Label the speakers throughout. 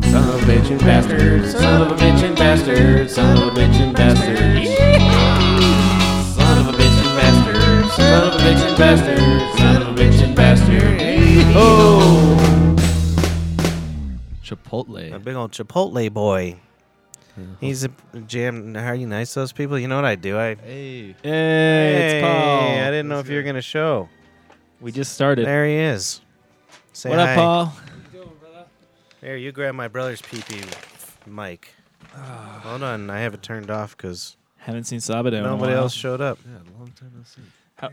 Speaker 1: bitch and bastard. Son of a bitch and bastard. Son of a bitch and bastard. Son of a bitch and bastard. Son of a bitch and bastard. Son of a bitch and bastard. Hey, oh.
Speaker 2: Chipotle.
Speaker 3: A big old Chipotle boy.
Speaker 2: Mm-hmm.
Speaker 3: He's a jam. How are you nice to those people? You know what I do? I
Speaker 2: Hey.
Speaker 3: hey,
Speaker 2: it's Paul.
Speaker 3: I didn't know if you were gonna show.
Speaker 2: We just started.
Speaker 3: There he is. Say
Speaker 2: what up,
Speaker 3: hi.
Speaker 2: Paul?
Speaker 3: Here, you grab my brother's PP mic. Hold on, I have it turned off because
Speaker 2: Haven't seen Sabado. in a
Speaker 3: nobody
Speaker 2: while.
Speaker 3: else showed up.
Speaker 4: Hang on, hang on,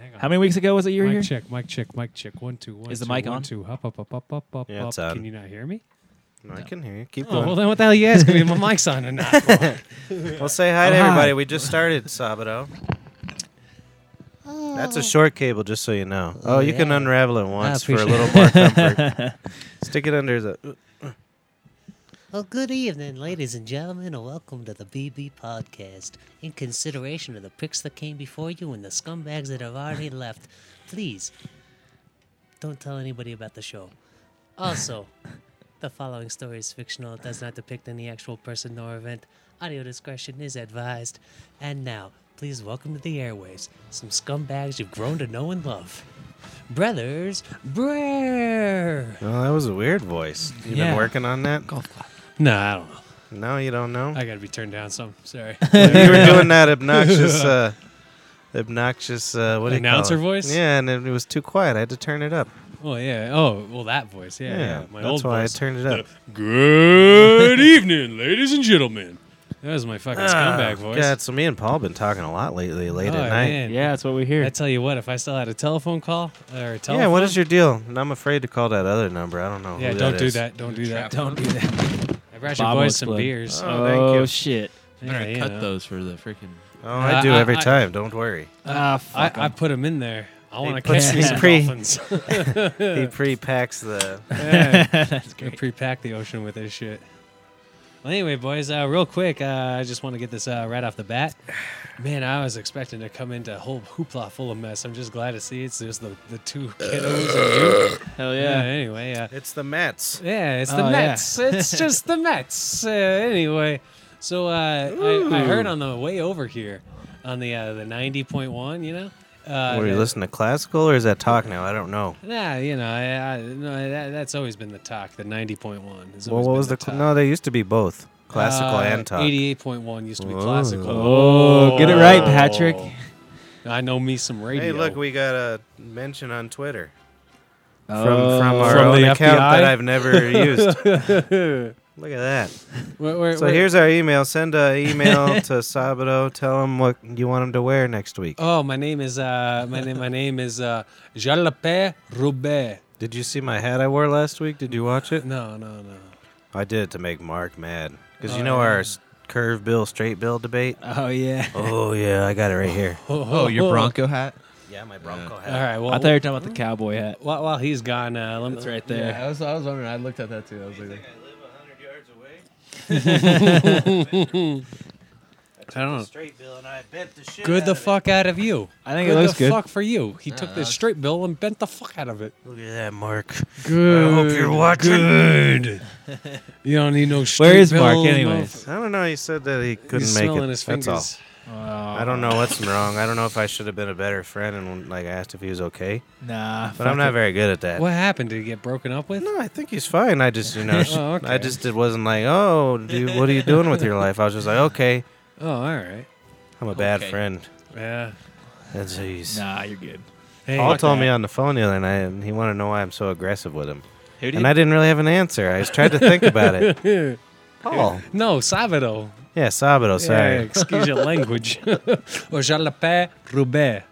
Speaker 4: hang on.
Speaker 2: How many weeks ago was it you were
Speaker 4: mic
Speaker 2: here?
Speaker 4: check, mic check, mic check. One, two, one.
Speaker 2: Is the
Speaker 4: two,
Speaker 2: mic
Speaker 4: one,
Speaker 2: on?
Speaker 4: Two. Up, up, up, up, up, up,
Speaker 3: Yeah, it's
Speaker 4: up.
Speaker 3: on.
Speaker 4: Can you not hear me?
Speaker 3: No, I can hear you. Keep
Speaker 4: Oh,
Speaker 3: going.
Speaker 4: well, then what the hell you asking me if my mic's on or not?
Speaker 3: Well, say hi to
Speaker 2: Oh, hi.
Speaker 3: everybody. We just started Sabado. That's a short cable, just so you know. Oh, you can unravel it once for a
Speaker 5: appreciate
Speaker 3: little more comfort. Stick it under the.
Speaker 5: Well, good evening, ladies and gentlemen, and welcome to the BB Podcast. In consideration of the pricks that came before you and the scumbags that have already left, please don't tell anybody about the show. Also, the following story is fictional, it does not depict any actual person nor event. Audio discretion is advised. And now, please welcome to the airwaves some scumbags you've grown to know and love. Brothers, Brer!
Speaker 3: Well, that was a weird voice. You
Speaker 2: Yeah.
Speaker 3: been working on that?
Speaker 4: no, I don't know.
Speaker 3: No, you don't know.
Speaker 4: I got to be turned down some. Sorry.
Speaker 3: you were doing that obnoxious, uh, obnoxious. Uh, what do you call
Speaker 4: Announcer
Speaker 3: it?
Speaker 4: voice?
Speaker 3: Yeah, and it was too quiet. I had to turn it up.
Speaker 4: oh, yeah. Oh, well, that voice. Yeah,
Speaker 3: Yeah,
Speaker 4: yeah. My
Speaker 3: that's
Speaker 4: old
Speaker 3: why
Speaker 4: voice. Uh,
Speaker 3: I turned it up.
Speaker 4: Good evening, ladies and gentlemen. That was my fucking scumbag voice.
Speaker 3: Ah, God, so me and Paul been talking a lot lately, late
Speaker 4: Oh,
Speaker 3: at night.
Speaker 4: man.
Speaker 2: Yeah, that's what we hear.
Speaker 4: I tell you what, if I still had a telephone call or a telephone.
Speaker 3: Yeah, what is your deal? And I'm afraid to call that other number. I don't know.
Speaker 4: Yeah,
Speaker 3: who
Speaker 4: don't do
Speaker 3: is.
Speaker 4: that. Don't do that.
Speaker 2: Don't do that.
Speaker 4: I brought your
Speaker 2: Bob
Speaker 4: boys
Speaker 2: almost
Speaker 4: some
Speaker 2: split.
Speaker 4: beers.
Speaker 3: Oh, thank you.
Speaker 2: shit.
Speaker 4: Yeah, you
Speaker 6: cut
Speaker 4: know.
Speaker 6: those for the freaking.
Speaker 3: Oh, I
Speaker 4: Uh,
Speaker 3: do
Speaker 4: I-
Speaker 3: every
Speaker 4: I-
Speaker 3: time. Don't worry.
Speaker 2: Ah,
Speaker 4: I,
Speaker 2: fuck.
Speaker 4: I put them in there. I want to
Speaker 3: puts
Speaker 4: catch
Speaker 2: these
Speaker 4: these
Speaker 3: pre-
Speaker 4: dolphins.
Speaker 3: he pre-packs the.
Speaker 4: That's great. Pre-pack the ocean with this shit. Well, anyway, boys, uh, real quick, uh, I just want to get this uh, right off the bat. Man, I was expecting to come into a whole hoopla full of mess. I'm just glad to see it's just the, the two kiddos. and you.
Speaker 2: Hell
Speaker 4: Yeah,
Speaker 2: yeah.
Speaker 4: anyway, uh,
Speaker 3: It's the Mets.
Speaker 4: yeah, it's the
Speaker 2: Oh, yeah.
Speaker 4: Mets. it's just the Mets. Uh, anyway, so uh, I, I heard on the way over here on the uh, the 90.1, you know? Uh,
Speaker 3: Were you
Speaker 4: that-
Speaker 3: listening to classical or is that talk now? I don't know.
Speaker 4: Nah, you know, I, I, no, that, that's always been the talk. The ninety point one.
Speaker 3: Well, what was the?
Speaker 4: talk. Uh,
Speaker 3: cl- no, they used to be both classical and talk.
Speaker 4: Eighty-eight point one used to be
Speaker 3: Whoa.
Speaker 4: classical. Oh.
Speaker 2: Oh, get it right, Patrick.
Speaker 4: I know me some radio.
Speaker 3: Hey, look, we got a mention on Twitter from
Speaker 2: Oh.
Speaker 3: from our
Speaker 4: From
Speaker 3: own
Speaker 4: the
Speaker 3: account
Speaker 4: FBI?
Speaker 3: that I've never used. Look at that.
Speaker 4: Where- where-
Speaker 3: So
Speaker 4: where-
Speaker 3: here's our email. Send an email to Sabado. Tell him what you want him to wear next week.
Speaker 4: Oh, my name is uh, my name my name is uh, Jalapé Roubaix.
Speaker 3: Did you see my hat I wore last week? Did you watch it?
Speaker 4: No, no, no.
Speaker 3: I did it to make Mark mad because
Speaker 4: Oh,
Speaker 3: you know
Speaker 4: yeah.
Speaker 3: our s- curve bill, straight bill debate.
Speaker 2: Oh, yeah.
Speaker 3: Oh yeah, I got it right here.
Speaker 6: Oh, your Bronco hat.
Speaker 3: Yeah, my Bronco
Speaker 4: All right. Well,
Speaker 2: I thought you were talking about the cowboy hat.
Speaker 4: while, while he's gone, uh, let me,
Speaker 2: It's right there.
Speaker 6: I was. I was wondering. I looked at that too. I was like,
Speaker 4: I don't know.
Speaker 3: Straight bill and I bent the shit.
Speaker 4: Good the fuck out of you.
Speaker 2: I think it looks
Speaker 4: the
Speaker 2: good.
Speaker 4: fuck for you. He took the straight bill and bent the fuck out of it.
Speaker 3: Look at that, Mark.
Speaker 4: Good.
Speaker 3: I hope you're watching.
Speaker 4: Good. You don't need no straight
Speaker 2: Where is Mark,
Speaker 4: bill,
Speaker 2: anyways?
Speaker 4: no-
Speaker 3: I don't know. He said that he couldn't
Speaker 4: He's
Speaker 3: make
Speaker 4: smelling
Speaker 3: it.
Speaker 4: his
Speaker 3: That's
Speaker 4: fingers.
Speaker 3: all. I don't know what's wrong. I don't know if I should have been a better friend and like asked if he was okay.
Speaker 2: Nah.
Speaker 3: But I'm not very good at that.
Speaker 4: What happened? Did he get broken up with?
Speaker 3: No, I think he's fine. I just, you know,
Speaker 4: Oh, okay.
Speaker 3: I just it wasn't like, oh, dude, what are you doing with your life? I was just like, okay,
Speaker 4: Oh, all right.
Speaker 3: I'm a bad
Speaker 6: Okay.
Speaker 3: friend.
Speaker 4: Yeah.
Speaker 3: That's he's.
Speaker 2: Nah, you're good.
Speaker 4: Hey,
Speaker 3: Paul
Speaker 4: fuck
Speaker 3: told me
Speaker 4: that.
Speaker 3: on the phone the other night, and he wanted to know why I'm so aggressive with him.
Speaker 6: Who did?
Speaker 3: And I didn't really have an answer. I just tried to think about it. Paul.
Speaker 4: No, Sabado.
Speaker 3: Yeah, Sabado,
Speaker 4: Yeah,
Speaker 3: Oh, sorry.
Speaker 4: excuse your language. or jalapé Roubaix.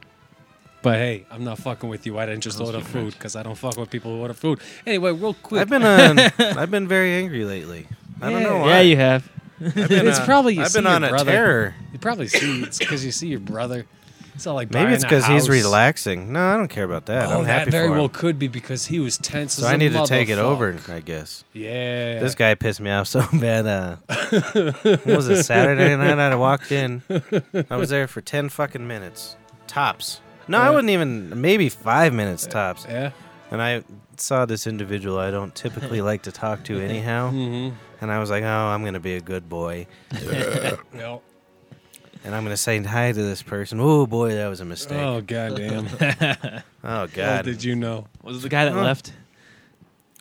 Speaker 4: But hey, I'm not fucking with you. I didn't just order food because I don't fuck with people who order food. Anyway, real quick.
Speaker 3: I've been on, I've been very angry lately. I don't know why.
Speaker 2: Yeah, you have.
Speaker 3: I've been
Speaker 4: It's
Speaker 3: on-
Speaker 4: probably you
Speaker 3: I've
Speaker 4: see
Speaker 3: been
Speaker 4: your
Speaker 3: on a
Speaker 4: brother.
Speaker 3: terror.
Speaker 4: you probably see it's because you see your brother. It's all like
Speaker 3: Maybe
Speaker 4: buying
Speaker 3: it's
Speaker 4: a
Speaker 3: because he's
Speaker 4: house.
Speaker 3: relaxing. No, I don't care about that.
Speaker 4: Oh,
Speaker 3: I'm
Speaker 4: that
Speaker 3: happy
Speaker 4: very
Speaker 3: for him.
Speaker 4: well could be because he was tense.
Speaker 3: so
Speaker 4: as a
Speaker 3: I need to take it
Speaker 4: motherfucker.
Speaker 3: over, I guess.
Speaker 4: Yeah.
Speaker 3: This guy pissed me off so bad. Uh, what was it Saturday night? I walked in. I was there for ten fucking minutes, tops. No, I wasn't even maybe five minutes tops.
Speaker 4: Yeah.
Speaker 3: And I saw this individual I don't typically like to talk to anyhow.
Speaker 4: Mm-hmm.
Speaker 3: And I was like, oh, I'm going to be a good boy.
Speaker 4: No.
Speaker 3: And I'm going to say hi to this person. Oh, boy, that was a mistake.
Speaker 4: Oh
Speaker 3: Oh,
Speaker 4: goddamn! How
Speaker 3: God.
Speaker 4: did you know?
Speaker 2: Was it the guy that left?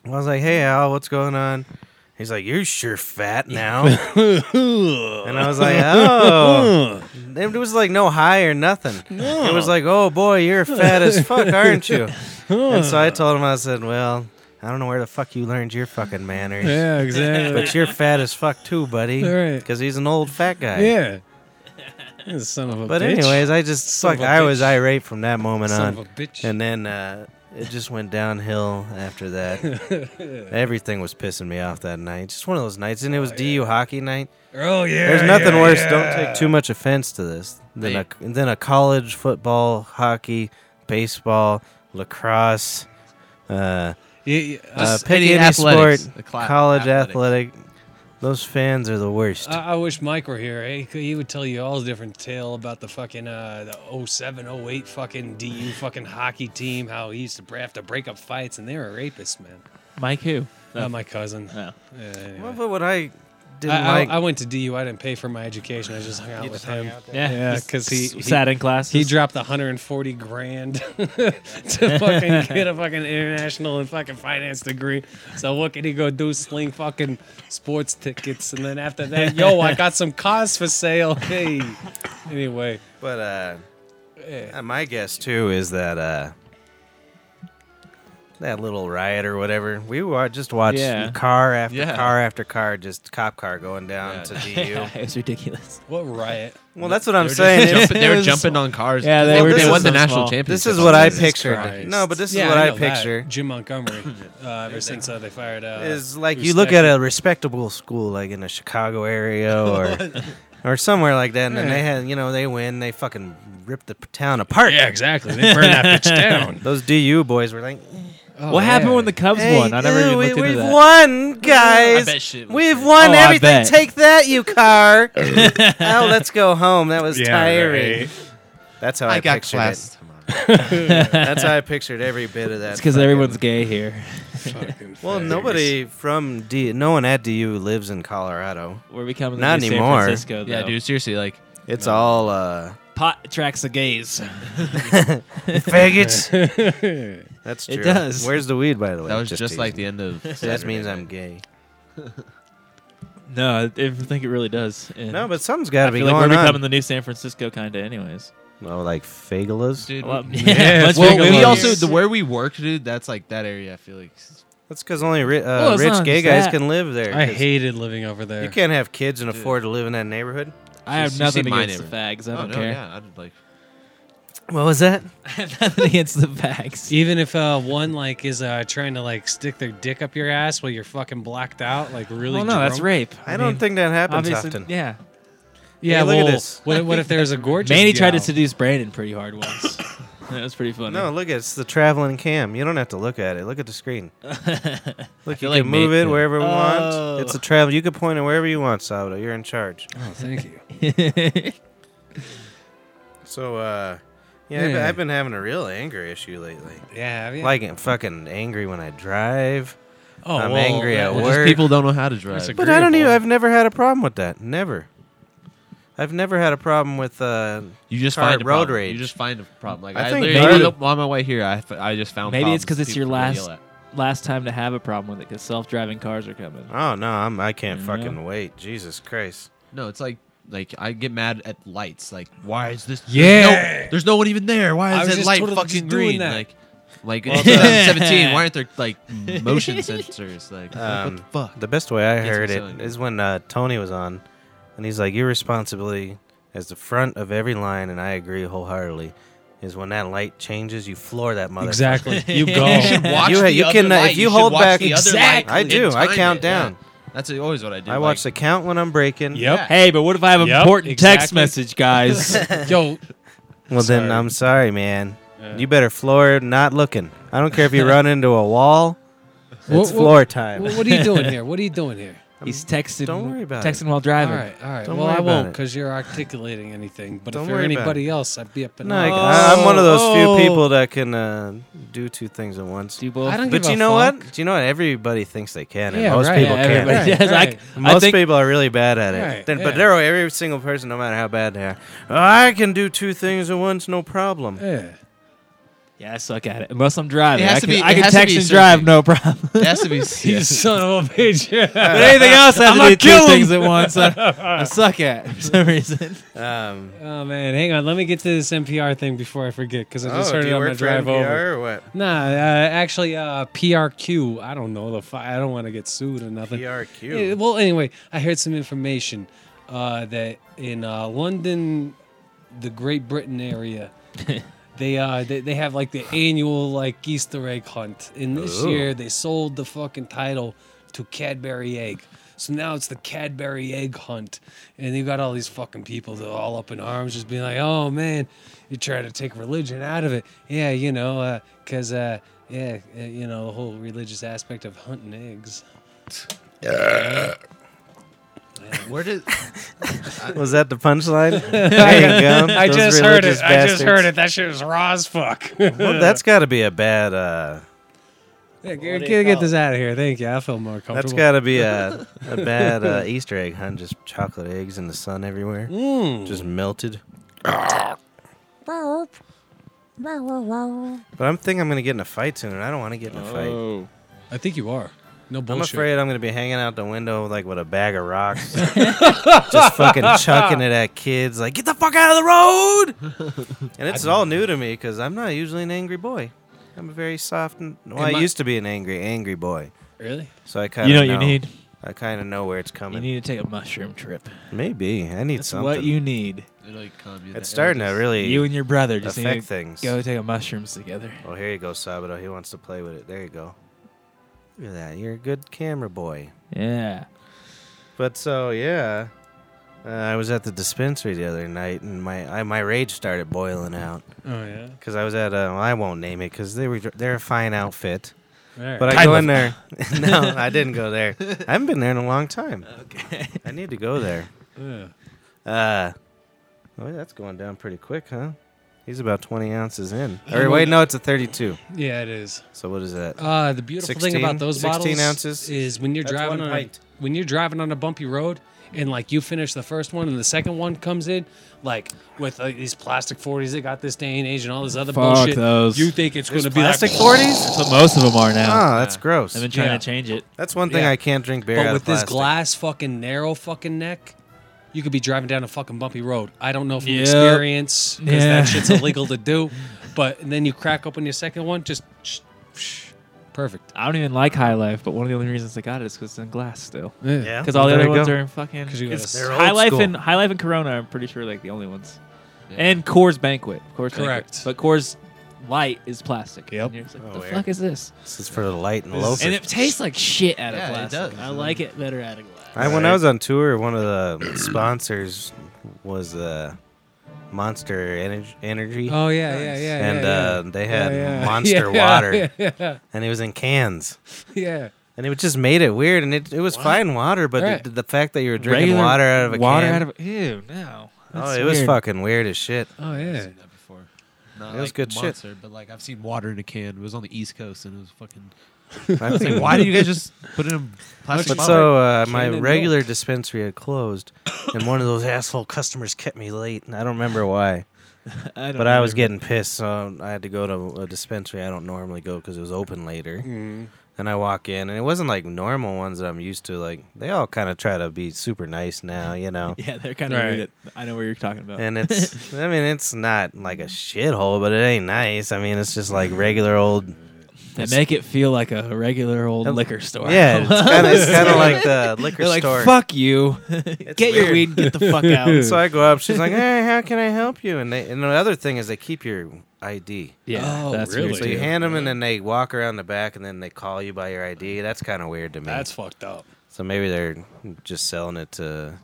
Speaker 3: I was like, hey, Al, what's going on? He's like, you're sure fat now. and I was like, oh. It was like no hi or nothing. It was like, oh boy, you're fat as fuck, aren't you? and so I told him, I said, well, I don't know where the fuck you learned your fucking manners.
Speaker 4: Yeah, exactly.
Speaker 3: But you're fat as fuck too, buddy.
Speaker 4: All right.
Speaker 3: Because he's an old fat guy.
Speaker 4: yeah. You Son of a
Speaker 3: But
Speaker 4: bitch.
Speaker 3: anyways, I just
Speaker 4: Son of
Speaker 3: fuck,
Speaker 4: a
Speaker 3: I was
Speaker 4: bitch.
Speaker 3: irate from that moment
Speaker 4: Son of
Speaker 3: on,
Speaker 4: a bitch.
Speaker 3: and then uh, it just went downhill after that. Everything was pissing me off that night. Just one of those nights, and it was DU hockey night.
Speaker 4: oh yeah.
Speaker 3: There's nothing
Speaker 4: yeah,
Speaker 3: worse.
Speaker 4: yeah.
Speaker 3: Don't take too much offense to this than a than a college football, hockey, baseball, lacrosse, uh,
Speaker 4: You- you-
Speaker 3: uh,
Speaker 4: us-
Speaker 6: Just
Speaker 3: pick
Speaker 6: any
Speaker 3: any
Speaker 6: athletics,
Speaker 3: sport,
Speaker 6: the cla-
Speaker 3: college athletic.
Speaker 6: athletics.
Speaker 3: Those fans are the worst.
Speaker 4: I, I wish Mike were here. He, could- he would tell you all the different tale about the fucking uh, the 07, 08 fucking DU fucking hockey team. How he used to have to break up fights, and they were rapists, man.
Speaker 2: Mike who?
Speaker 4: Not my cousin.
Speaker 2: No.
Speaker 4: Yeah, anyway.
Speaker 3: What about what I didn't
Speaker 4: I,
Speaker 3: like?
Speaker 4: I, I went to DU. I didn't pay for my education. I just hung out with him.
Speaker 2: Yeah.
Speaker 4: Yeah,
Speaker 2: just
Speaker 4: 'cause he-
Speaker 2: s-
Speaker 4: he-
Speaker 2: sat in classes.
Speaker 4: He dropped 140 grand to fucking get a fucking international and fucking finance degree. So what could he go do? Sling fucking sports tickets, and then after that, yo, I got some cars for sale. Hey, anyway,
Speaker 3: But uh, uh, my guess too is that uh, that little riot or whatever. We wa- just watched
Speaker 2: Yeah.
Speaker 3: car after
Speaker 6: Yeah.
Speaker 3: car after car, just cop car going down
Speaker 6: Yeah.
Speaker 3: to DU.
Speaker 2: it was ridiculous.
Speaker 4: what riot?
Speaker 3: well, that's what I'm
Speaker 6: They were just
Speaker 3: saying. It-
Speaker 6: jumping-
Speaker 3: it
Speaker 6: they were
Speaker 3: was-
Speaker 6: jumping on cars.
Speaker 2: Yeah, they
Speaker 6: Well,
Speaker 3: were
Speaker 6: they
Speaker 3: doing
Speaker 6: won the
Speaker 2: some
Speaker 6: national
Speaker 2: small-
Speaker 6: championship.
Speaker 3: This is what I
Speaker 6: on that.
Speaker 3: pictured.
Speaker 4: Christ.
Speaker 3: No, but this is
Speaker 4: Yeah,
Speaker 3: what
Speaker 4: I
Speaker 3: I,
Speaker 4: know that.
Speaker 3: picture.
Speaker 4: Jim Montgomery. Uh, ever since uh, they fired, uh,
Speaker 3: Is like you look at a respectable school like in the Chicago area or or somewhere like that, and then they had you know they win, they fucking rip the p- town apart.
Speaker 4: yeah, exactly. They burned that bitch down.
Speaker 3: Those DU boys were like,
Speaker 4: Oh,
Speaker 2: what happened when the Cubs won? I never
Speaker 3: ew,
Speaker 2: even
Speaker 3: we,
Speaker 2: looked into
Speaker 3: We've
Speaker 2: that.
Speaker 3: won, guys.
Speaker 6: bet shit was
Speaker 3: we've
Speaker 6: good.
Speaker 3: won
Speaker 2: Oh, I
Speaker 3: everything.
Speaker 2: bet.
Speaker 3: Take that, you car. oh, let's go home. That was tiring. That's how I,
Speaker 6: I got
Speaker 3: pictured
Speaker 6: class
Speaker 3: it.
Speaker 6: tomorrow.
Speaker 3: That's how I pictured every bit of that.
Speaker 2: It's because
Speaker 3: fucking-
Speaker 2: everyone's gay here.
Speaker 3: Well, nobody from D, no one at DU lives in Colorado.
Speaker 2: We're becoming
Speaker 3: Not
Speaker 2: the new
Speaker 3: anymore.
Speaker 2: San Francisco,
Speaker 6: Yeah,
Speaker 2: though.
Speaker 6: dude. Seriously, like
Speaker 3: It's all uh,
Speaker 2: Pot attracts the gays.
Speaker 3: faggots. That's true.
Speaker 2: It does.
Speaker 3: Where's the weed, by the way?
Speaker 6: that was just, like
Speaker 3: teasing.
Speaker 6: the end of.
Speaker 3: That
Speaker 6: Saturday
Speaker 3: means
Speaker 6: Night.
Speaker 3: I'm gay.
Speaker 2: No, I don't think it really does. And
Speaker 3: No, but something's
Speaker 2: I
Speaker 3: got to be
Speaker 2: feel like we're
Speaker 3: going
Speaker 2: becoming
Speaker 3: on.
Speaker 2: the new San Francisco kind of, anyways.
Speaker 3: oh, like fagulas.
Speaker 6: Dude,
Speaker 2: Well,
Speaker 6: we-
Speaker 2: yeah, much
Speaker 6: well,
Speaker 2: bigger
Speaker 6: we
Speaker 2: ones.
Speaker 6: also the where we worked, dude. That's like that area. I feel like
Speaker 3: That's because only ri- uh,
Speaker 2: it's
Speaker 3: rich
Speaker 2: not
Speaker 3: gay
Speaker 2: just
Speaker 3: guys
Speaker 2: that.
Speaker 3: can live there.
Speaker 4: I
Speaker 3: 'cause-
Speaker 4: hated living over there.
Speaker 3: You can't have kids and afford to live in that neighborhood.
Speaker 2: I have
Speaker 6: You've
Speaker 2: nothing
Speaker 6: seen my
Speaker 2: against the fags. I
Speaker 6: oh,
Speaker 2: don't
Speaker 6: no,
Speaker 2: care.
Speaker 6: Yeah, I'd like
Speaker 3: What was that?
Speaker 2: I have nothing against the fags.
Speaker 4: Even if uh, one like is uh, trying to like stick their dick up your ass while you're fucking blacked out, like really.
Speaker 2: well, no, that's
Speaker 4: drunk.
Speaker 2: rape.
Speaker 3: I, don't
Speaker 2: mean,
Speaker 3: think that happens
Speaker 2: obviously,
Speaker 3: often.
Speaker 2: Yeah.
Speaker 4: Yeah,
Speaker 3: Hey, look at
Speaker 4: well,
Speaker 3: this.
Speaker 4: What, what if there's a gorgeous?
Speaker 2: Manny tried to
Speaker 4: gal?
Speaker 2: seduce Brandon pretty hard once. that was pretty funny.
Speaker 3: No, look, it's the traveling cam. You don't have to look at it. Look at the screen. look, you
Speaker 6: feel like
Speaker 3: can move
Speaker 6: ma-
Speaker 3: it wherever we
Speaker 2: Oh.
Speaker 3: want. It's a travel. You can point it wherever you want, Salvador. You're in charge.
Speaker 4: Oh, thank you.
Speaker 3: So, uh, yeah, I've,
Speaker 4: Yeah.
Speaker 3: I've been having a real anger issue lately.
Speaker 4: Yeah, I mean,
Speaker 3: Like, I'm fucking angry when I drive.
Speaker 4: oh,
Speaker 3: I'm
Speaker 4: well,
Speaker 3: angry at
Speaker 4: that-
Speaker 3: work.
Speaker 6: Well, just people don't know how to drive.
Speaker 4: That's a-
Speaker 3: But I don't even.
Speaker 4: Agreeable.
Speaker 3: I've never had a problem with that. Never. I've never had a problem with. Uh,
Speaker 6: you just
Speaker 3: Car
Speaker 6: find a
Speaker 3: road
Speaker 6: problem.
Speaker 3: rage.
Speaker 6: You just find a problem. Like
Speaker 3: I
Speaker 6: I,
Speaker 3: think
Speaker 6: literally
Speaker 3: maybe-
Speaker 6: on my way here, I, f- I just found.
Speaker 2: Maybe it's
Speaker 6: because
Speaker 2: because it's your last last time to have a problem with it because self driving cars are coming.
Speaker 3: oh no, I'm. I can't
Speaker 2: Yeah.
Speaker 3: fucking wait. Jesus Christ.
Speaker 6: No, it's like like I get mad at lights. Like why is this?
Speaker 4: Yeah.
Speaker 6: there's no, there's no one even there.
Speaker 4: I
Speaker 6: Why
Speaker 4: was
Speaker 6: is that
Speaker 4: just
Speaker 6: light
Speaker 4: totally
Speaker 6: fucking
Speaker 4: just doing
Speaker 6: green?
Speaker 4: that.
Speaker 6: Like like
Speaker 2: Well,
Speaker 6: in 2017, why aren't there like motion sensors? Like
Speaker 3: Um,
Speaker 6: what the fuck?
Speaker 3: The best way I
Speaker 6: Gets me
Speaker 3: heard
Speaker 6: so
Speaker 3: it
Speaker 6: angry.
Speaker 3: is when uh, Tony was on, and he's like, "Your responsibility as the front of every line," and I agree wholeheartedly. Is when that light changes, you floor that mother.
Speaker 4: exactly.
Speaker 6: You
Speaker 4: You go.
Speaker 6: should watch
Speaker 3: You-
Speaker 6: the
Speaker 3: you
Speaker 6: other
Speaker 3: can, uh,
Speaker 6: light.
Speaker 3: if you
Speaker 6: should
Speaker 3: hold
Speaker 6: watch
Speaker 3: back-
Speaker 6: the other
Speaker 2: Exactly.
Speaker 6: light
Speaker 3: I do.
Speaker 6: and
Speaker 3: I
Speaker 6: time
Speaker 3: count
Speaker 6: it.
Speaker 3: down.
Speaker 6: Yeah. That's always what I do.
Speaker 3: I watch the
Speaker 6: like,
Speaker 3: count when I'm breaking.
Speaker 4: yep.
Speaker 2: Hey, but what if I have an
Speaker 4: Yep,
Speaker 2: important text
Speaker 4: exactly.
Speaker 2: message, guys?
Speaker 4: Yo,
Speaker 3: Well, then
Speaker 4: Sorry.
Speaker 3: I'm sorry, man. You better floor it not looking. I don't care if you run into a wall.
Speaker 4: Wha-
Speaker 3: It's
Speaker 4: wha-
Speaker 3: floor time.
Speaker 4: wha- what are you doing here? What are you doing here?
Speaker 2: He's texting.
Speaker 3: don't worry about it.
Speaker 2: texting while driving.
Speaker 4: All right, all right.
Speaker 3: Don't
Speaker 4: well,
Speaker 3: worry
Speaker 4: I
Speaker 3: about
Speaker 4: won't
Speaker 3: it.
Speaker 4: because you're articulating anything. But
Speaker 3: Don't
Speaker 4: if you're
Speaker 3: worry about
Speaker 4: anybody else, I'd be up and
Speaker 3: No,
Speaker 4: out.
Speaker 3: I, I- I'm one of those
Speaker 2: Oh.
Speaker 3: few people that can uh, do two things at once.
Speaker 2: Do both.
Speaker 4: I don't
Speaker 3: but
Speaker 4: give
Speaker 3: you
Speaker 4: a
Speaker 3: know
Speaker 4: fuck.
Speaker 3: what? Do you know what? Everybody thinks they can, and
Speaker 4: Yeah,
Speaker 3: most
Speaker 4: right.
Speaker 3: people
Speaker 4: Yeah,
Speaker 3: can't.
Speaker 2: everybody
Speaker 4: Right,
Speaker 2: does. I-
Speaker 4: right.
Speaker 2: I,
Speaker 3: Most
Speaker 2: think
Speaker 3: people are really bad at it.
Speaker 4: Right,
Speaker 3: Then-
Speaker 4: yeah.
Speaker 3: But they're every single person, no matter how bad they are. I can do two things at once, no problem.
Speaker 4: Yeah.
Speaker 2: Yeah, I suck at it. Unless I'm driving.
Speaker 6: It has
Speaker 2: I
Speaker 6: to
Speaker 2: can,
Speaker 6: be-
Speaker 2: I
Speaker 6: it
Speaker 2: can
Speaker 6: has to
Speaker 2: text
Speaker 6: be
Speaker 2: and drive,
Speaker 6: surfing.
Speaker 2: no problem.
Speaker 6: It has to be.
Speaker 4: You son of a bitch. Yeah.
Speaker 2: But anything else, I have to do two things at once. I, I suck at for some reason.
Speaker 3: Um,
Speaker 4: Oh man, hang on. Let me get to this NPR thing before I forget because I just
Speaker 3: oh,
Speaker 4: heard
Speaker 3: do
Speaker 4: it
Speaker 3: you
Speaker 4: on my
Speaker 3: work for
Speaker 4: drive over.
Speaker 3: NPR or what?
Speaker 4: Nah, uh, actually, uh, PRQ. I don't know the. Fi- I don't want to get sued or nothing.
Speaker 3: PRQ.
Speaker 4: Yeah, Eh, well, anyway, I heard some information uh, that in uh, London, the Great Britain area, they, uh, they they have like the annual like Easter egg hunt. And this
Speaker 3: Ooh.
Speaker 4: year, they sold the fucking title to Cadbury Egg. So now it's the Cadbury Egg Hunt, and you got all these fucking people that are all up in arms, just being like, "Oh man, you're trying to take religion out of it." Yeah, you know, because uh, yeah, uh, you know the whole religious aspect of hunting eggs.
Speaker 6: Where did?
Speaker 3: Was that the punchline? there you go.
Speaker 4: I
Speaker 3: Those
Speaker 4: just heard it.
Speaker 3: religious
Speaker 4: I just
Speaker 3: bastards.
Speaker 4: heard it. That shit was raw as fuck.
Speaker 3: Well, that's got to be a bad. Uh,
Speaker 4: get, get this out of here. Thank you. I feel more comfortable.
Speaker 3: that's got to be a, a bad uh, Easter egg hunt. Just chocolate eggs in the sun everywhere,
Speaker 2: Mm.
Speaker 3: just melted. But I'm thinking I'm gonna get in a fight soon, and I don't want to get in a fight.
Speaker 2: Oh,
Speaker 4: I think you are. No
Speaker 3: I'm
Speaker 4: bullshit.
Speaker 3: afraid I'm gonna be hanging out the window like with a bag of rocks, just fucking chucking it at kids. Like, get the fuck out of the road! And it's all new to me because I'm not usually an angry boy. I'm a very soft. And, well,
Speaker 4: Am
Speaker 3: I
Speaker 4: I-
Speaker 3: used to be an angry, angry boy.
Speaker 4: Really?
Speaker 3: So I kind of
Speaker 2: You know what you need?
Speaker 3: I kind of know where it's
Speaker 2: You
Speaker 3: coming.
Speaker 2: need to take a mushroom trip.
Speaker 3: Maybe I need
Speaker 2: That's
Speaker 3: something.
Speaker 2: what you need.
Speaker 3: it's starting to really.
Speaker 2: You and your brother just
Speaker 3: affect
Speaker 2: need to
Speaker 3: things.
Speaker 2: go take a mushrooms together.
Speaker 3: oh, here you go, Sabado. He wants to play with it. There you go. Look at that. You're a good camera boy.
Speaker 2: Yeah.
Speaker 3: But so yeah, uh, I was at the dispensary the other night, and my I, my rage started boiling out
Speaker 4: Oh yeah.
Speaker 3: because I was at a well, I won't name it because they were they're a fine outfit.
Speaker 4: All right.
Speaker 3: But I
Speaker 2: Kind
Speaker 3: go
Speaker 2: of.
Speaker 3: in there. no, I didn't go there. I haven't been there in a long time.
Speaker 2: Okay.
Speaker 3: I need to go there.
Speaker 4: Yeah.
Speaker 3: Uh, oh, that's going down pretty quick, huh? He's about 20 ounces in. Or wait, no, it's a 32.
Speaker 4: Yeah, it is.
Speaker 3: So what is that?
Speaker 4: Uh, the beautiful thing
Speaker 3: 16
Speaker 4: about those
Speaker 3: 16
Speaker 4: bottles
Speaker 3: ounces.
Speaker 4: is when you're
Speaker 3: That's
Speaker 4: driving
Speaker 3: one
Speaker 4: on a,
Speaker 3: pint.
Speaker 4: when you're driving on a bumpy road and like you finish the first one and the second one comes in like with like, these plastic 40s they got this day and age and all this other
Speaker 2: Fuck
Speaker 4: bullshit
Speaker 2: those.
Speaker 4: you think it's going to be
Speaker 3: Plastic
Speaker 4: like,
Speaker 3: 40s?
Speaker 2: That's what most of them are now.
Speaker 3: Oh, that's gross.
Speaker 2: I've been trying
Speaker 4: Yeah.
Speaker 2: to change it.
Speaker 3: That's one thing
Speaker 4: Yeah.
Speaker 3: I can't drink beer
Speaker 4: But
Speaker 3: out
Speaker 4: with
Speaker 3: of
Speaker 4: this
Speaker 3: plastic.
Speaker 4: glass fucking narrow fucking neck, you could be driving down a fucking bumpy road. I don't know from
Speaker 2: Yep.
Speaker 4: experience because
Speaker 2: Yeah.
Speaker 4: that shit's illegal to do. But and then you crack open your second one, just sh- sh- perfect.
Speaker 2: I don't even like High Life, but one of the only reasons I got it is because it's in glass still.
Speaker 3: Yeah.
Speaker 2: Because all the
Speaker 3: There
Speaker 2: other
Speaker 3: you
Speaker 2: ones
Speaker 3: go.
Speaker 2: are in fucking.
Speaker 4: 'Cause you gotta
Speaker 2: it's
Speaker 4: They're
Speaker 2: High
Speaker 3: old
Speaker 2: Life
Speaker 3: school.
Speaker 2: and High Life and Corona. I'm pretty sure like the only ones.
Speaker 6: Yeah.
Speaker 2: And Coors Banquet, Coors
Speaker 4: Correct.
Speaker 2: Banquet. but Coors Light is plastic.
Speaker 4: Yep.
Speaker 2: And you're just like,
Speaker 3: Oh,
Speaker 2: the
Speaker 3: weird.
Speaker 2: fuck is this?
Speaker 3: This is for the light and
Speaker 4: This is-
Speaker 3: loafers.
Speaker 2: And it tastes like shit out of
Speaker 6: Yeah, it
Speaker 2: plastic.
Speaker 6: does.
Speaker 2: I like it better out of glass.
Speaker 3: I, when I was on tour, one of the sponsors was uh, Monster Energy, Energy
Speaker 4: Oh yeah, yeah, yeah.
Speaker 3: and
Speaker 4: yeah,
Speaker 3: uh, they
Speaker 4: yeah.
Speaker 3: had
Speaker 4: Yeah, yeah.
Speaker 3: Monster
Speaker 4: Yeah,
Speaker 3: Water,
Speaker 4: Yeah, yeah,
Speaker 3: and it was in cans.
Speaker 4: yeah.
Speaker 3: And it just made it weird, and it, it was fine water, but
Speaker 4: Right.
Speaker 3: the, the fact that you were drinking water out of a
Speaker 2: water
Speaker 3: can,
Speaker 2: out of a, ew no.
Speaker 3: oh,
Speaker 2: That's
Speaker 3: it was
Speaker 2: weird.
Speaker 3: fucking weird as shit.
Speaker 4: Oh yeah.
Speaker 6: Seen that before. Not
Speaker 3: It was
Speaker 6: like
Speaker 3: good shit.
Speaker 6: Monster, But like I've seen water in a can. It was on the East Coast and it was fucking.
Speaker 3: I
Speaker 6: It's like, why do you guys just put it in a plastic
Speaker 3: But
Speaker 6: bottle?
Speaker 3: so uh, my
Speaker 4: Cannon
Speaker 3: regular dispensary had closed, and one of those asshole customers kept me late, and I don't remember why.
Speaker 2: I don't
Speaker 3: But I was
Speaker 2: remember.
Speaker 3: getting pissed, so I had to go to a dispensary I don't normally go because it was open later.
Speaker 4: Mm.
Speaker 3: And I walk in, and it wasn't like normal ones that I'm used to. Like they all kind of try to be super nice now, you know.
Speaker 2: Yeah, they're kind of
Speaker 4: Right.
Speaker 2: weird. I know what you're talking about.
Speaker 3: And it's, I mean, it's not like a shithole, but it ain't nice. I mean, it's just like regular old.
Speaker 2: they make it feel like a regular old
Speaker 3: And-
Speaker 2: liquor store.
Speaker 3: Yeah, it's kind of it's kind of like the liquor
Speaker 2: They're like,
Speaker 3: store.
Speaker 2: fuck you. get your
Speaker 3: weird.
Speaker 2: weed and get the fuck out.
Speaker 3: So I go up. She's like, "Hey, how can I help you?" And they, and the other thing is they keep your ID.
Speaker 2: yeah,
Speaker 4: Oh,
Speaker 2: that's
Speaker 4: really?
Speaker 2: weird.
Speaker 3: So you
Speaker 4: do.
Speaker 3: hand them, and then they walk around the back, and then they call you by your ID. That's kind of weird to me.
Speaker 4: That's fucked up.
Speaker 3: so maybe they're just selling it to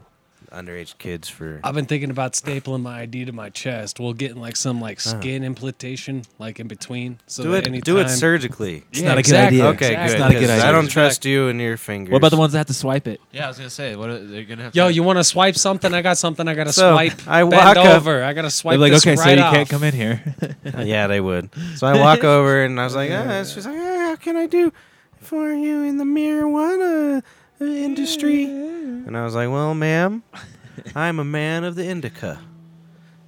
Speaker 3: underage kids for.
Speaker 4: I've been thinking about stapling my ID to my chest. Well, getting like some like
Speaker 2: Uh-huh.
Speaker 4: skin implantation, like in between. So
Speaker 3: do
Speaker 4: that
Speaker 3: it.
Speaker 4: Anytime,
Speaker 3: Do it surgically.
Speaker 2: It's not a good idea. Yeah,
Speaker 3: okay,
Speaker 2: exactly.
Speaker 3: good.
Speaker 2: It's not a good
Speaker 3: 'cause I
Speaker 2: idea.
Speaker 3: don't trust you and your fingers.
Speaker 2: What about the ones that have to swipe it?
Speaker 6: Yeah, I was gonna say, what are they gonna have?
Speaker 4: Yo,
Speaker 6: to,
Speaker 4: you want to swipe something? I got something. I gotta
Speaker 3: So,
Speaker 4: swipe.
Speaker 3: I walk
Speaker 4: Bend
Speaker 3: up-
Speaker 4: over. I gotta
Speaker 2: They're
Speaker 4: swipe.
Speaker 2: like,
Speaker 4: this
Speaker 2: okay,
Speaker 4: right
Speaker 2: so you
Speaker 4: off.
Speaker 2: can't come in here.
Speaker 3: Yeah, they would. So I walk over and I was like, ah, she's like, ah, how can I do for you in the marijuana uh, industry? And I was like, well, ma'am, I'm a man of the indica.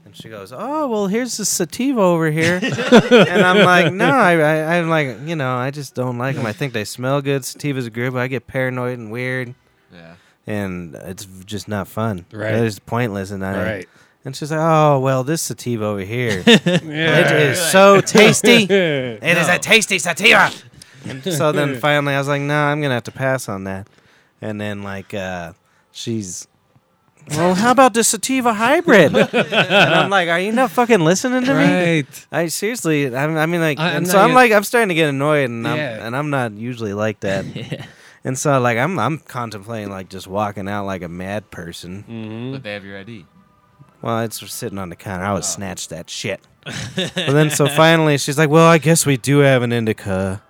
Speaker 3: And she goes, oh, well, here's the sativa over here. and I'm like, no, I, I, I'm like, you know, I just don't like them. I think they smell good. Sativa's a group. I get paranoid and weird.
Speaker 6: yeah.
Speaker 3: And it's just not fun.
Speaker 4: Right.
Speaker 3: It's pointless. And I,
Speaker 4: Right.
Speaker 3: and she's like, oh, well, this sativa over here. It
Speaker 4: Yeah.
Speaker 3: is so tasty. It
Speaker 4: Yeah.
Speaker 3: is a tasty sativa. And so then finally I was like, no, nah, I'm gonna have to pass on that. And then like uh she's Well, how about the sativa hybrid? and I'm like, Are you not fucking listening to me?
Speaker 4: Right.
Speaker 3: I seriously, I'm, I mean, like,
Speaker 4: I- I'm
Speaker 3: and
Speaker 4: not
Speaker 3: so I'm
Speaker 4: gonna-
Speaker 3: like, I'm starting to get annoyed, and I'm
Speaker 4: Yeah.
Speaker 3: and I'm not usually like that, and so like, I'm I'm contemplating like just walking out like a mad person.
Speaker 4: Mm-hmm.
Speaker 6: But they have your ID.
Speaker 3: Well, it's sitting on the counter.
Speaker 4: Oh.
Speaker 3: I would snatch that shit. but then, so finally, she's like, "Well, I guess we do have an indica."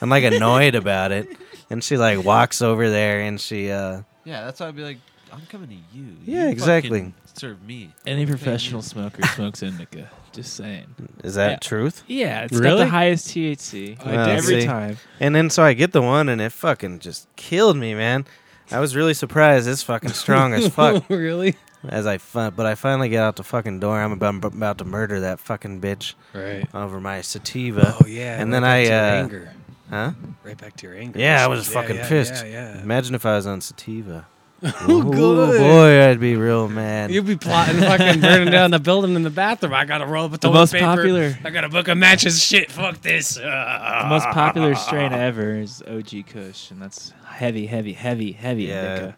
Speaker 3: I'm like annoyed about it, and she like walks over there and she, uh,
Speaker 6: Yeah, that's why I'd be like, I'm coming to you.
Speaker 3: Yeah,
Speaker 6: You
Speaker 3: exactly.
Speaker 6: fucking Serve me.
Speaker 2: Any professional smoker smokes indica. Just saying.
Speaker 3: is that
Speaker 2: Yeah.
Speaker 3: truth?
Speaker 2: Yeah, it's got
Speaker 4: Really?
Speaker 2: the highest THC
Speaker 4: I did
Speaker 2: every
Speaker 3: see.
Speaker 2: time.
Speaker 3: And then so I get the one, and it fucking just killed me, man. I was really surprised. It's fucking strong as fuck.
Speaker 4: really?
Speaker 3: As I, fi- but I finally get out the fucking door. I'm about, about to murder that fucking bitch
Speaker 4: Right.
Speaker 3: over my sativa.
Speaker 4: Oh yeah.
Speaker 3: And
Speaker 4: right
Speaker 3: then
Speaker 4: back
Speaker 3: I,
Speaker 4: to your
Speaker 3: uh,
Speaker 4: anger.
Speaker 3: huh?
Speaker 4: Right back to your anger.
Speaker 3: Yeah, I was
Speaker 4: Yeah,
Speaker 3: fucking
Speaker 4: yeah,
Speaker 3: pissed.
Speaker 4: Yeah, yeah.
Speaker 3: Imagine if I was on sativa.
Speaker 4: Oh,
Speaker 3: Oh
Speaker 4: good.
Speaker 3: boy, I'd be real mad.
Speaker 4: You'd be plotting fucking burning down the building in the bathroom. I gotta roll up a
Speaker 2: The
Speaker 4: toilet
Speaker 2: most
Speaker 4: paper.
Speaker 2: popular-
Speaker 4: I gotta book a matches. Shit, fuck this. Ah.
Speaker 2: The most popular strain ever is OG Kush, and that's heavy, heavy, heavy, heavy
Speaker 3: Yeah.
Speaker 2: indica.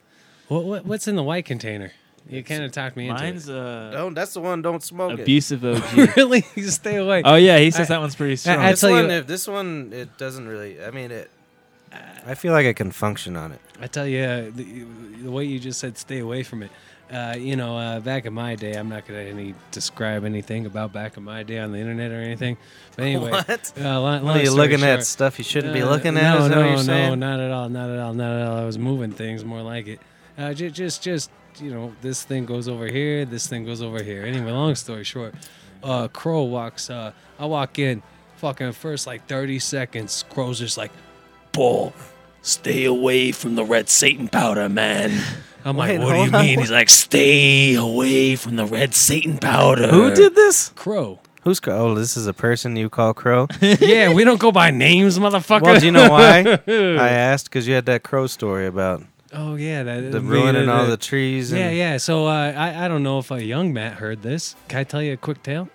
Speaker 4: What, what what's in the white container? You kind of talked me into
Speaker 2: Mine's uh,
Speaker 3: Don't. That's the one. Don't smoke it.
Speaker 2: abusive OG.
Speaker 4: it. really? You stay away.
Speaker 2: oh yeah, he says
Speaker 4: I-
Speaker 2: that one's pretty strong.
Speaker 4: I-
Speaker 3: This
Speaker 4: tell you-
Speaker 3: one, if this one, it doesn't really. I mean, it. I feel like I can function on it.
Speaker 4: I tell you, uh, the, the way you just said, stay away from it. Uh, you know, uh, back in my day, I'm not gonna any describe anything about back in my day on the internet or anything. But anyway,
Speaker 3: What?
Speaker 4: Uh, lo- long,
Speaker 3: What are you
Speaker 4: story
Speaker 3: looking
Speaker 4: short,
Speaker 3: at stuff you shouldn't be
Speaker 4: Uh,
Speaker 3: looking at?
Speaker 4: No,
Speaker 3: is that
Speaker 4: no,
Speaker 3: what you're
Speaker 4: no,
Speaker 3: saying?
Speaker 4: not at all, not at all, not at all. I was moving things more like it. Uh, just, just, just you know, this thing goes over here, this thing goes over here. Anyway, long story short, uh, Crow walks. Uh, I walk in, fucking first like thirty seconds. Crow's just like, bull. Stay away from the red Satan powder, man. I'm
Speaker 3: Wait,
Speaker 4: like, what do you
Speaker 3: hold on,
Speaker 4: mean?
Speaker 3: what-
Speaker 4: He's like, stay away from the red Satan powder.
Speaker 3: Who did this?
Speaker 4: Crow?
Speaker 3: Who's Crow? Oh, this is a person you call Crow.
Speaker 4: yeah, we don't go by names, motherfucker.
Speaker 3: well, do you know why? I asked because you had that Crow story about
Speaker 4: Oh yeah, that
Speaker 3: the
Speaker 4: me,
Speaker 3: ruining all the trees.
Speaker 4: Yeah,
Speaker 3: And
Speaker 4: yeah. So uh, I I don't know if a young Matt heard this. Can I tell you a quick tale?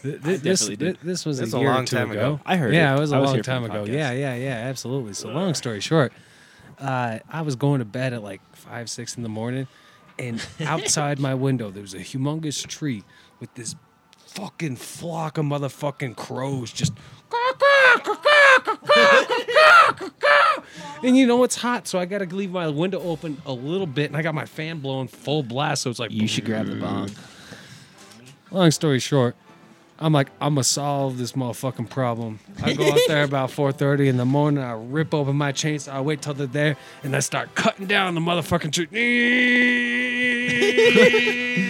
Speaker 4: Th- th- this,
Speaker 2: definitely did.
Speaker 4: th- this was
Speaker 3: That's
Speaker 4: a,
Speaker 3: a
Speaker 4: year or
Speaker 3: long
Speaker 4: two
Speaker 3: time ago.
Speaker 2: I heard
Speaker 4: Yeah,
Speaker 2: it.
Speaker 4: it was a
Speaker 2: I was
Speaker 4: long
Speaker 2: here for
Speaker 4: time
Speaker 2: the
Speaker 4: ago.
Speaker 2: podcast.
Speaker 4: Yeah, yeah, yeah. Absolutely. So long story short, uh, I was going to bed at like five six in the morning, and outside my window there was a humongous tree with this fucking flock of motherfucking crows just. And you know it's hot, so I gotta leave my window open a little bit, and I got my fan blowing full blast, so it's like
Speaker 2: You should grab the bong.
Speaker 4: Long story short, I'm like, I'm gonna solve this motherfucking problem. I go out there about 4:30 in the morning. I rip open my chains. I wait till they're there, and I start cutting down the motherfucking tree.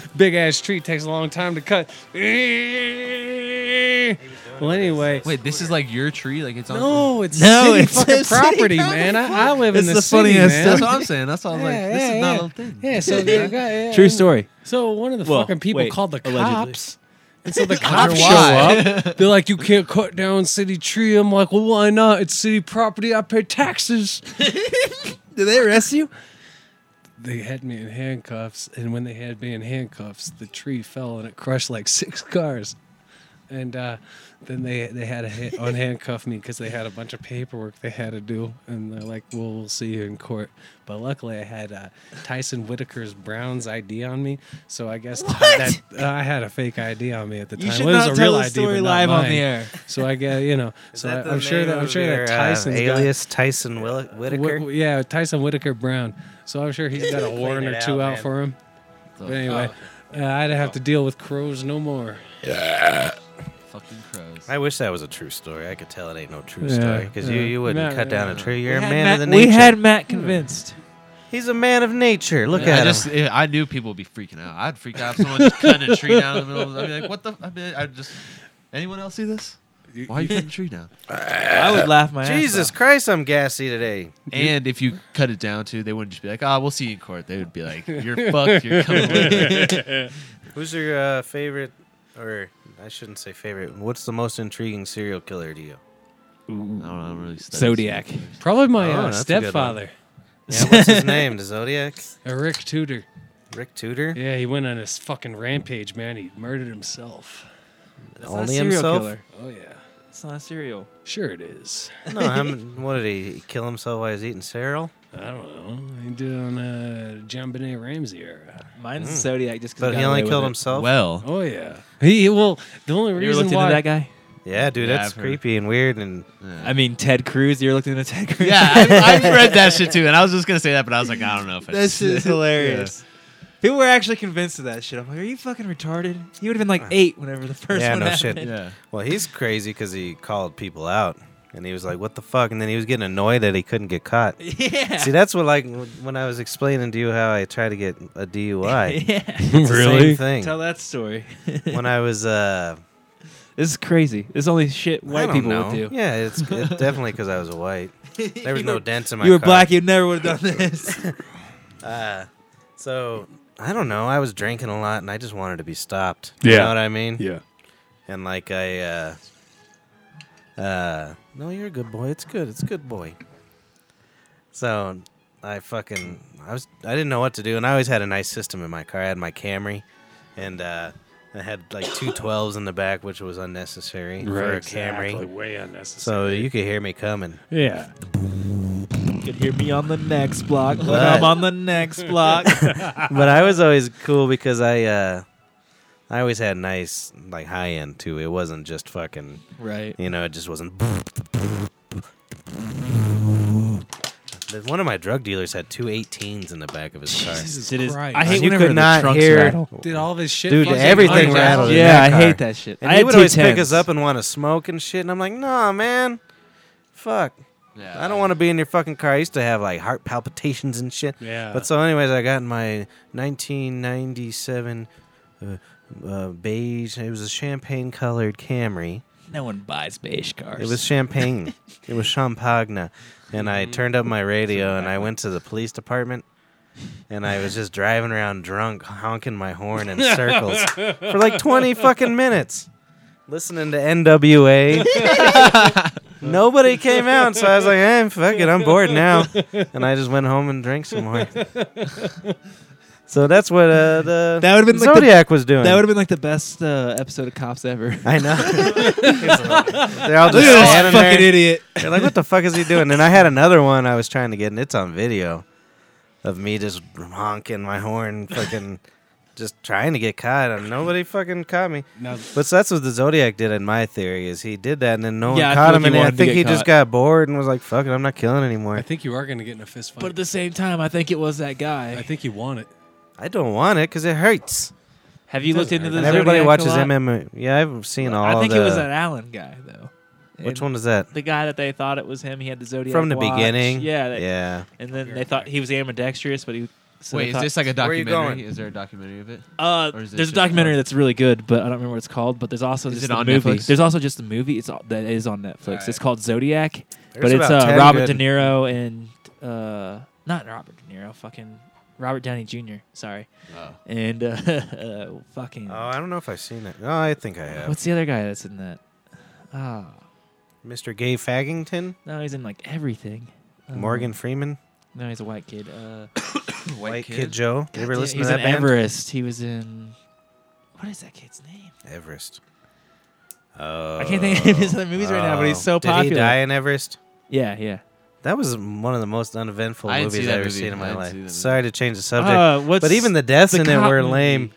Speaker 4: Big ass tree takes a long time to cut. Well, anyway,
Speaker 6: Wait, this is like your tree. Like it's on.
Speaker 4: no, it's
Speaker 2: No,
Speaker 4: city
Speaker 2: it's
Speaker 4: fucking
Speaker 2: a city
Speaker 4: property,
Speaker 2: property.
Speaker 4: man. I, I live in
Speaker 2: It's
Speaker 4: the,
Speaker 2: the
Speaker 4: city,
Speaker 2: funniest
Speaker 4: man.
Speaker 6: That's what I'm saying. That's all. I'm like,
Speaker 4: Yeah,
Speaker 6: this
Speaker 4: yeah,
Speaker 6: is not
Speaker 4: yeah.
Speaker 6: a thing.
Speaker 4: Yeah, so the guy, yeah,
Speaker 2: True
Speaker 4: and-
Speaker 2: story.
Speaker 4: So one of the
Speaker 2: Well,
Speaker 4: fucking people
Speaker 2: wait,
Speaker 4: called the
Speaker 2: allegedly.
Speaker 4: cops. And so the cops show up. They're like, "You can't cut down city tree." I'm like, "Well, why not? It's city property. I pay taxes."
Speaker 2: Did they arrest you?
Speaker 4: They had me in handcuffs, and when they had me in handcuffs, the tree fell and it crushed like six cars. and uh, then they they had to hit, unhandcuff me because they had a bunch of paperwork they had to do, and they're like, "Well, we'll see you in court." But luckily, I had uh, Tyson Whitaker's Brown's ID on me, so I guess that uh, I had a fake ID on me at the time.
Speaker 2: You should
Speaker 4: Well, it was
Speaker 2: not
Speaker 4: a real
Speaker 2: tell the
Speaker 4: ID, but
Speaker 2: story
Speaker 4: not
Speaker 2: live on
Speaker 4: mine.
Speaker 2: the air.
Speaker 4: So I get you know.
Speaker 3: Is
Speaker 4: so
Speaker 3: that the
Speaker 4: I, am sure
Speaker 3: name
Speaker 4: that I'm
Speaker 3: of
Speaker 4: sure
Speaker 3: your,
Speaker 4: that Tyson's
Speaker 3: uh,
Speaker 4: got-
Speaker 3: alias Tyson Will- Whitaker.
Speaker 4: Wh- yeah, Tyson Whitaker Brown. So I'm sure he's got a warrant
Speaker 3: Clean
Speaker 4: or
Speaker 3: it
Speaker 4: two
Speaker 3: out,
Speaker 4: out,
Speaker 3: man. Oh.
Speaker 4: for him. But anyway, uh, I'd have to deal with crows no more.
Speaker 6: Fucking crows.
Speaker 3: I wish that was a true story. I could tell it ain't no true
Speaker 4: Yeah,
Speaker 3: story because you,
Speaker 4: yeah.
Speaker 3: you wouldn't
Speaker 4: No,
Speaker 3: cut
Speaker 4: no,
Speaker 3: down
Speaker 4: no,
Speaker 3: a
Speaker 4: no.
Speaker 3: tree. You're a
Speaker 2: We had
Speaker 3: man of the
Speaker 2: Matt- We
Speaker 3: nature.
Speaker 2: had Matt convinced.
Speaker 3: He's a man of nature. Look
Speaker 6: I
Speaker 3: at
Speaker 6: just,
Speaker 3: him.
Speaker 6: I knew people would be freaking out. I'd freak out if someone just cutting a tree down in the middle. Of, I'd be like, "What the?" I'd, be, I'd just. Anyone else see this? Why are you cutting a tree down?
Speaker 2: I would laugh my
Speaker 3: Jesus
Speaker 2: ass
Speaker 3: Christ, I'm gassy today.
Speaker 6: And if you cut it down too, they wouldn't just be like, "Ah, we'll see you in court." They would be like, "You're fucked. You're coming." with me."
Speaker 3: Who's your uh, favorite, or I shouldn't say favorite, what's the most intriguing serial killer to you?
Speaker 6: I don't know. I don't really
Speaker 2: off.
Speaker 6: study
Speaker 2: Zodiac.
Speaker 4: Probably my
Speaker 3: Oh,
Speaker 4: uh,
Speaker 3: that's a good one.
Speaker 4: stepfather,
Speaker 3: Yeah, what's his name? The Zodiac?
Speaker 4: Eric Tudor.
Speaker 3: Rick Tudor?
Speaker 4: Yeah, he went on his fucking rampage, man. He murdered himself.
Speaker 2: That's not
Speaker 3: Only
Speaker 2: serial
Speaker 3: himself?
Speaker 2: killer.
Speaker 4: Oh yeah,
Speaker 2: It's not serial.
Speaker 4: sure it is.
Speaker 3: No, I'm, what did he kill himself while he was eating cereal?
Speaker 4: I don't know. He did on uh, John Benet Ramsey era.
Speaker 2: Mine's Zodiac just because.
Speaker 3: Mm. But he only killed himself.
Speaker 6: Well,
Speaker 4: Oh yeah. He well, the only
Speaker 2: You ever
Speaker 4: reason
Speaker 2: looked into
Speaker 4: why
Speaker 2: that guy?
Speaker 3: yeah, dude,
Speaker 6: Yeah,
Speaker 3: that's
Speaker 6: I've heard.
Speaker 3: creepy and weird. And
Speaker 2: I mean, Ted Cruz. You ever looked into Ted Cruz?
Speaker 6: yeah, I've, I've read that shit too, and I was just gonna say that, but I was like, I don't know if I
Speaker 2: That shit is hilarious. People were actually convinced of that shit. I'm like, are you fucking retarded? You would have been like eight whenever the first
Speaker 3: Uh. Yeah,
Speaker 2: one
Speaker 3: no
Speaker 2: happened.
Speaker 3: shit.
Speaker 6: Yeah.
Speaker 3: Well, he's crazy because he called people out, and he was like, "What the fuck?" And then he was getting annoyed that he couldn't get caught.
Speaker 2: Yeah.
Speaker 3: See, that's what like when I was explaining to you how I tried to get a DUI.
Speaker 2: yeah.
Speaker 3: It's the
Speaker 4: really.
Speaker 3: same
Speaker 2: Tell
Speaker 3: thing.
Speaker 2: that story.
Speaker 3: When I was uh,
Speaker 2: This is crazy. This is only shit
Speaker 3: I
Speaker 2: white
Speaker 3: don't
Speaker 2: people
Speaker 3: know.
Speaker 2: would do.
Speaker 3: Yeah, it's, it's definitely because I was a white. There was
Speaker 2: You
Speaker 3: no
Speaker 2: were-
Speaker 3: dents in my.
Speaker 2: You were
Speaker 3: car.
Speaker 2: black, you never would have done this.
Speaker 3: Uh, so I don't know. I was drinking a lot, and I just wanted to be stopped. You
Speaker 4: Yeah.
Speaker 3: know what I mean?
Speaker 4: Yeah.
Speaker 3: And like I, uh, uh, no, you're a good boy. It's good. It's a good boy. So I fucking I was I didn't know what to do, and I always had a nice system in my car. I had my Camry, and uh, I had like two 12s in the back, which was unnecessary for a
Speaker 4: Exactly.
Speaker 3: Camry.
Speaker 4: Way unnecessary.
Speaker 3: So you could hear me coming.
Speaker 4: yeah.
Speaker 2: You could hear me on the next block when
Speaker 3: But-
Speaker 2: I'm on the next block.
Speaker 3: but I was always cool because I uh I always had nice like high end too. It wasn't just fucking
Speaker 2: right.
Speaker 3: you know, it just wasn't But one of my drug dealers had two 18s in the back of his car.
Speaker 2: It is-
Speaker 4: Christ.
Speaker 2: I hate
Speaker 3: you
Speaker 2: whenever
Speaker 3: could
Speaker 2: the
Speaker 3: not
Speaker 2: trunks
Speaker 3: hear
Speaker 2: rattle.
Speaker 4: Did all this shit?
Speaker 3: Dude,
Speaker 4: fucking
Speaker 3: everything
Speaker 4: unrattling?
Speaker 3: rattled in
Speaker 2: Yeah,
Speaker 3: that
Speaker 2: I hate
Speaker 3: car.
Speaker 2: that shit.
Speaker 3: And
Speaker 2: I
Speaker 3: he
Speaker 2: had
Speaker 3: would
Speaker 2: two
Speaker 3: always pick
Speaker 2: 10s.
Speaker 3: us up and want to smoke and shit. And I'm like, nah, man. Fuck.
Speaker 6: Yeah,
Speaker 3: I don't want to be in your fucking car. I used to have like heart palpitations and shit.
Speaker 4: Yeah.
Speaker 3: But so, anyways, I got my 1997 uh, uh, beige. It was a champagne colored Camry.
Speaker 2: No one buys beige cars.
Speaker 3: It was champagne. it was champagne. And I turned up my radio and I went to the police department. And I was just driving around drunk, honking my horn in circles for like 20 fucking minutes, listening to NWA. Nobody came out, so I was like, eh, fuck it, I'm bored now. And I just went home and drank some more. So that's what uh, the
Speaker 2: That would've been like the-
Speaker 3: Zodiac was doing.
Speaker 2: that would have been like the best uh, episode of Cops ever.
Speaker 3: I know. They're all just
Speaker 2: Look at
Speaker 3: standing
Speaker 2: this
Speaker 3: there.
Speaker 2: fucking idiot.
Speaker 3: They're like, what the fuck is he doing? And I had another one I was trying to get, and it's on video of me just honking my horn, fucking just trying to get caught. And nobody fucking caught me.
Speaker 4: Now,
Speaker 3: But so that's what the Zodiac did, in my theory, is he did that, and then no one
Speaker 2: Yeah, I
Speaker 3: caught
Speaker 2: feel
Speaker 3: him.
Speaker 2: like he
Speaker 3: And I
Speaker 2: wanted to
Speaker 3: think
Speaker 2: get
Speaker 3: he just
Speaker 2: caught.
Speaker 3: got bored and was like, fuck it, I'm not killing
Speaker 4: I
Speaker 3: anymore.
Speaker 4: think you are going to get in a fist fight.
Speaker 2: But at the same time, I think it was that
Speaker 4: I
Speaker 2: guy.
Speaker 4: think you want it.
Speaker 3: I don't want it because it hurts.
Speaker 2: Have you looked into
Speaker 4: hurt.
Speaker 2: the
Speaker 3: And everybody
Speaker 2: Zodiac a
Speaker 3: watches
Speaker 2: lot?
Speaker 3: MMA. Yeah, I've seen all
Speaker 2: I think
Speaker 3: the.
Speaker 2: it was that Allen guy though.
Speaker 3: which
Speaker 2: And
Speaker 3: one is that?
Speaker 2: The guy that they thought it was him. He had the Zodiac
Speaker 3: From the
Speaker 2: watch.
Speaker 3: beginning?
Speaker 2: Yeah. That,
Speaker 3: Yeah.
Speaker 2: And then they thought he was ambidextrous, but he. So they
Speaker 6: Wait, is
Speaker 2: thought-
Speaker 6: this like a
Speaker 3: Where you
Speaker 6: documentary?
Speaker 3: going?
Speaker 6: Is there a documentary of it?
Speaker 2: Uh,
Speaker 6: Or is it
Speaker 2: there's a
Speaker 6: just
Speaker 2: documentary
Speaker 6: like-
Speaker 2: that's really good, but I don't remember what it's called. But there's also
Speaker 6: Is
Speaker 2: just
Speaker 6: it
Speaker 2: the
Speaker 6: on
Speaker 2: movie.
Speaker 6: Netflix?
Speaker 2: There's also just the movie. It's all, that is on Netflix.
Speaker 6: Alright.
Speaker 2: It's called Zodiac,
Speaker 3: There's
Speaker 2: but it's
Speaker 3: about
Speaker 2: uh,
Speaker 3: 10
Speaker 2: Robert
Speaker 3: good-
Speaker 2: De Niro and uh, not Robert De Niro, fucking Robert Downey Jr. Sorry,
Speaker 6: Oh.
Speaker 2: and uh, uh, fucking
Speaker 3: Oh, I don't know if I've seen it. Oh, I think I have.
Speaker 2: what's the other guy that's in that? Oh,
Speaker 3: Mr. Gay Faggington?
Speaker 2: no, he's in like everything. Uh,
Speaker 3: Morgan Freeman?
Speaker 2: No, he's a white kid. Uh,
Speaker 3: White, Kid. Joe. You ever
Speaker 2: goddamn,
Speaker 3: listen
Speaker 2: he was
Speaker 3: to that
Speaker 2: in
Speaker 3: band?
Speaker 2: Everest. He was in what is that kid's name?
Speaker 3: Everest.
Speaker 2: I can't think of any of his other movies right now, but he's so popular.
Speaker 3: Oh, Did he die in Everest?
Speaker 2: Yeah, yeah.
Speaker 3: That was one of the most uneventful
Speaker 6: I didn't see
Speaker 3: movies
Speaker 6: that
Speaker 3: I've ever
Speaker 6: movie.
Speaker 3: seen in
Speaker 6: I
Speaker 3: my
Speaker 6: didn't see that
Speaker 3: life.
Speaker 6: movie.
Speaker 3: Sorry to change the subject,
Speaker 2: Uh, what's
Speaker 3: but even the deaths
Speaker 2: the
Speaker 3: in it
Speaker 2: cop
Speaker 3: were
Speaker 2: movie? Uh,
Speaker 3: lame.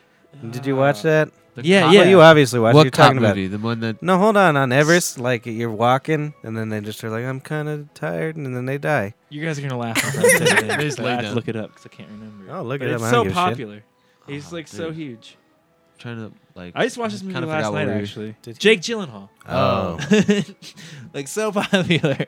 Speaker 3: Did you watch that?
Speaker 6: The
Speaker 2: Yeah,
Speaker 6: cop-
Speaker 2: yeah.
Speaker 3: Well, you obviously watched. it.
Speaker 6: What
Speaker 3: You're
Speaker 6: cop
Speaker 3: talking about
Speaker 6: movie? The one that
Speaker 3: no, hold on. On Everest, like you're walking, and then they just are like, "I'm kind of tired," and then they die.
Speaker 2: You guys are gonna laugh. If I say the name,
Speaker 6: Just
Speaker 2: but
Speaker 6: lay
Speaker 2: I have to
Speaker 6: down.
Speaker 2: look it up because I can't remember.
Speaker 3: Oh, look
Speaker 2: But
Speaker 3: it up.
Speaker 2: it's
Speaker 3: I
Speaker 2: so
Speaker 3: don't give a shit.
Speaker 2: popular. He's
Speaker 6: Oh,
Speaker 2: like so
Speaker 6: dude.
Speaker 2: huge.
Speaker 6: trying to like.
Speaker 2: I just watched this movie
Speaker 6: kinda
Speaker 2: last
Speaker 6: forgot what
Speaker 2: night
Speaker 6: we were-
Speaker 2: actually.
Speaker 3: Did you?
Speaker 2: Jake Gyllenhaal.
Speaker 3: Oh,
Speaker 2: like so popular.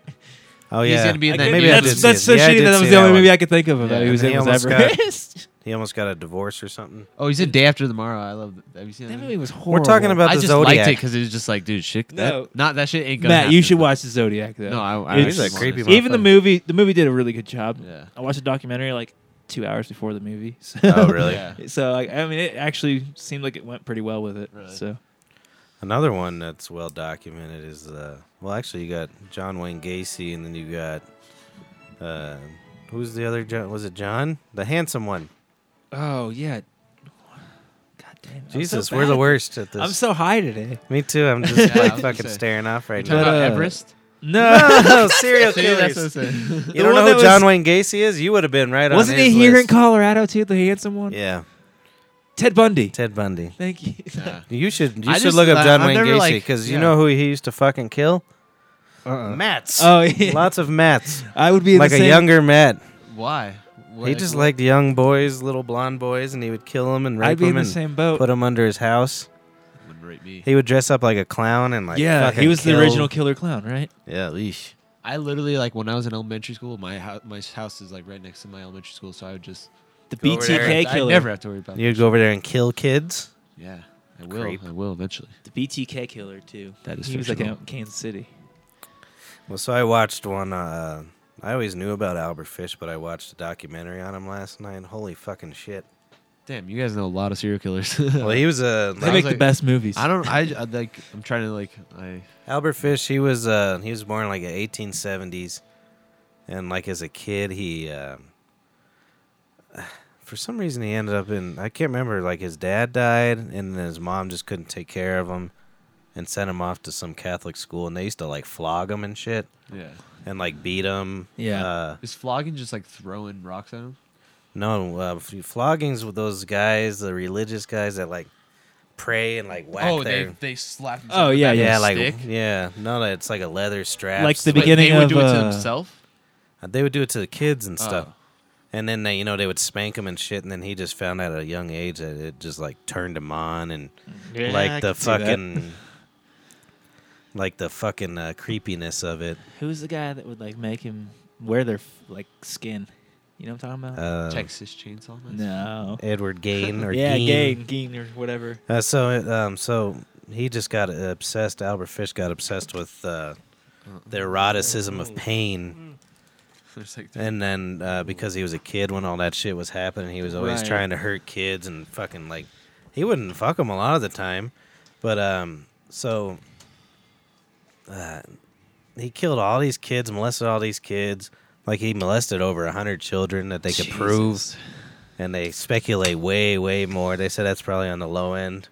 Speaker 3: oh
Speaker 6: He's
Speaker 3: yeah.
Speaker 6: gonna be in
Speaker 3: I-
Speaker 6: that
Speaker 3: Maybe
Speaker 6: new-
Speaker 3: I
Speaker 2: that's
Speaker 3: did
Speaker 2: that's
Speaker 3: see
Speaker 2: so
Speaker 3: it. Yeah, I
Speaker 2: shitty.
Speaker 3: did
Speaker 2: That was
Speaker 3: see
Speaker 2: the only
Speaker 3: that
Speaker 2: movie
Speaker 3: one.
Speaker 2: I could think of about
Speaker 6: Yeah,
Speaker 2: it. He was
Speaker 3: and
Speaker 2: in
Speaker 3: he
Speaker 2: was
Speaker 3: almost
Speaker 2: Everest.
Speaker 3: He almost got a divorce or something.
Speaker 6: Oh, he's in Day After Tomorrow. I love. That. Have you seen that?
Speaker 2: That
Speaker 6: movie?
Speaker 2: movie was horrible.
Speaker 3: We're talking about
Speaker 6: I
Speaker 3: the
Speaker 6: just
Speaker 3: Zodiac.
Speaker 6: liked it because it was just like, dude, shit. That,
Speaker 2: No.
Speaker 6: not that shit ain't gonna.
Speaker 2: Matt. You
Speaker 6: happen.
Speaker 2: should watch the Zodiac though.
Speaker 6: No, I. I
Speaker 2: It's-
Speaker 6: just
Speaker 3: He's a
Speaker 6: wanna
Speaker 3: creepy
Speaker 6: see-
Speaker 2: even the
Speaker 3: motherfucker.
Speaker 2: movie. The movie did a really good job.
Speaker 6: Yeah.
Speaker 2: I watched a documentary like two hours before the movie. So,
Speaker 3: Oh, really?
Speaker 6: Yeah.
Speaker 2: So like, I mean, it actually seemed like it went pretty well with it.
Speaker 6: Really?
Speaker 2: So
Speaker 3: Another one that's well documented is uh, well, actually, you got John Wayne Gacy, and then you got uh, who's the other John? Was it John, the handsome one?
Speaker 2: Oh yeah. God damn. I'm so
Speaker 3: Jesus,
Speaker 2: bad
Speaker 3: we're the
Speaker 2: at
Speaker 3: worst at this.
Speaker 2: this. I'm so high today.
Speaker 3: Me too. I'm just
Speaker 6: Yeah, I was
Speaker 3: like
Speaker 6: gonna
Speaker 3: fucking
Speaker 6: say.
Speaker 3: staring off
Speaker 6: You
Speaker 3: right
Speaker 6: talking
Speaker 3: now.
Speaker 2: But,
Speaker 6: about
Speaker 2: uh,
Speaker 6: Everest?
Speaker 2: No.
Speaker 3: no, serial
Speaker 6: See, that's what I'm
Speaker 3: killers.
Speaker 6: saying.
Speaker 3: You
Speaker 2: The
Speaker 3: don't
Speaker 2: one
Speaker 3: know who
Speaker 2: that
Speaker 3: John
Speaker 2: was-
Speaker 3: Wayne Gacy is? You would have been right
Speaker 2: Wasn't
Speaker 3: on
Speaker 2: he
Speaker 3: his
Speaker 2: here in
Speaker 3: list.
Speaker 2: Colorado too? The handsome one.
Speaker 3: Yeah,
Speaker 2: Ted Bundy.
Speaker 3: Ted Bundy.
Speaker 2: Thank you.
Speaker 6: Yeah.
Speaker 3: You should you
Speaker 6: I
Speaker 3: should
Speaker 6: just-
Speaker 3: look up
Speaker 6: I-
Speaker 3: John
Speaker 6: I've
Speaker 3: Wayne
Speaker 6: never,
Speaker 3: Gacy
Speaker 6: like-
Speaker 3: because you
Speaker 6: yeah.
Speaker 3: know who he used to fucking kill?
Speaker 2: Uh-uh.
Speaker 3: Mats.
Speaker 2: Oh yeah.
Speaker 3: Lots of Mats.
Speaker 2: I would be in
Speaker 3: like
Speaker 2: the
Speaker 3: a
Speaker 2: same-
Speaker 3: younger Matt.
Speaker 6: Why? What-
Speaker 3: He just liked young boys, little blonde boys, and he would kill them and rape
Speaker 2: I'd be in
Speaker 3: them
Speaker 2: the
Speaker 3: and
Speaker 2: same boat.
Speaker 3: put them under his house.
Speaker 6: Wouldn't rate me.
Speaker 3: He would dress up like a clown and like
Speaker 2: yeah, he
Speaker 3: fucking
Speaker 2: was the
Speaker 3: kill-
Speaker 2: original killer clown, right?
Speaker 3: Yeah, leash.
Speaker 6: I literally like when I was in elementary school, my house, my house is like right next to my elementary school, so I would just
Speaker 2: The
Speaker 3: Go over there.
Speaker 2: BTK
Speaker 6: I
Speaker 2: killer.
Speaker 6: never have to worry about.
Speaker 3: You'd go over there and kill kids.
Speaker 6: that. Yeah, I will.
Speaker 3: Creep.
Speaker 6: I will eventually.
Speaker 2: The BTK killer too.
Speaker 6: That is
Speaker 2: He was like
Speaker 6: fictional.
Speaker 2: out in Kansas City.
Speaker 3: Well, so I watched one. Uh, I always knew about Albert Fish, but I watched a documentary on him last night. and Holy fucking shit!
Speaker 6: Damn, you guys know a lot of serial killers.
Speaker 3: Well, he was a
Speaker 2: They
Speaker 6: I was
Speaker 2: make the
Speaker 6: like-
Speaker 2: best movies.
Speaker 6: I don't. I, I like. I'm trying to like. I
Speaker 3: Albert Fish. He was uh, he was born in, like the 1870s, and like as a kid, he um, for some reason he ended up in I can't remember. Like his dad died, and then his mom just couldn't take care of him, and sent him off to some Catholic school, and they used to like flog him and shit,
Speaker 6: yeah.
Speaker 3: and like beat him.
Speaker 2: Yeah.
Speaker 3: Uh,
Speaker 6: Is flogging just like throwing rocks at him?
Speaker 3: No, uh, f- floggings with those guys, the religious guys that like pray and like whack
Speaker 6: oh,
Speaker 3: their
Speaker 6: they they slap. him
Speaker 2: Oh,
Speaker 6: with
Speaker 2: yeah,
Speaker 6: a
Speaker 3: yeah, like
Speaker 6: stick.
Speaker 3: yeah. No, no, it's like a leather strap.
Speaker 2: Like the
Speaker 6: Wait,
Speaker 2: beginning
Speaker 6: they would
Speaker 2: of,
Speaker 6: do it to
Speaker 2: uh,
Speaker 6: himself.
Speaker 3: Uh, they would do it to the kids and stuff,
Speaker 6: Oh.
Speaker 3: and then they, you know, they would spank him and shit. And then he just found out at a young age that it just like turned him on and like the fucking. Like the fucking uh, creepiness of it.
Speaker 2: Who's the guy that would like make him wear their f- like skin? You know what I'm talking about?
Speaker 3: Uh,
Speaker 6: Texas Chainsaw. Massacre?
Speaker 2: no.
Speaker 3: Edward Gain or
Speaker 2: yeah,
Speaker 3: Gein.
Speaker 2: Gain, Gein or whatever.
Speaker 3: Uh, so, it, um, so he just got obsessed. Albert Fish got obsessed with uh,
Speaker 6: Uh-uh.
Speaker 3: the eroticism of pain,
Speaker 6: There's like
Speaker 3: and then uh, because he was a kid when all that shit was happening, he was always
Speaker 2: Right.
Speaker 3: trying to hurt kids and fucking like he wouldn't fuck them a lot of the time, but um, so uh, he killed all these kids, molested all these kids. Like he molested over hundred children that they could prove and they speculate way, way more. They said that's probably on the low end.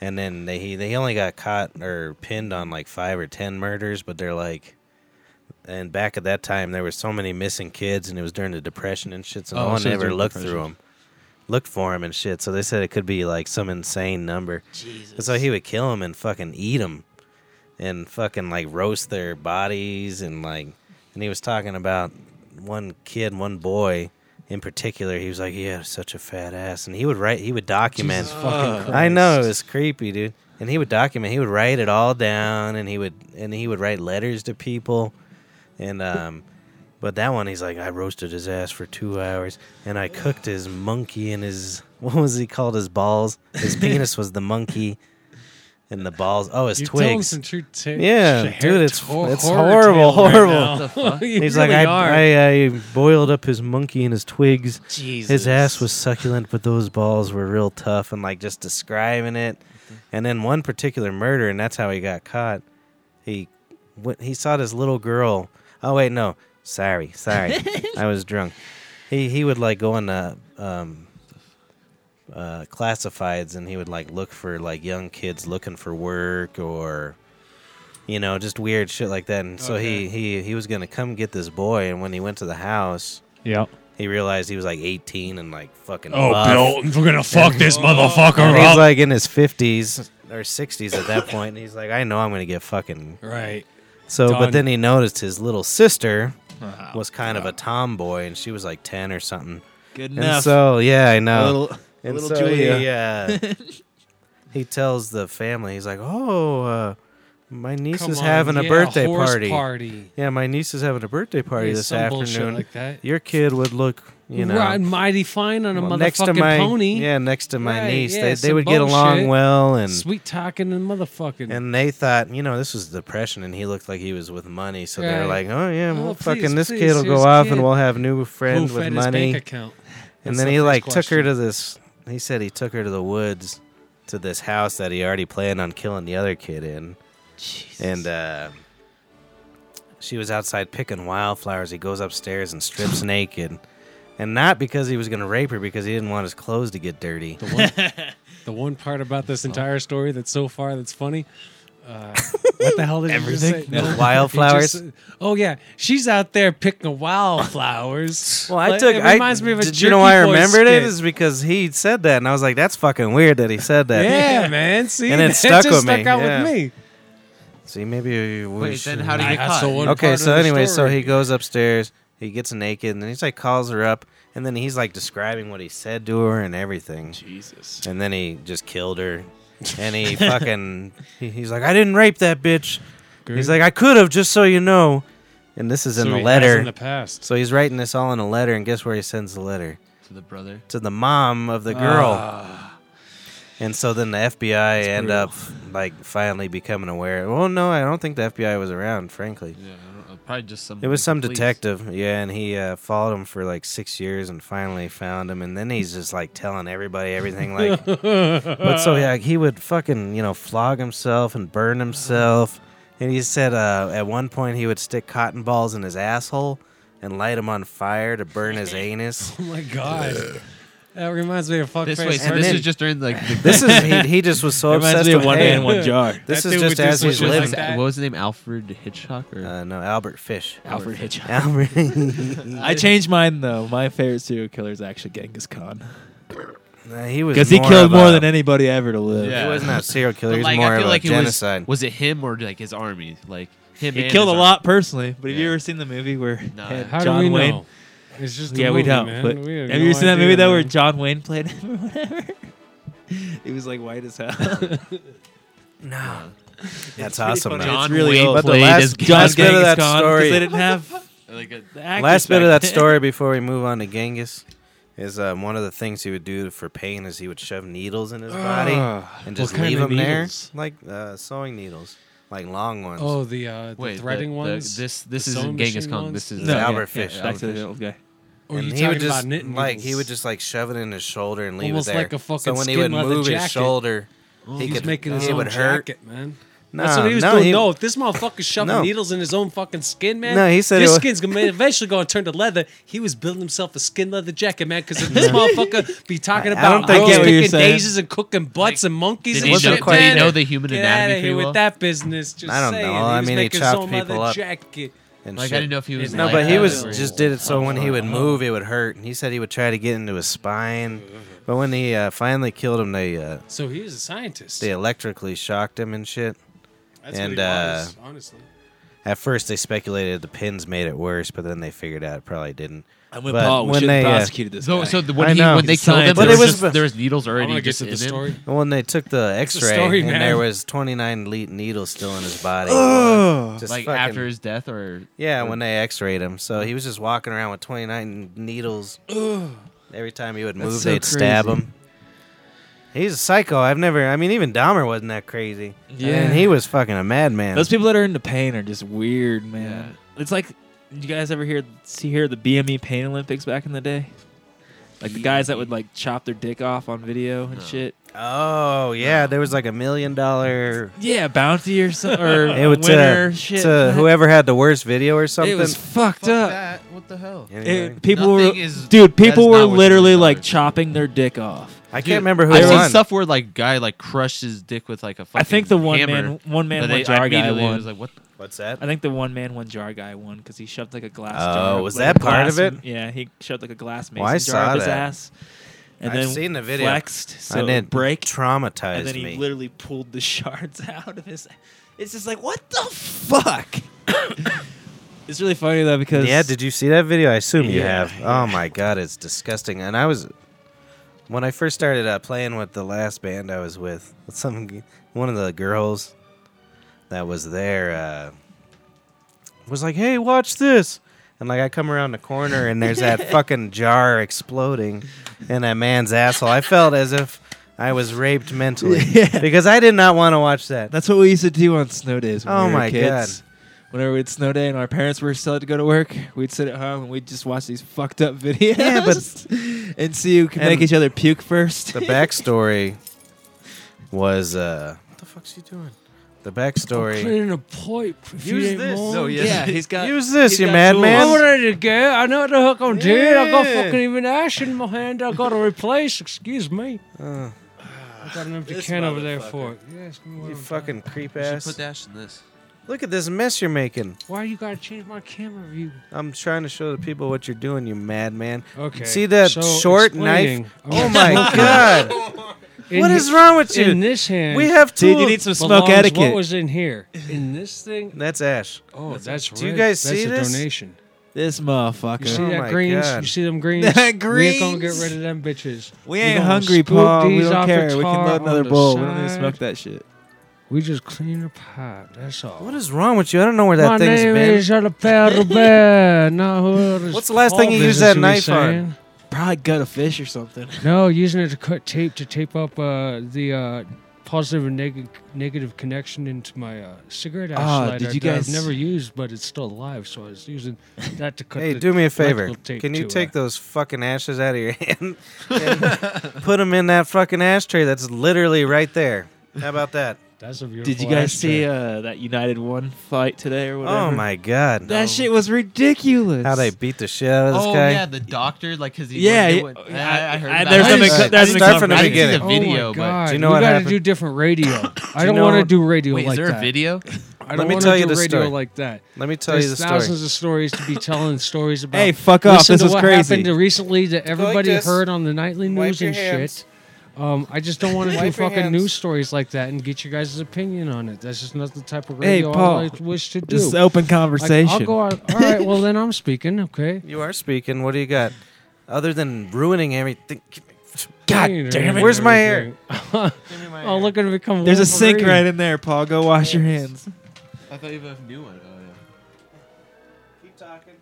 Speaker 3: And then they he they only got caught or pinned on like five or ten murders, but they're like, and back at that time there were so many missing kids, and it was during the depression and shit, so
Speaker 6: Oh,
Speaker 3: no one
Speaker 6: so it was
Speaker 3: ever
Speaker 6: during
Speaker 3: looked
Speaker 6: Depression.
Speaker 3: through them, looked for them and shit. So they said it could be like some insane number.
Speaker 2: Jesus.
Speaker 3: And So he would kill them and fucking eat them, and fucking like roast their bodies and like. And he was talking about one kid, one boy in particular. He was like, he had such a fat ass, and he would write, he would document. I know it was creepy, dude. And he would document. He would write it all down, and he would and he would write letters to people, and um. But that one, he's like, I roasted his ass for two hours, and I cooked his monkey and his what was he called? His balls. His penis was the monkey, and the balls. Oh, his
Speaker 4: You're telling
Speaker 3: twigs.
Speaker 4: some true ta-
Speaker 3: Yeah,
Speaker 4: shit,
Speaker 3: dude, it's-
Speaker 4: hor-
Speaker 3: it's
Speaker 4: horror
Speaker 3: horrible,
Speaker 4: tales
Speaker 3: horrible.
Speaker 4: now.
Speaker 6: What the fuck?
Speaker 4: You
Speaker 3: he's
Speaker 4: really
Speaker 3: like,
Speaker 4: are.
Speaker 3: I, I, I boiled up his monkey and his twigs.
Speaker 2: Jesus.
Speaker 3: His ass was succulent, but those balls were real tough, and like just describing it. And then one particular murder, and that's how he got caught. He went, he saw this little girl. Oh wait, no, sorry, sorry, I was drunk. He he would like go on the um, uh, classifieds, and he would like look for like young kids looking for work or you know, just weird shit like that. And so he he he was gonna come get this boy, and when he went to the house,
Speaker 7: Yeah.
Speaker 3: he realized he was like 18 and like fucking.
Speaker 7: Oh,
Speaker 3: buff.
Speaker 7: Bill, we're gonna fuck this motherfucker
Speaker 3: And he's
Speaker 7: up.
Speaker 3: like in his 50s or 60s at that point, and he's like, I know I'm gonna get fucking.
Speaker 4: Right.
Speaker 3: So,
Speaker 4: Done.
Speaker 3: but then he noticed his little sister was kind of a tomboy, and she was like 10 or something.
Speaker 2: Good
Speaker 3: And
Speaker 2: enough.
Speaker 3: so yeah, I
Speaker 1: A
Speaker 3: know.
Speaker 1: little, a
Speaker 3: And
Speaker 1: little
Speaker 3: so
Speaker 1: Julia.
Speaker 3: He, uh, he tells the family, he's like, "Oh, uh, my niece
Speaker 4: Come
Speaker 3: is
Speaker 4: on,
Speaker 3: having a
Speaker 4: yeah,
Speaker 3: birthday
Speaker 4: horse
Speaker 3: party.
Speaker 4: party.
Speaker 3: Yeah, my niece is having a birthday party
Speaker 4: Yeah,
Speaker 3: this
Speaker 4: some bullshit
Speaker 3: afternoon.
Speaker 4: like that.
Speaker 3: Your kid would look, you know,
Speaker 4: Ride mighty fine on a
Speaker 3: well,
Speaker 4: motherfucking
Speaker 3: next to my
Speaker 4: pony.
Speaker 3: yeah, next to my
Speaker 4: Right,
Speaker 3: niece,
Speaker 4: yeah,
Speaker 3: they they
Speaker 4: some
Speaker 3: would get along
Speaker 4: bullshit.
Speaker 3: well, and
Speaker 4: Sweet talking and motherfucking.
Speaker 3: and they thought, you know, this was depression, and he looked like he was with money, so they were
Speaker 4: Right.
Speaker 3: like, oh yeah,
Speaker 4: Oh,
Speaker 3: well,
Speaker 4: please,
Speaker 3: fucking this
Speaker 4: please,
Speaker 3: kid will
Speaker 4: here's
Speaker 3: go
Speaker 4: a
Speaker 3: off,
Speaker 4: kid
Speaker 3: and we'll have a new
Speaker 4: Who
Speaker 3: friend with
Speaker 4: fed
Speaker 3: money.
Speaker 4: His bank account?
Speaker 3: And
Speaker 4: That's
Speaker 3: then
Speaker 4: the
Speaker 3: he
Speaker 4: first
Speaker 3: like took her
Speaker 4: question.
Speaker 3: to this. He said he took her to the woods, to this house that he already planned on killing the other kid in. And uh, she was outside picking wildflowers. He goes upstairs and strips naked, and not because he was gonna rape her, because he didn't want his clothes to get dirty.
Speaker 4: The one part about this entire story that's so far that's funny. Uh, what the hell did everything? Say?
Speaker 3: The
Speaker 4: No.
Speaker 3: wildflowers?
Speaker 4: He just- oh yeah, she's out there picking wildflowers.
Speaker 3: Well, I
Speaker 4: Like,
Speaker 3: took.
Speaker 4: It
Speaker 3: I-
Speaker 4: reminds me of a
Speaker 3: did you know why I
Speaker 4: Jerky Boys
Speaker 3: remembered it?
Speaker 4: skit.
Speaker 3: Is because he said that, and I was like, "That's fucking weird that he said that."
Speaker 4: yeah, man. See,
Speaker 3: And it
Speaker 4: that
Speaker 3: stuck
Speaker 4: just
Speaker 3: with me,
Speaker 4: stuck out
Speaker 3: yeah.
Speaker 4: with me.
Speaker 3: See, maybe we
Speaker 6: Wait,
Speaker 3: should-
Speaker 6: then how do you
Speaker 4: I
Speaker 6: get
Speaker 4: got so
Speaker 6: caught?
Speaker 4: one
Speaker 3: Okay,
Speaker 4: part
Speaker 3: so
Speaker 4: of the
Speaker 3: anyway, so
Speaker 4: story.
Speaker 3: he goes upstairs, he gets naked, and then he's like calls her up, and then he's like describing what he said to her and everything.
Speaker 1: Jesus.
Speaker 3: And then he just killed her. And he fucking he- he's like, I didn't rape that bitch. He's like, I could have, just so you know. And this is in
Speaker 4: So
Speaker 3: the
Speaker 4: he has
Speaker 3: letter.
Speaker 4: in the past.
Speaker 3: so he's writing this all in a letter, and guess where he sends the letter?
Speaker 6: To the brother.
Speaker 3: To the mom of the
Speaker 4: Ah.
Speaker 3: girl. and so then the FBI end up like finally becoming aware. Well, no, I don't think the FBI was around, frankly.
Speaker 6: Yeah, I don't know, probably just some.
Speaker 3: It
Speaker 4: Mm,
Speaker 3: was some
Speaker 6: police.
Speaker 3: detective, yeah, and he uh, followed him for like six years and finally found him. And then he's just like telling everybody everything, like, but so yeah, he would fucking you know flog himself and burn himself. And he said uh, at one point he would stick cotton balls in his asshole and light them on fire to burn his anus.
Speaker 4: Oh my god, that reminds me of fuckface.
Speaker 6: This, wait, so
Speaker 3: And
Speaker 6: this
Speaker 3: then-
Speaker 6: is just during like the.
Speaker 3: This is he, he just was so
Speaker 2: Reminds
Speaker 3: obsessed
Speaker 2: me
Speaker 3: with
Speaker 2: of one
Speaker 3: hey,
Speaker 2: man, one jar.
Speaker 3: This
Speaker 4: That
Speaker 3: is
Speaker 4: dude
Speaker 3: just
Speaker 4: would do
Speaker 3: as
Speaker 4: some
Speaker 3: he's
Speaker 4: shit like
Speaker 3: living.
Speaker 4: that.
Speaker 6: what was the name? Alfred Hitchcock or
Speaker 3: Uh, no, Albert Fish.
Speaker 2: Alfred Hitchcock.
Speaker 3: Albert.
Speaker 2: I changed mine though. My favorite serial killer is actually Genghis Khan
Speaker 3: Nah, he was
Speaker 2: because he killed
Speaker 3: of
Speaker 2: more
Speaker 3: a-
Speaker 2: than anybody ever to live.
Speaker 6: Yeah.
Speaker 3: He was not a serial killer.
Speaker 6: But,
Speaker 3: He was
Speaker 6: like,
Speaker 3: more
Speaker 6: I
Speaker 3: of
Speaker 6: feel
Speaker 3: a
Speaker 6: like it was,
Speaker 3: genocide.
Speaker 6: was it him or like his army? Like him.
Speaker 2: He
Speaker 6: and
Speaker 2: killed a
Speaker 6: his
Speaker 2: lot personally, but have you
Speaker 6: Yeah.
Speaker 2: ever seen the movie where
Speaker 6: No.
Speaker 2: had
Speaker 4: How
Speaker 2: John
Speaker 4: do we
Speaker 2: Wayne?
Speaker 4: know? It's just a
Speaker 2: Yeah, we
Speaker 4: movie,
Speaker 2: don't.
Speaker 4: Man.
Speaker 2: But
Speaker 4: We
Speaker 2: have
Speaker 4: no
Speaker 2: you seen that
Speaker 4: idea,
Speaker 2: movie though, where
Speaker 4: man.
Speaker 2: John Wayne played him or whatever? he was like white as hell.
Speaker 3: No. That's
Speaker 2: pretty
Speaker 3: awesome.
Speaker 2: funny.
Speaker 3: man.
Speaker 6: John
Speaker 2: It's really
Speaker 6: Wayne
Speaker 2: old.
Speaker 3: But the
Speaker 6: played
Speaker 3: last,
Speaker 6: as
Speaker 3: last bit of
Speaker 2: Genghis
Speaker 3: that
Speaker 2: Khan, 'cause They
Speaker 3: story,
Speaker 2: didn't have
Speaker 6: army. Like a-
Speaker 2: the actors
Speaker 3: last bit of
Speaker 2: back
Speaker 3: that story before we move on to Genghis is um, one of the things he would do for pain is he would shove needles in his body and just
Speaker 4: kind
Speaker 3: leave
Speaker 4: of
Speaker 3: them there,
Speaker 4: needles?
Speaker 3: like uh, sewing needles, like long ones.
Speaker 4: Oh, the uh, the
Speaker 6: Wait, the-
Speaker 4: threading
Speaker 6: the-
Speaker 4: ones.
Speaker 6: this this
Speaker 4: The
Speaker 6: isn't
Speaker 4: sewing
Speaker 6: Genghis
Speaker 4: machine
Speaker 6: Khan.
Speaker 4: ones?
Speaker 6: This is
Speaker 2: No.
Speaker 6: yeah,
Speaker 3: Albert
Speaker 6: yeah,
Speaker 3: Fish,
Speaker 6: yeah,
Speaker 2: Back
Speaker 6: Albert
Speaker 2: to the
Speaker 6: Fish.
Speaker 2: old guy.
Speaker 4: Or you
Speaker 3: and
Speaker 4: talking
Speaker 3: he would
Speaker 4: about
Speaker 3: just
Speaker 4: knitting
Speaker 3: like he
Speaker 4: needles.
Speaker 3: would just like shove it in his shoulder and leave
Speaker 4: Almost
Speaker 3: it there.
Speaker 4: like a
Speaker 3: so
Speaker 4: fucking
Speaker 3: when he
Speaker 4: skin
Speaker 3: would
Speaker 4: leather
Speaker 3: move his
Speaker 4: jacket. Oh,
Speaker 3: shoulder, he
Speaker 4: He's
Speaker 3: could,
Speaker 4: making his
Speaker 3: it
Speaker 4: own
Speaker 3: would hurt.
Speaker 4: jacket, man.
Speaker 3: No,
Speaker 4: That's what he was
Speaker 3: no,
Speaker 4: doing.
Speaker 3: he-
Speaker 4: no, if this motherfucker's shoving
Speaker 3: No.
Speaker 4: needles in his own fucking skin, man.
Speaker 3: No, he said
Speaker 4: this
Speaker 3: it wa-
Speaker 4: skin's gonna eventually gonna turn to leather. He was building himself a skin leather jacket, man. Because if this motherfucker be talking
Speaker 3: I don't
Speaker 4: about
Speaker 3: think- I
Speaker 4: girls
Speaker 3: get what you're
Speaker 4: picking
Speaker 3: saying.
Speaker 4: daisies and cooking butts and monkeys
Speaker 6: Did
Speaker 4: and
Speaker 6: he, know,
Speaker 3: wasn't
Speaker 4: shit,
Speaker 3: quite
Speaker 6: did he
Speaker 4: man,
Speaker 6: know the human
Speaker 4: Get out
Speaker 6: anatomy
Speaker 4: of here
Speaker 6: pretty well?
Speaker 4: with that business. Just
Speaker 3: I don't
Speaker 4: saying.
Speaker 3: know.
Speaker 4: He
Speaker 3: I
Speaker 4: was
Speaker 3: mean, he
Speaker 4: making
Speaker 3: chopped
Speaker 4: his own leather
Speaker 3: people up.
Speaker 4: jacket.
Speaker 3: and
Speaker 6: Like
Speaker 3: shit.
Speaker 6: I didn't know if he was.
Speaker 3: No,
Speaker 6: like
Speaker 3: but he
Speaker 6: that
Speaker 3: was
Speaker 6: or-
Speaker 3: just did it so when he would move, it would hurt. And he said he would try to get into his spine,
Speaker 6: Mm-hmm.
Speaker 3: but when he uh, finally killed him, they uh,
Speaker 4: So he was a scientist.
Speaker 3: they electrically shocked him and shit.
Speaker 4: That's
Speaker 3: and,
Speaker 4: what he was,
Speaker 3: uh,
Speaker 4: honestly.
Speaker 3: At first, they speculated the pins made it worse, but then they figured out it probably didn't.
Speaker 2: I'm with
Speaker 3: But
Speaker 2: Paul. We
Speaker 3: when
Speaker 2: should
Speaker 3: they,
Speaker 2: have
Speaker 3: uh,
Speaker 2: prosecuted this.
Speaker 6: So,
Speaker 2: guy.
Speaker 6: so the,
Speaker 3: I
Speaker 6: when he
Speaker 3: know.
Speaker 6: when they
Speaker 2: He's
Speaker 6: killed him,
Speaker 2: scientist.
Speaker 6: there
Speaker 3: But it
Speaker 6: was,
Speaker 3: was-
Speaker 6: just, there was needles
Speaker 4: I
Speaker 6: already
Speaker 4: want to get
Speaker 6: just
Speaker 4: to
Speaker 6: in
Speaker 4: the
Speaker 6: it.
Speaker 4: story.
Speaker 3: And when they took the X-ray,
Speaker 4: story,
Speaker 3: and
Speaker 4: man.
Speaker 3: there was 29 le- needles still in his body, just
Speaker 6: Like
Speaker 3: fucking-
Speaker 6: after his death, or
Speaker 3: yeah, when they X-rayed him, so he was just walking around with 29 needles. Every time he would move,
Speaker 2: so
Speaker 3: they'd stab
Speaker 2: crazy.
Speaker 3: him. He's a psycho. I've never. I mean, even Dahmer wasn't that crazy.
Speaker 2: Yeah.
Speaker 3: and he was fucking a madman.
Speaker 2: Those people that are into pain are just weird, man. It's like you guys ever hear see hear the BME Pain Olympics back in the day? Like the guys that would like chop their dick off on video and shit.
Speaker 3: Oh yeah, there was like a million dollar.
Speaker 2: Yeah, bounty or something or
Speaker 3: It would
Speaker 2: winner
Speaker 3: to,
Speaker 2: shit.
Speaker 3: to whoever had the worst video or something.
Speaker 2: it was fucked up.
Speaker 6: What the hell?
Speaker 3: Anyway.
Speaker 2: It- people were
Speaker 6: Nothing is-
Speaker 2: dude.
Speaker 6: that is
Speaker 2: People were
Speaker 6: not what
Speaker 2: literally
Speaker 6: million
Speaker 2: like
Speaker 6: dollars is.
Speaker 2: chopping their dick off.
Speaker 3: I can't remember who
Speaker 6: I've
Speaker 3: won.
Speaker 6: seen stuff where like guy like crushed his dick with like a fucking
Speaker 2: I think the one
Speaker 6: hammer,
Speaker 2: man one man
Speaker 6: but
Speaker 2: one
Speaker 6: they
Speaker 2: jar guy
Speaker 6: immediately
Speaker 2: won.
Speaker 6: was like what the-
Speaker 3: What's that?
Speaker 2: I think the one man one jar guy won because he shoved like a glass.
Speaker 3: Oh,
Speaker 2: jar,
Speaker 3: was
Speaker 2: like,
Speaker 3: that
Speaker 2: a
Speaker 3: part of
Speaker 2: glass-
Speaker 3: it?
Speaker 2: Yeah, he shoved like a glass mason
Speaker 3: Well, I
Speaker 2: jar
Speaker 3: saw
Speaker 2: up his
Speaker 3: that.
Speaker 2: ass, and
Speaker 3: I've
Speaker 2: then
Speaker 3: seen the video.
Speaker 2: flexed so
Speaker 3: I did
Speaker 2: it break,
Speaker 3: traumatized
Speaker 2: and then he
Speaker 3: me.
Speaker 2: literally pulled the shards out of his. It's just like what the fuck. it's really funny though because
Speaker 3: yeah, did you see that video? I assume you
Speaker 2: Yeah,
Speaker 3: have. Oh my god, it's disgusting. And I was when I first started uh, playing with the last band I was with, some g- one of the girls that was there uh, was like, "Hey, watch this." And like I come around the corner and there's that fucking jar exploding in that man's asshole. I felt as if I was raped mentally
Speaker 2: Yeah.
Speaker 3: because I did not want to watch that.
Speaker 2: That's what we used to do on snow days. When
Speaker 3: Oh
Speaker 2: we were
Speaker 3: my
Speaker 2: kids. Whenever we'd snow day and our parents were still had to go to work, we'd sit at home and we'd just watch these fucked up videos.
Speaker 3: Yeah,
Speaker 2: and see who can make
Speaker 3: And-
Speaker 2: each other puke first.
Speaker 3: the backstory was uh what the fuck's he doing the backstory
Speaker 4: a pipe.
Speaker 3: Use you ain't this. mine.
Speaker 2: No, yeah. he's got.
Speaker 3: use this
Speaker 2: he's
Speaker 3: you
Speaker 2: got
Speaker 4: I'm
Speaker 3: madman
Speaker 4: ready to go. I know what the hook I'm doing. I got
Speaker 3: Yeah.
Speaker 4: fucking even ash in my hand. I got to replace. Excuse me.
Speaker 3: Uh,
Speaker 4: I got an empty
Speaker 2: This
Speaker 4: can over there
Speaker 2: motherfucker.
Speaker 4: for it. Yes, give me one
Speaker 3: you
Speaker 4: of
Speaker 3: fucking creep
Speaker 6: you should put
Speaker 3: ass
Speaker 6: dash in this
Speaker 3: look at this mess you're making
Speaker 4: that. Why you gotta change my camera view?
Speaker 3: i'm trying to show the people what you're doing you madman
Speaker 4: Okay.
Speaker 3: see that
Speaker 4: so
Speaker 3: short
Speaker 4: explaining.
Speaker 3: knife
Speaker 4: I'm
Speaker 3: oh
Speaker 4: gonna
Speaker 3: my
Speaker 4: smoke
Speaker 3: god
Speaker 4: in
Speaker 3: what
Speaker 4: he-
Speaker 3: is wrong with
Speaker 4: in
Speaker 3: you
Speaker 4: this hand?
Speaker 3: we have two
Speaker 2: Dude, you need some smoke
Speaker 4: belongs What
Speaker 2: etiquette.
Speaker 4: was in here? In this thing?
Speaker 3: that's ash
Speaker 4: Oh, that's.
Speaker 3: Do you
Speaker 4: right.
Speaker 3: guys
Speaker 4: that's
Speaker 3: see
Speaker 4: a
Speaker 3: this?
Speaker 4: donation.
Speaker 2: this
Speaker 4: You
Speaker 2: motherfucker.
Speaker 4: see
Speaker 3: Oh
Speaker 4: that
Speaker 3: my
Speaker 4: greens?
Speaker 3: God.
Speaker 4: You see them greens?
Speaker 2: That
Speaker 4: We ain't gonna
Speaker 2: greens.
Speaker 4: get rid of them bitches.
Speaker 2: We
Speaker 4: We
Speaker 2: ain't
Speaker 4: gonna
Speaker 2: hungry,
Speaker 4: scoop
Speaker 2: Paul. We
Speaker 4: these
Speaker 2: don't
Speaker 4: off the
Speaker 2: care. We can
Speaker 4: tar
Speaker 2: load another
Speaker 4: on the
Speaker 2: bowl. We don't need to
Speaker 4: side.
Speaker 2: smoke that shit.
Speaker 4: We just clean the pipe. That's all.
Speaker 3: what is wrong with you i don't know where that
Speaker 4: My
Speaker 3: thing's
Speaker 4: name
Speaker 3: been
Speaker 4: is Alberto Bear. Now, who is
Speaker 3: What's the last thing you
Speaker 4: Paul
Speaker 3: used that
Speaker 4: business,
Speaker 3: knife
Speaker 4: you
Speaker 3: on?
Speaker 4: saying?
Speaker 2: Probably gut a fish or something.
Speaker 4: No, using it to cut tape to tape up uh, the uh, positive and neg- negative connection into my uh, cigarette ash
Speaker 2: Ah,
Speaker 4: lighter
Speaker 2: did you
Speaker 4: that
Speaker 2: guys-
Speaker 4: I've never used, but it's still alive, so I was using that to cut.
Speaker 3: Hey,
Speaker 4: the
Speaker 3: do me a favor.
Speaker 4: electrical tape
Speaker 3: Can you
Speaker 4: to,
Speaker 3: take
Speaker 4: uh,
Speaker 3: those fucking ashes out of your hand and put them in that fucking ashtray that's literally right there? How about that?
Speaker 4: That's a beautiful.
Speaker 2: Did you guys
Speaker 4: ashtray.
Speaker 2: see uh, that United One fight today or whatever?
Speaker 3: Oh my god.
Speaker 2: That shit was ridiculous.
Speaker 3: How they beat the shit out of this
Speaker 6: oh
Speaker 3: guy.
Speaker 6: yeah the doctor like because he
Speaker 2: Yeah,
Speaker 6: went-
Speaker 2: yeah,
Speaker 6: he went-
Speaker 2: yeah,
Speaker 6: I, I heard
Speaker 2: I-
Speaker 6: about
Speaker 2: there's
Speaker 6: that.
Speaker 3: nothing-
Speaker 6: Alright,
Speaker 3: there's
Speaker 6: I
Speaker 3: start
Speaker 6: didn't
Speaker 3: from the
Speaker 6: see- I didn't see
Speaker 3: beginning.
Speaker 6: the video
Speaker 4: oh my
Speaker 6: but
Speaker 4: God.
Speaker 3: Do you know
Speaker 4: we
Speaker 3: what
Speaker 4: gotta
Speaker 3: happened?
Speaker 4: do different radio. I
Speaker 3: you
Speaker 4: don't
Speaker 3: know
Speaker 4: want to
Speaker 3: what-
Speaker 4: do radio
Speaker 6: wait
Speaker 4: like
Speaker 6: is there
Speaker 4: that.
Speaker 6: a video
Speaker 4: I
Speaker 3: Let
Speaker 4: don't
Speaker 3: me
Speaker 4: wanna
Speaker 3: tell you
Speaker 4: do
Speaker 3: the
Speaker 4: radio
Speaker 3: story.
Speaker 4: like that.
Speaker 3: Let me tell
Speaker 4: There's
Speaker 3: you the story.
Speaker 4: thousands of stories to be telling stories about.
Speaker 2: Hey, fuck off.
Speaker 4: Listen
Speaker 2: This
Speaker 4: to
Speaker 2: is
Speaker 4: what
Speaker 2: crazy.
Speaker 4: happened to recently that everybody
Speaker 3: this.
Speaker 4: heard on the nightly
Speaker 3: Wipe
Speaker 4: news
Speaker 3: your
Speaker 4: and
Speaker 3: hands.
Speaker 4: shit. Um, I just don't want to do
Speaker 3: Wipe your
Speaker 4: fucking
Speaker 3: hands.
Speaker 4: news stories like that and get your guys' opinion on it. That's just not the type of
Speaker 2: Hey,
Speaker 4: radio
Speaker 2: Paul,
Speaker 4: I like, wish to do.
Speaker 2: This is open
Speaker 4: Like,
Speaker 2: conversation.
Speaker 4: I'll go out. All right, well then I'm speaking. Okay.
Speaker 3: You are speaking. What do you got? Other than ruining everything. Give me,
Speaker 2: God
Speaker 4: Hey,
Speaker 2: damn it.
Speaker 3: Where's my hair?
Speaker 6: Give me my
Speaker 4: Oh, look at it become.
Speaker 2: There's a sink
Speaker 4: Wolverine.
Speaker 2: right in there, Paul. Go wash your hands.
Speaker 6: I thought you have a new one. Oh, yeah.
Speaker 3: Keep talking.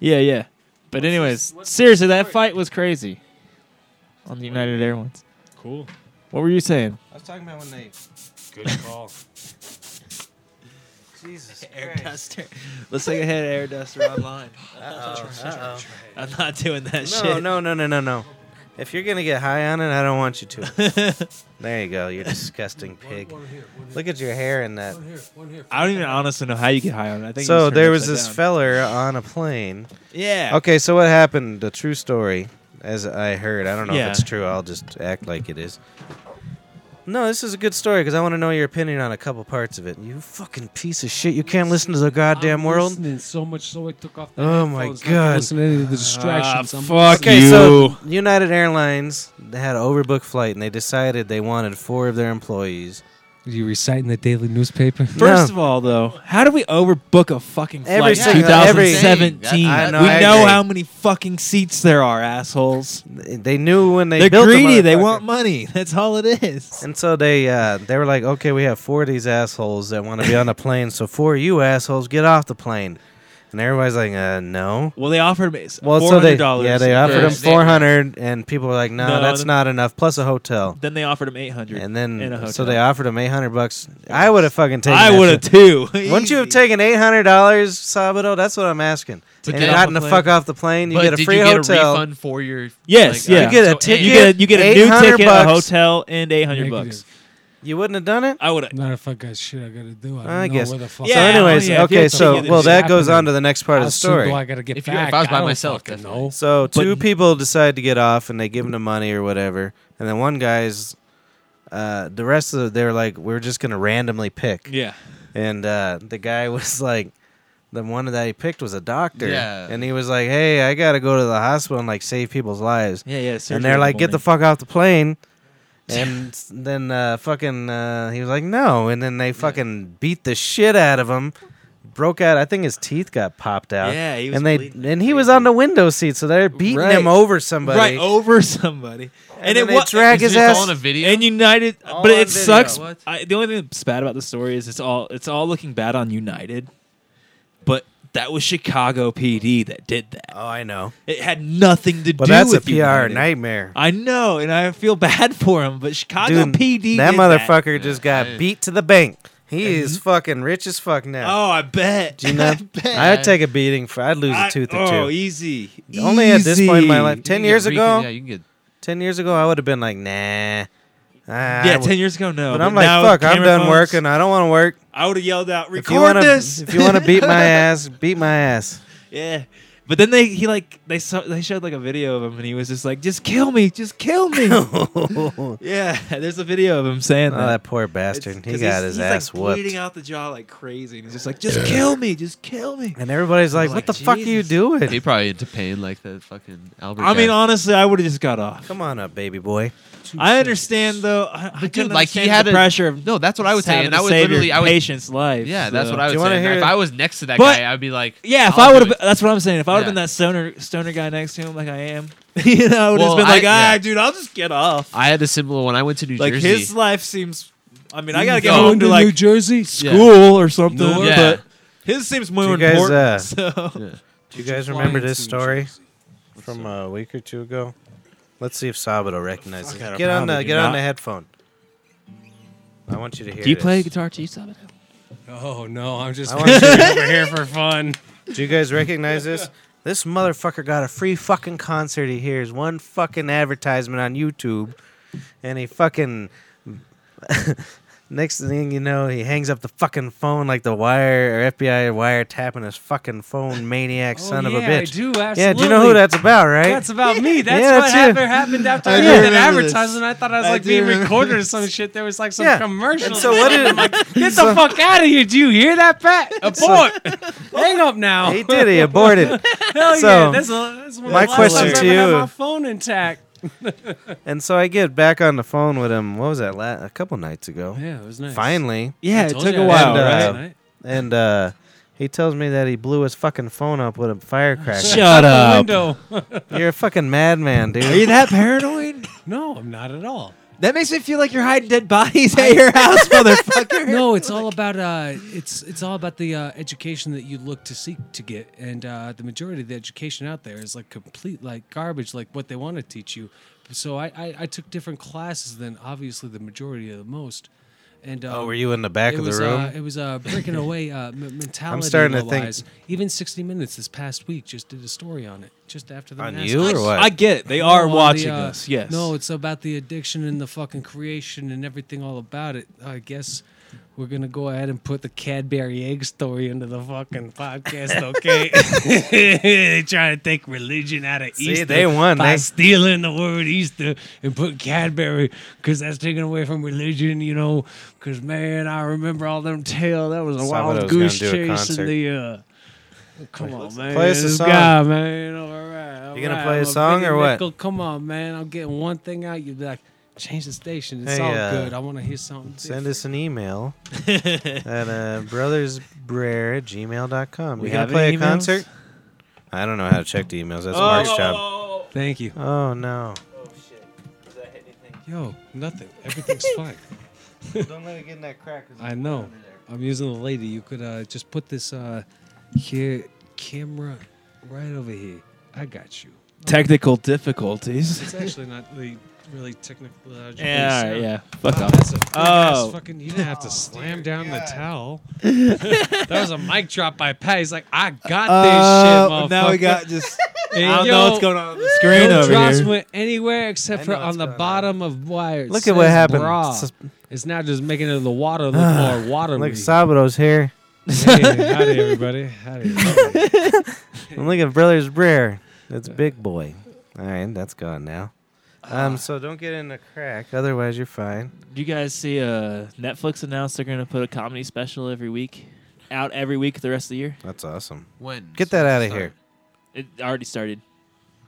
Speaker 2: Yeah, yeah. But anyways, seriously, that fight was crazy. On the United Air ones.
Speaker 4: Cool.
Speaker 2: What were you saying?
Speaker 3: I was talking about when they.
Speaker 4: Good call.
Speaker 3: Jesus
Speaker 2: duster. Let's take a head air duster online. I'm not doing that
Speaker 3: No, no, no, no, no, no. If you're gonna get high on it, I don't want you to. there you go. You disgusting pig. Look at your hair in that.
Speaker 2: I don't even honestly know how you get high on it. I think
Speaker 3: So there was this feller on a plane.
Speaker 2: yeah.
Speaker 3: Okay, so what happened? The true story, as I heard. I don't know
Speaker 2: Yeah.
Speaker 3: if it's true. I'll just act like it is. No, this is a good story because I want to know your opinion on a couple parts of it. You fucking piece of shit! You can't listen to the goddamn world.
Speaker 4: Listening so much so I took off. The
Speaker 3: Oh my
Speaker 4: headphones,
Speaker 3: God.
Speaker 4: Listening to the distractions. I'm
Speaker 2: Ah, fuck
Speaker 3: Okay,
Speaker 2: you.
Speaker 3: so United Airlines they had an overbooked flight and they decided they wanted four of their employees.
Speaker 4: You reciting the daily newspaper?
Speaker 2: First
Speaker 3: No.
Speaker 2: of all, though, how do we overbook a fucking flight?
Speaker 3: Every
Speaker 2: in
Speaker 3: single- every-
Speaker 2: 2017.
Speaker 6: I
Speaker 3: know,
Speaker 2: we
Speaker 3: I
Speaker 2: know
Speaker 3: agree.
Speaker 2: how many fucking seats there are, assholes.
Speaker 3: They knew when they
Speaker 2: They are
Speaker 3: built the
Speaker 2: greedy. They
Speaker 3: motherfucker.
Speaker 2: want money. That's all it is.
Speaker 3: And so they uh, they were like, okay, we have four of these assholes that want to be on the plane, so four of you assholes get off the plane. And everybody's like, uh, no.
Speaker 2: Well, they offered me
Speaker 3: Well,
Speaker 2: four
Speaker 3: so they
Speaker 2: hundred dollars.
Speaker 3: yeah they offered them
Speaker 6: first.
Speaker 3: four hundred, and people were like, no,
Speaker 2: No,
Speaker 3: that's
Speaker 2: th-
Speaker 3: not enough, plus a hotel.
Speaker 2: Then they offered him eight hundred.
Speaker 3: And
Speaker 2: in
Speaker 3: then
Speaker 2: a
Speaker 3: so
Speaker 2: hotel.
Speaker 3: they offered them eight hundred bucks. I would have fucking taken.
Speaker 2: I
Speaker 3: that
Speaker 2: would have
Speaker 3: shit.
Speaker 2: too.
Speaker 3: Wouldn't you have
Speaker 2: Easy.
Speaker 3: taken eight hundred dollars, Sabato? That's what I'm asking.
Speaker 6: To
Speaker 3: and
Speaker 6: get
Speaker 3: gotten
Speaker 2: off
Speaker 3: the
Speaker 2: the
Speaker 3: fuck off the plane, you
Speaker 6: but
Speaker 3: get a
Speaker 6: did
Speaker 3: free
Speaker 6: you
Speaker 3: hotel.
Speaker 6: get a refund for your?
Speaker 2: Yes, yeah.
Speaker 3: uh, You get a
Speaker 6: so- and-
Speaker 2: You get a, you get a new
Speaker 3: 800
Speaker 2: ticket, a
Speaker 3: bucks.
Speaker 2: hotel, and eight hundred bucks.
Speaker 3: You wouldn't have done it?
Speaker 2: I would have.
Speaker 4: Not if I got shit I gotta do. I, don't
Speaker 3: I
Speaker 4: know
Speaker 3: guess.
Speaker 4: where the fuck
Speaker 3: so,
Speaker 2: Yeah,
Speaker 4: I-
Speaker 3: anyways,
Speaker 2: oh, yeah, if you
Speaker 3: okay,
Speaker 2: had
Speaker 3: so,
Speaker 2: something
Speaker 3: well,
Speaker 2: that's
Speaker 3: that goes
Speaker 4: happening,
Speaker 3: on to the next part of
Speaker 4: how
Speaker 3: the
Speaker 4: soon
Speaker 3: story.
Speaker 4: Do I gotta get
Speaker 6: If you- if
Speaker 4: back.
Speaker 6: I was by
Speaker 4: don't
Speaker 6: myself,
Speaker 4: fucking
Speaker 6: definitely.
Speaker 4: know.
Speaker 3: So two people decide to get off and they give him the money or whatever, and then one guy's uh, the rest of the, they're like, we're just gonna randomly pick,
Speaker 2: Yeah.
Speaker 3: and uh, the guy was like, the one that he picked was a doctor,
Speaker 6: Yeah.
Speaker 3: and he was like, hey, I gotta go to the hospital and like save people's lives,
Speaker 2: Yeah, yeah. surgery
Speaker 3: and they're
Speaker 2: in
Speaker 3: like, get the
Speaker 2: morning.
Speaker 3: fuck off the plane. And s- then uh, fucking, uh, he was like, no. And then they fucking beat the shit out of him. Broke out. I think his teeth got popped out.
Speaker 2: Yeah, he was
Speaker 3: and they
Speaker 2: bleeding
Speaker 3: and he was on the window seat, so they're beating
Speaker 2: Right.
Speaker 3: him over somebody.
Speaker 2: right Oh. over somebody, and,
Speaker 3: then
Speaker 2: it
Speaker 3: they
Speaker 2: was
Speaker 3: drag his
Speaker 6: Is this all
Speaker 3: ass.
Speaker 6: in a video?
Speaker 2: and United,
Speaker 3: All
Speaker 2: but
Speaker 3: on
Speaker 2: it
Speaker 3: video.
Speaker 2: sucks.
Speaker 6: What?
Speaker 2: I, the only thing that's bad about the story is it's all it's all looking bad on United, but that was Chicago PD that did that.
Speaker 3: oh, I know.
Speaker 2: It had nothing to
Speaker 3: But
Speaker 2: do
Speaker 3: that's a
Speaker 2: with
Speaker 3: PR
Speaker 2: United.
Speaker 3: nightmare.
Speaker 2: I know, and I feel bad for him, but Chicago
Speaker 3: Dude,
Speaker 2: PD
Speaker 3: that
Speaker 2: did
Speaker 3: motherfucker just
Speaker 6: Yeah,
Speaker 3: got
Speaker 6: I-
Speaker 3: beat to the bank. He is fucking rich as fuck now.
Speaker 2: Oh, I bet.
Speaker 3: Do you know? I'd take a beating for. I'd lose a
Speaker 2: I-
Speaker 3: tooth or two.
Speaker 2: oh, easy.
Speaker 3: Only at this point in my
Speaker 2: Easy.
Speaker 3: life,
Speaker 6: You can
Speaker 3: ten
Speaker 6: get
Speaker 3: years
Speaker 6: recon-
Speaker 3: ago,
Speaker 6: Yeah, you can get.
Speaker 3: ten years ago, I would have been like, nah.
Speaker 2: Yeah, ten years ago, no.
Speaker 3: But I'm like,
Speaker 2: now
Speaker 3: fuck, I'm
Speaker 2: camera
Speaker 3: done
Speaker 2: phones,
Speaker 3: working. I don't want to work.
Speaker 2: I would have yelled out,
Speaker 3: If you
Speaker 2: "Record
Speaker 3: want
Speaker 2: this!"
Speaker 3: to, if you want to beat my ass, beat my ass.
Speaker 2: Yeah. But then they he like they saw they showed like a video of him and he was just like, just kill me, just kill me.
Speaker 3: oh,
Speaker 2: yeah, there's a video of him saying that.
Speaker 3: that poor bastard.
Speaker 2: It's-
Speaker 3: He
Speaker 2: 'cause
Speaker 3: got
Speaker 2: he's-
Speaker 3: his
Speaker 2: he's,
Speaker 3: ass
Speaker 2: like,
Speaker 3: whooped.
Speaker 2: bleeding out the jaw like crazy, and he's just like, just kill me, just kill me.
Speaker 3: And everybody's like, "What the fuck are you
Speaker 6: He
Speaker 3: doing?"
Speaker 6: probably into pain like the fucking Albert.
Speaker 2: I mean,
Speaker 6: guy.
Speaker 2: honestly, I would have just got off.
Speaker 3: Come on up, baby boy.
Speaker 2: I understand though. I, I
Speaker 6: But dude,
Speaker 2: couldn't
Speaker 6: like he
Speaker 2: understand
Speaker 6: had
Speaker 2: the
Speaker 6: a-
Speaker 2: pressure. Of
Speaker 6: no, that's what I was saying.
Speaker 2: having to
Speaker 6: I was
Speaker 2: save
Speaker 6: literally,
Speaker 2: your
Speaker 6: I was,
Speaker 2: patient's life.
Speaker 6: yeah, that's
Speaker 2: so.
Speaker 6: what I
Speaker 3: Do
Speaker 6: was
Speaker 3: you wanna
Speaker 6: saying.
Speaker 3: hear-
Speaker 6: If I was next to that
Speaker 2: But-
Speaker 6: guy, I'd be like,
Speaker 2: Yeah, if
Speaker 6: I'll
Speaker 2: I would
Speaker 6: do
Speaker 2: have,
Speaker 6: it.
Speaker 2: that's what I'm saying. If I would have
Speaker 6: Yeah.
Speaker 2: been that stoner stoner guy next to him, like I am, you know, I would have
Speaker 6: Well,
Speaker 2: been
Speaker 6: I-
Speaker 2: like, ah,
Speaker 6: yeah.
Speaker 2: dude, I'll just get off.
Speaker 6: I had a similar one. I went to New
Speaker 2: like
Speaker 6: Jersey.
Speaker 2: his life seems. I mean, I gotta get
Speaker 6: go
Speaker 2: home to
Speaker 4: New
Speaker 2: like
Speaker 4: Jersey.
Speaker 6: Yeah.
Speaker 2: school or something.
Speaker 6: Yeah.
Speaker 2: But his seems more
Speaker 3: You guys,
Speaker 2: important.
Speaker 3: uh,
Speaker 2: so
Speaker 3: Do you guys remember this story
Speaker 6: up?
Speaker 3: from a week or two ago? Let's see if Sabado recognizes.
Speaker 2: Fuck, I
Speaker 3: it. Get on the
Speaker 2: probably do
Speaker 3: get on
Speaker 2: not.
Speaker 3: the headphone. I want you to hear. this.
Speaker 2: guitar to you, Sabado?
Speaker 4: Oh no, I'm just
Speaker 3: I want you to-
Speaker 4: over here for fun.
Speaker 3: Do you guys recognize this? This motherfucker got a free fucking concert. He hears one fucking advertisement on YouTube, and he fucking. Next thing you know, he hangs up the fucking phone like the wire or FBI wire tapping his fucking phone, maniac son
Speaker 4: oh,
Speaker 3: of a
Speaker 4: yeah, I
Speaker 3: bitch.
Speaker 4: do absolutely.
Speaker 3: yeah, do you know who that's about, right?
Speaker 4: That's about me. That's
Speaker 3: Yeah,
Speaker 4: what
Speaker 3: that's you.
Speaker 4: happened, happened after I,
Speaker 3: do
Speaker 4: heard that
Speaker 2: remember this.
Speaker 4: advertisement. I thought I was
Speaker 2: I
Speaker 4: like
Speaker 2: do
Speaker 4: being
Speaker 2: remember
Speaker 4: recorded or some shit. There was like some
Speaker 3: Yeah.
Speaker 4: commercial.
Speaker 3: And so what did
Speaker 4: I'm like, get the fuck out of here. Do you hear that, Pat? Abort. Hang up now.
Speaker 3: he did. He aborted.
Speaker 4: Hell yeah.
Speaker 3: So,
Speaker 4: That's, a, that's one of
Speaker 3: my
Speaker 4: the last
Speaker 3: question
Speaker 4: times I
Speaker 3: to
Speaker 4: ever had
Speaker 3: you-
Speaker 4: my phone intact.
Speaker 3: And so I get back on the phone with him. What was that? La- a couple nights ago.
Speaker 4: Yeah, it was nice.
Speaker 3: Finally,
Speaker 2: Yeah,
Speaker 4: I
Speaker 2: it
Speaker 4: told
Speaker 2: took
Speaker 4: you
Speaker 2: a
Speaker 4: I had
Speaker 3: And,
Speaker 2: while, right?
Speaker 4: it
Speaker 3: uh,
Speaker 4: tonight.
Speaker 3: and uh, he tells me that he blew his fucking phone up with a firecracker.
Speaker 2: Shut up.
Speaker 4: Window.
Speaker 3: You're a fucking madman, dude.
Speaker 2: Are you that paranoid?
Speaker 4: No, I'm not at all.
Speaker 2: That makes me feel like you're hiding dead bodies at your house, motherfucker.
Speaker 4: No, it's all about uh, it's it's all about the uh, education that you look to seek to get, and uh, the majority of the education out there is like complete like garbage, like what they want to teach you. So I, I, I took different classes than obviously the majority of the most. And um,
Speaker 3: oh, were you in the back
Speaker 4: it
Speaker 3: of the
Speaker 4: was,
Speaker 3: room?
Speaker 4: Uh, it was uh, breaking away uh, m- mentality.
Speaker 3: starting to think-
Speaker 4: wise. Even 60 Minutes this past week just did a story on it, just after the
Speaker 3: On
Speaker 4: mass-
Speaker 3: you or what?
Speaker 2: I get it. They are
Speaker 4: no, on the,
Speaker 2: watching
Speaker 4: uh,
Speaker 2: us. Yes.
Speaker 4: No, it's about the addiction and the fucking creation and everything all about it. I guess we're gonna go ahead and put the Cadbury egg story into the fucking podcast, okay? They're trying to take religion out of
Speaker 3: See,
Speaker 4: Easter
Speaker 3: they won. eh?
Speaker 4: by
Speaker 3: They-
Speaker 4: stealing the word Easter and put Cadbury because that's taken away from religion, you know. Because man, I remember all them tales. That was a
Speaker 3: Somebody
Speaker 4: wild
Speaker 3: was gonna
Speaker 4: goose
Speaker 3: do a
Speaker 4: chase
Speaker 3: concert.
Speaker 4: in the. Uh, Come on, man.
Speaker 3: play us a
Speaker 4: this
Speaker 3: song.
Speaker 4: guy, man. All right. all
Speaker 3: You gonna
Speaker 4: right,
Speaker 3: play a
Speaker 4: I'm
Speaker 3: song
Speaker 4: big
Speaker 3: or what?
Speaker 4: nickel. Come on, man. I'm getting one thing out. You'd be like, change the station. It's
Speaker 3: Hey,
Speaker 4: all
Speaker 3: uh,
Speaker 4: good. I want to hear something.
Speaker 3: Send
Speaker 4: different."
Speaker 3: us an email at uh, brothersbrer at gmail.com.
Speaker 2: We
Speaker 3: you going
Speaker 2: have
Speaker 3: to play a
Speaker 2: any emails?
Speaker 3: concert? I don't know how to check the emails. That's Mark's job.
Speaker 4: Thank you.
Speaker 3: Oh, no.
Speaker 4: Yo, nothing. Everything's fine.
Speaker 3: Don't let it get in that crack.
Speaker 4: I know. I'm using the lady. You could uh, just put this uh, here camera right over here. I got you.
Speaker 2: Technical difficulties.
Speaker 4: It's actually not the really technical. Uh,
Speaker 2: Yeah, all right, yeah. Fuck
Speaker 4: Wow,
Speaker 2: off.
Speaker 4: that's a big ass
Speaker 2: Oh.
Speaker 4: fucking, you didn't have to slam down the towel. that was a mic drop by Pat. He's like, I got
Speaker 2: Uh,
Speaker 3: Oh,
Speaker 4: this shit, motherfucker.
Speaker 2: now we got just. I
Speaker 4: Hey,
Speaker 2: don't
Speaker 4: yo,
Speaker 2: know what's going on on the screen
Speaker 4: no
Speaker 2: over
Speaker 4: drops
Speaker 2: here.
Speaker 4: went anywhere except
Speaker 3: I
Speaker 4: for
Speaker 3: know what's
Speaker 4: on the
Speaker 3: going on.
Speaker 4: bottom of wires.
Speaker 3: Look at what happened.
Speaker 4: Bra.
Speaker 3: Sus-
Speaker 4: It's not just making it the water look more watery.
Speaker 3: Look, Sabado's here.
Speaker 4: hey, howdy, everybody. Howdy, everybody.
Speaker 3: And look at Brothers Brer. That's Big Boy. All right, that's gone now. Um, so don't get in a crack, otherwise you're fine.
Speaker 2: Do you guys see uh, Netflix announced they're going to put a comedy special every week, out every week the rest of the year?
Speaker 3: That's awesome.
Speaker 6: When?
Speaker 3: Get that outta
Speaker 6: Sorry.
Speaker 3: here.
Speaker 2: It already started.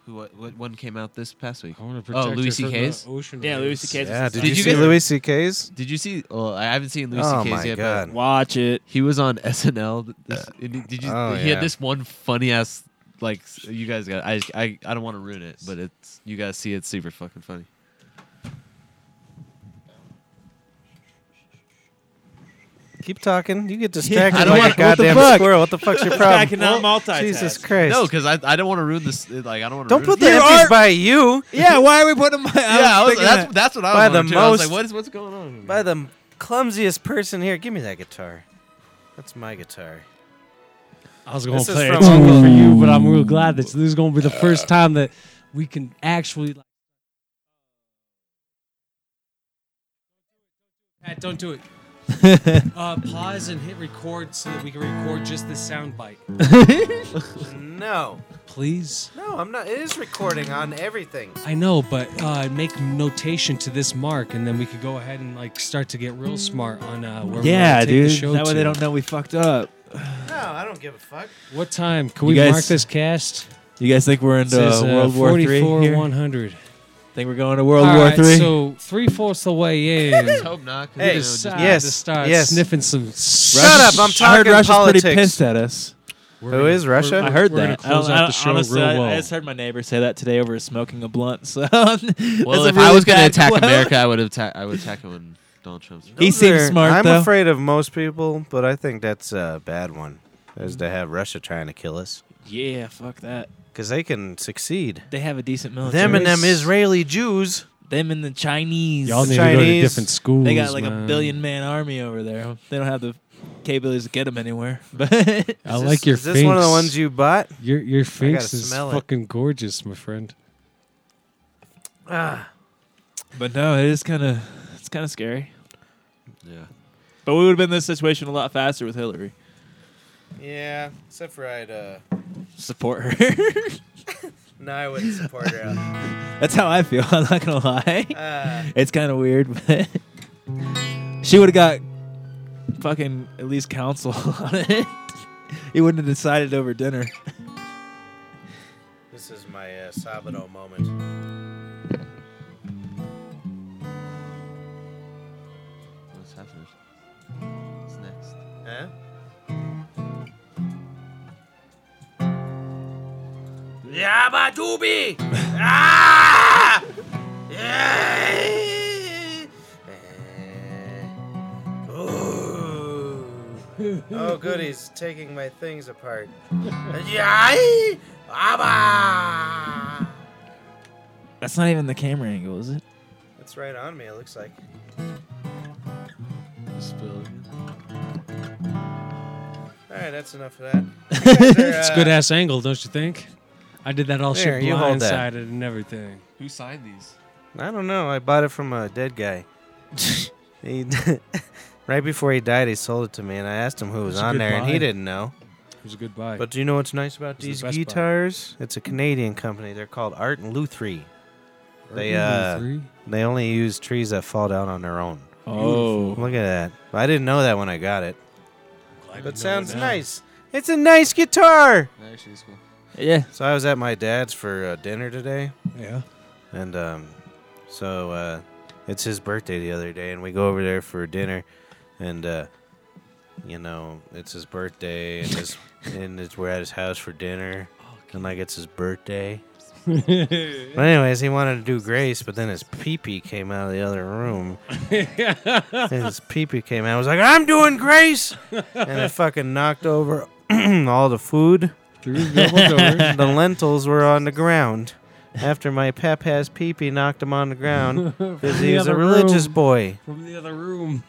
Speaker 6: Who? What, what one came out this past week?
Speaker 4: I want to
Speaker 6: Oh,
Speaker 4: protect her
Speaker 6: Louis
Speaker 4: from the
Speaker 6: CK's?
Speaker 4: ocean
Speaker 2: Yeah, Louis
Speaker 4: waves.
Speaker 2: C.K. 's
Speaker 3: Yeah,
Speaker 2: is-
Speaker 3: did,
Speaker 6: Did
Speaker 3: you
Speaker 6: you
Speaker 3: see
Speaker 6: get-
Speaker 3: Louis C.K.'s?
Speaker 6: Did you see? Well, I haven't seen Lucy
Speaker 3: Oh
Speaker 6: K's
Speaker 3: my
Speaker 6: yet,
Speaker 3: god.
Speaker 6: but
Speaker 2: Watch it.
Speaker 6: he was on SNL. This, and did you?
Speaker 3: Oh,
Speaker 6: he
Speaker 3: yeah.
Speaker 6: had this one funny ass. Like s- you guys got. I I, I don't want to ruin it, but it's you guys see it's super fucking funny.
Speaker 3: Keep talking. You get distracted
Speaker 6: I don't
Speaker 3: like
Speaker 6: wanna-
Speaker 3: a
Speaker 6: what the
Speaker 3: goddamn
Speaker 6: fuck?
Speaker 3: squirrel. What the fuck's your problem?
Speaker 2: I cannot multitask.
Speaker 3: Jesus Christ.
Speaker 6: No, because I, I don't want to ruin this. it- Like I don't want to.
Speaker 3: don't put
Speaker 6: it.
Speaker 3: the empties by you,
Speaker 2: Yeah, why are we putting my?
Speaker 6: Yeah, I was, that's that's what I was
Speaker 3: by the
Speaker 6: wondering, too. I was like,
Speaker 3: most-
Speaker 6: what is what's going on?
Speaker 3: by the clumsiest person here. Give me that guitar. That's my guitar.
Speaker 4: I was going
Speaker 3: This
Speaker 4: to
Speaker 3: is
Speaker 4: play a
Speaker 3: from-
Speaker 4: song for you, but I'm real glad that this is going to be the first time that we can actually. Like, Pat, don't do it. uh, pause and hit record so that we can record just the sound bite.
Speaker 3: No,
Speaker 4: Please?
Speaker 3: no, I'm not. It is recording on everything.
Speaker 4: I know, but uh, make notation to this mark, and then we could go ahead and like start to get real smart on uh, where we're gonna
Speaker 2: Yeah,
Speaker 4: take
Speaker 2: dude.
Speaker 4: the show
Speaker 2: That way
Speaker 4: to.
Speaker 2: they don't know we fucked up.
Speaker 3: No, I don't give a fuck.
Speaker 4: What time? Can
Speaker 2: You
Speaker 4: we mark
Speaker 2: guys-
Speaker 4: this cast?
Speaker 2: You guys think we're
Speaker 4: It
Speaker 2: into
Speaker 4: says, uh,
Speaker 2: World War Three
Speaker 4: 44,
Speaker 2: here?
Speaker 4: 100.
Speaker 2: Think we're going to World
Speaker 4: All
Speaker 2: War
Speaker 4: right,
Speaker 2: Three?
Speaker 4: So three fourths of the way in,
Speaker 6: I hope not. 'cause,
Speaker 3: Hey,
Speaker 6: you know, just-
Speaker 4: decide
Speaker 3: yes,
Speaker 4: to start
Speaker 3: yes.
Speaker 4: sniffing some.
Speaker 3: Shut up! I'm
Speaker 2: I heard
Speaker 3: talking
Speaker 2: Russia's
Speaker 3: politics.
Speaker 2: pretty pissed at us.
Speaker 3: Who is Russia?
Speaker 2: I heard
Speaker 4: we're gonna
Speaker 2: that. I
Speaker 4: close out
Speaker 2: don't- I
Speaker 4: the
Speaker 2: don't-
Speaker 4: show
Speaker 2: honestly,
Speaker 4: real
Speaker 2: I- I,
Speaker 4: well.
Speaker 2: just heard my neighbor say that today over smoking a blunt. So, well,
Speaker 6: well, if I was gonna attack America, I would attack. I would attack it when Donald Trump's.
Speaker 2: He
Speaker 3: Those
Speaker 2: seems smart,
Speaker 3: I'm
Speaker 2: though.
Speaker 3: afraid of most people, but I think that's a bad one. Is to have Russia trying to kill us
Speaker 2: yeah, fuck that.
Speaker 3: because they can succeed.
Speaker 2: They have a decent military.
Speaker 3: Them and them Israeli Jews.
Speaker 2: them and the Chinese.
Speaker 4: Y'all need
Speaker 3: The
Speaker 4: to go to
Speaker 3: Chinese,
Speaker 4: different schools.
Speaker 2: They got like
Speaker 4: man.
Speaker 2: a billion man army over there. They don't have the capabilities to get them anywhere. But
Speaker 4: I
Speaker 3: Is
Speaker 4: like
Speaker 3: this-
Speaker 4: your
Speaker 3: Is this one of the
Speaker 4: finks.
Speaker 3: ones you bought?
Speaker 4: Your your face
Speaker 3: gotta
Speaker 4: is
Speaker 3: smell it.
Speaker 4: fucking gorgeous, my friend.
Speaker 2: but no, it is kind of it's kind of scary.
Speaker 6: Yeah.
Speaker 2: But we would have been in this situation a lot faster with Hillary.
Speaker 3: Yeah, except for I'd. Uh,
Speaker 2: Support her.
Speaker 3: no, I wouldn't support her.
Speaker 2: That's how I feel. I'm not gonna lie.
Speaker 3: Uh,
Speaker 2: It's kind of weird, but she would have got fucking at least counsel on it. He wouldn't have decided over dinner.
Speaker 3: this is my uh, Sabado moment.
Speaker 6: What's happening? What's next?
Speaker 3: Huh? Ah! Oh, good, he's taking my things apart. Yai! Abba!
Speaker 2: That's not even the camera angle, is it?
Speaker 3: It's right on me, it looks like. Alright, that's enough of that.
Speaker 4: It's a
Speaker 3: uh,
Speaker 4: good ass angle, don't you think? I did that all
Speaker 3: There,
Speaker 4: shit
Speaker 3: you hold that.
Speaker 4: blindsided and everything.
Speaker 6: Who signed these?
Speaker 3: I don't know. I bought it from a dead guy. he, right before he died, he sold it to me, and I asked him who was
Speaker 4: It's a
Speaker 3: on
Speaker 4: good
Speaker 3: there, and he
Speaker 4: buy.
Speaker 3: didn't know.
Speaker 4: It was a good buy.
Speaker 3: But do you know what's nice about
Speaker 4: It's the
Speaker 3: these
Speaker 4: best buy.
Speaker 3: guitars? It's a Canadian company. They're called Art and Luthrie. they, uh,
Speaker 4: Three?
Speaker 3: They only use trees that fall down on their own.
Speaker 2: Oh.
Speaker 3: Look at that. I didn't know that when I got it.
Speaker 4: Glad you know
Speaker 3: But sounds
Speaker 4: now.
Speaker 3: nice. It's a nice guitar.
Speaker 6: That actually is cool.
Speaker 2: Yeah.
Speaker 3: So I was at my dad's for uh, dinner today,
Speaker 4: Yeah.
Speaker 3: and um, so uh, it's his birthday the other day, and we go over there for dinner, and uh, you know it's his birthday, and, his, and it's, we're at his house for dinner, and like it's his birthday. But anyways, he wanted to do grace, but then his pee-pee came out of the other room. and his pee-pee came out. I was like, "I'm doing grace," and it fucking knocked over all the food.
Speaker 4: Through the double door.
Speaker 3: The lentils were on the ground. After my papa's pee-pee knocked him on the ground, because he
Speaker 4: the
Speaker 3: was a
Speaker 4: other
Speaker 3: religious
Speaker 4: room.
Speaker 3: boy.
Speaker 4: From the other room.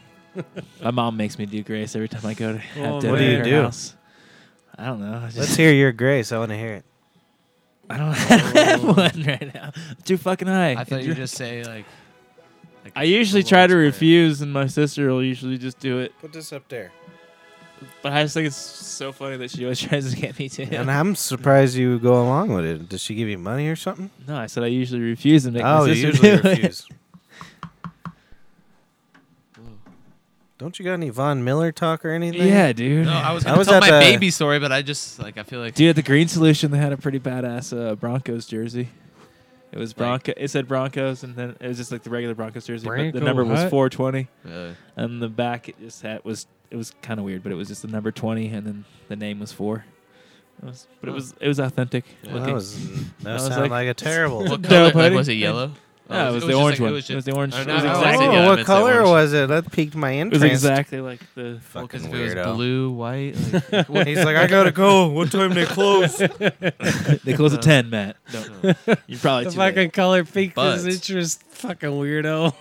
Speaker 2: My mom makes me do grace every time I go to have
Speaker 4: Oh,
Speaker 2: dinner
Speaker 3: What do
Speaker 2: at
Speaker 3: you
Speaker 2: her
Speaker 3: do?
Speaker 2: house. I don't know. I,
Speaker 3: Let's
Speaker 2: just,
Speaker 3: hear your grace. I want to hear it.
Speaker 4: Oh.
Speaker 2: I don't have one right now. I'm too fucking high.
Speaker 6: I thought you were just say like
Speaker 2: I usually try to refuse, and my sister will usually just do it.
Speaker 3: Put this up there.
Speaker 2: But I just think it's so funny that she always tries to get me to.
Speaker 3: And I'm surprised you go along with it. Does she give you money or something?
Speaker 2: no, I said I usually refuse and make
Speaker 3: oh,
Speaker 2: my
Speaker 3: you
Speaker 2: sister
Speaker 3: usually
Speaker 2: do it.
Speaker 3: refuse. Don't you got any Von Miller talk or anything?
Speaker 2: Yeah, dude.
Speaker 6: No, I was
Speaker 3: I
Speaker 6: gonna
Speaker 3: was
Speaker 6: tell
Speaker 3: at
Speaker 6: my
Speaker 3: the-
Speaker 6: baby story, but I just like I feel like
Speaker 2: Dude, at the Green Solution, they had a pretty badass uh, Broncos jersey. It was
Speaker 6: Like-
Speaker 2: Bronco. It said Broncos, and then it was just like the regular Broncos jersey, but
Speaker 4: Bronco
Speaker 2: the number was
Speaker 4: what?
Speaker 2: 420,
Speaker 6: uh,
Speaker 2: and the back it just had was it was kind of weird, but it was just the number 20, and then the name was four. It was, but it
Speaker 6: Huh.
Speaker 2: was it was authentic.
Speaker 6: Yeah.
Speaker 3: That
Speaker 2: looking.
Speaker 3: was that,
Speaker 2: was
Speaker 3: sounded
Speaker 2: like-
Speaker 3: like, a terrible.
Speaker 6: what
Speaker 2: No,
Speaker 6: color? Like,
Speaker 2: buddy.
Speaker 6: was it yellow? Oh,
Speaker 2: Yeah, it was the
Speaker 6: just
Speaker 2: orange
Speaker 6: like-
Speaker 2: one. It was the orange-
Speaker 6: or
Speaker 2: it
Speaker 6: no,
Speaker 2: was
Speaker 6: I said
Speaker 2: exactly- Oh,
Speaker 6: the
Speaker 3: oh,
Speaker 6: other
Speaker 3: what
Speaker 6: one's the
Speaker 3: color
Speaker 6: orange.
Speaker 3: was it? That piqued my
Speaker 2: it was
Speaker 3: interest.
Speaker 2: exactly like the.
Speaker 6: Well, 'cause if
Speaker 3: Fucking
Speaker 6: it
Speaker 3: weirdo.
Speaker 6: was blue, white, like,
Speaker 3: He's like, I gotta go. What time they close?
Speaker 2: They close at ten, Matt. No,
Speaker 6: no,
Speaker 2: you probably
Speaker 4: The
Speaker 2: too late.
Speaker 4: fucking color piqued
Speaker 6: But-
Speaker 4: his interest. Fucking weirdo.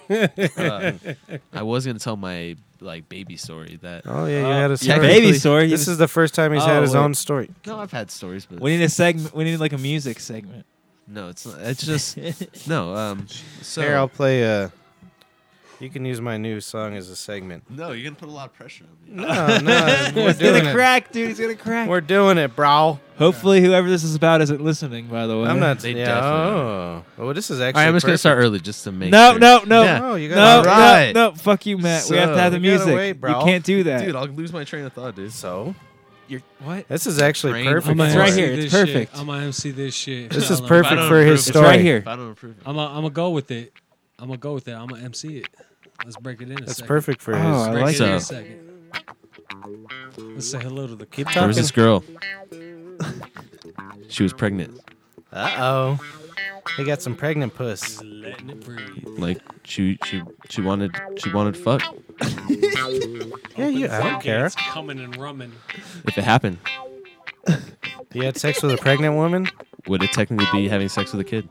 Speaker 6: uh, I was gonna tell my like baby story that.
Speaker 3: Oh yeah, you had a
Speaker 2: yeah,
Speaker 3: story.
Speaker 2: baby story.
Speaker 3: This is the first time he's
Speaker 2: Oh,
Speaker 3: had his
Speaker 2: wait.
Speaker 3: own story.
Speaker 6: No, I've had stories, but
Speaker 2: we need a segment. We need like a music segment.
Speaker 6: no, it's not. It's just no. Um, so
Speaker 3: Here, I'll play. Uh, you can use my new song as a segment.
Speaker 6: no, you're gonna put a lot of pressure on me.
Speaker 3: No, no, we're doing it.
Speaker 2: crack, dude. He's gonna crack.
Speaker 3: We're doing it, bro.
Speaker 2: Hopefully, whoever this is about isn't listening. By the way,
Speaker 3: I'm not.
Speaker 6: They
Speaker 3: yeah,
Speaker 6: definitely
Speaker 3: oh. Well, this is actually.
Speaker 6: All right, I'm just gonna
Speaker 3: perfect.
Speaker 6: start early just to make.
Speaker 2: No,
Speaker 6: sure.
Speaker 2: no, no,
Speaker 6: Yeah.
Speaker 3: No, you
Speaker 2: No,
Speaker 3: got
Speaker 6: All
Speaker 3: to
Speaker 6: right.
Speaker 2: no, no, fuck you, Matt. we have to have the
Speaker 6: So-
Speaker 3: You gotta
Speaker 2: music.
Speaker 3: wait, bro.
Speaker 2: you can't do that.
Speaker 6: dude, I'll lose my train of thought, dude.
Speaker 3: So
Speaker 2: You're, what?
Speaker 3: this is actually
Speaker 6: Brain
Speaker 3: perfect.
Speaker 6: I'ma
Speaker 4: I'ma
Speaker 2: It's
Speaker 3: for
Speaker 2: right
Speaker 3: it.
Speaker 4: MC
Speaker 2: here. It's
Speaker 4: this shit.
Speaker 2: perfect.
Speaker 4: I'ma MC this shit.
Speaker 3: This
Speaker 4: Yeah,
Speaker 3: is
Speaker 4: I'll-
Speaker 6: If I
Speaker 3: perfect
Speaker 6: don't
Speaker 3: for his
Speaker 6: approve it-
Speaker 3: story.
Speaker 2: It's right here.
Speaker 6: If I don't approve it.
Speaker 4: I'm gonna go with it. I'm gonna go with it. I'm gonna MC it. Let's break it in. A
Speaker 3: That's
Speaker 4: second.
Speaker 3: perfect for his.
Speaker 2: I
Speaker 4: Break
Speaker 2: like
Speaker 4: it in a
Speaker 6: So-
Speaker 4: second. Let's say hello to the
Speaker 3: Keep
Speaker 6: There
Speaker 4: keep
Speaker 3: talking.
Speaker 6: was this girl. She was pregnant.
Speaker 3: Uh oh. He got some pregnant puss.
Speaker 4: letting it breathe.
Speaker 6: Like she she she wanted she wanwanted fuck.
Speaker 3: Yeah, you, I don't care.
Speaker 4: It's coming and rumming.
Speaker 6: If it happened,
Speaker 3: You had sex with a pregnant woman?
Speaker 6: would it technically be having sex with a kid?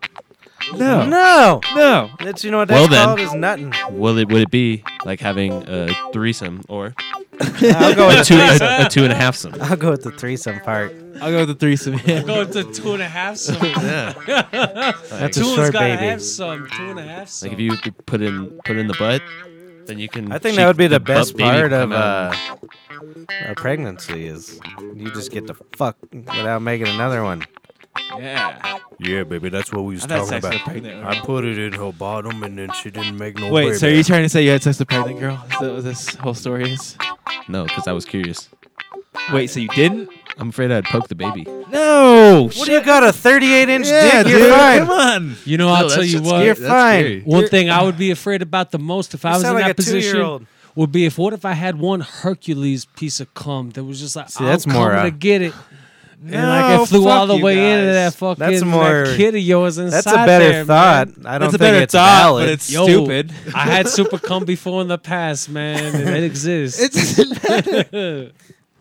Speaker 2: No, no,
Speaker 3: No.
Speaker 2: no.
Speaker 3: That's you know what that's
Speaker 6: Well, then.
Speaker 3: called is nothing.
Speaker 6: Will it would it be like having a threesome or
Speaker 3: I'll go
Speaker 6: a
Speaker 3: with
Speaker 6: two
Speaker 3: the,
Speaker 6: a, a two and a half some?
Speaker 3: I'll go with the threesome part.
Speaker 2: I'll go with the threesome.
Speaker 4: Go to two and a half some.
Speaker 6: Yeah. Like,
Speaker 3: That's a
Speaker 4: Two's
Speaker 3: short
Speaker 4: gotta
Speaker 3: baby.
Speaker 4: have some. Two and a half some.
Speaker 6: like if you could put in put in the butt, then you can.
Speaker 3: I think
Speaker 6: she-
Speaker 3: that would be the
Speaker 6: butt
Speaker 3: best
Speaker 6: baby
Speaker 3: part
Speaker 6: would
Speaker 3: of
Speaker 6: come out.
Speaker 3: uh, a pregnancy is you just get to fuck without making another one.
Speaker 2: yeah.
Speaker 8: Yeah, baby, that's what we was
Speaker 6: Oh,
Speaker 2: I've
Speaker 8: talking
Speaker 2: had sex
Speaker 8: about.
Speaker 2: with a pregnant
Speaker 8: I
Speaker 2: girl.
Speaker 8: put it in her bottom, and then she didn't make no.
Speaker 2: Wait,
Speaker 8: baby.
Speaker 2: so are you trying to say you had sex with a pregnant girl? Is that what this whole story is?
Speaker 3: uh,
Speaker 6: no, because I was curious.
Speaker 2: Wait, so you didn't?
Speaker 6: I'm afraid I'd poke the baby.
Speaker 2: No.
Speaker 3: What do you got a 38 inch
Speaker 2: yeah,
Speaker 3: dick? You're
Speaker 2: dude.
Speaker 3: fine.
Speaker 2: Come on.
Speaker 4: You know, I'll
Speaker 6: No,
Speaker 4: tell
Speaker 6: that's-
Speaker 4: you
Speaker 6: that's
Speaker 4: what.
Speaker 3: You're
Speaker 6: scary. That's
Speaker 3: fine.
Speaker 6: scary.
Speaker 4: One thing I would be afraid about the most if I was in
Speaker 3: sound
Speaker 4: that
Speaker 3: like a
Speaker 4: position
Speaker 3: two-year-old.
Speaker 4: would be if what if I had one Hercules piece of cum that was just like
Speaker 3: See,
Speaker 4: I'm
Speaker 3: that's more,
Speaker 4: coming
Speaker 3: uh,
Speaker 4: to get it. and
Speaker 2: No,
Speaker 4: like it flew
Speaker 2: fuck
Speaker 4: all the
Speaker 2: you
Speaker 4: way into
Speaker 2: guys.
Speaker 4: that fucking
Speaker 3: That's more-
Speaker 4: that kid of yours inside
Speaker 3: That's a better
Speaker 4: there,
Speaker 3: thought.
Speaker 4: man.
Speaker 3: I don't
Speaker 2: That's a
Speaker 3: think
Speaker 2: better
Speaker 3: it's
Speaker 2: thought,
Speaker 3: valid.
Speaker 2: but it's
Speaker 4: Yo,
Speaker 2: stupid.
Speaker 4: I had super cum before in the past, man. and It exists.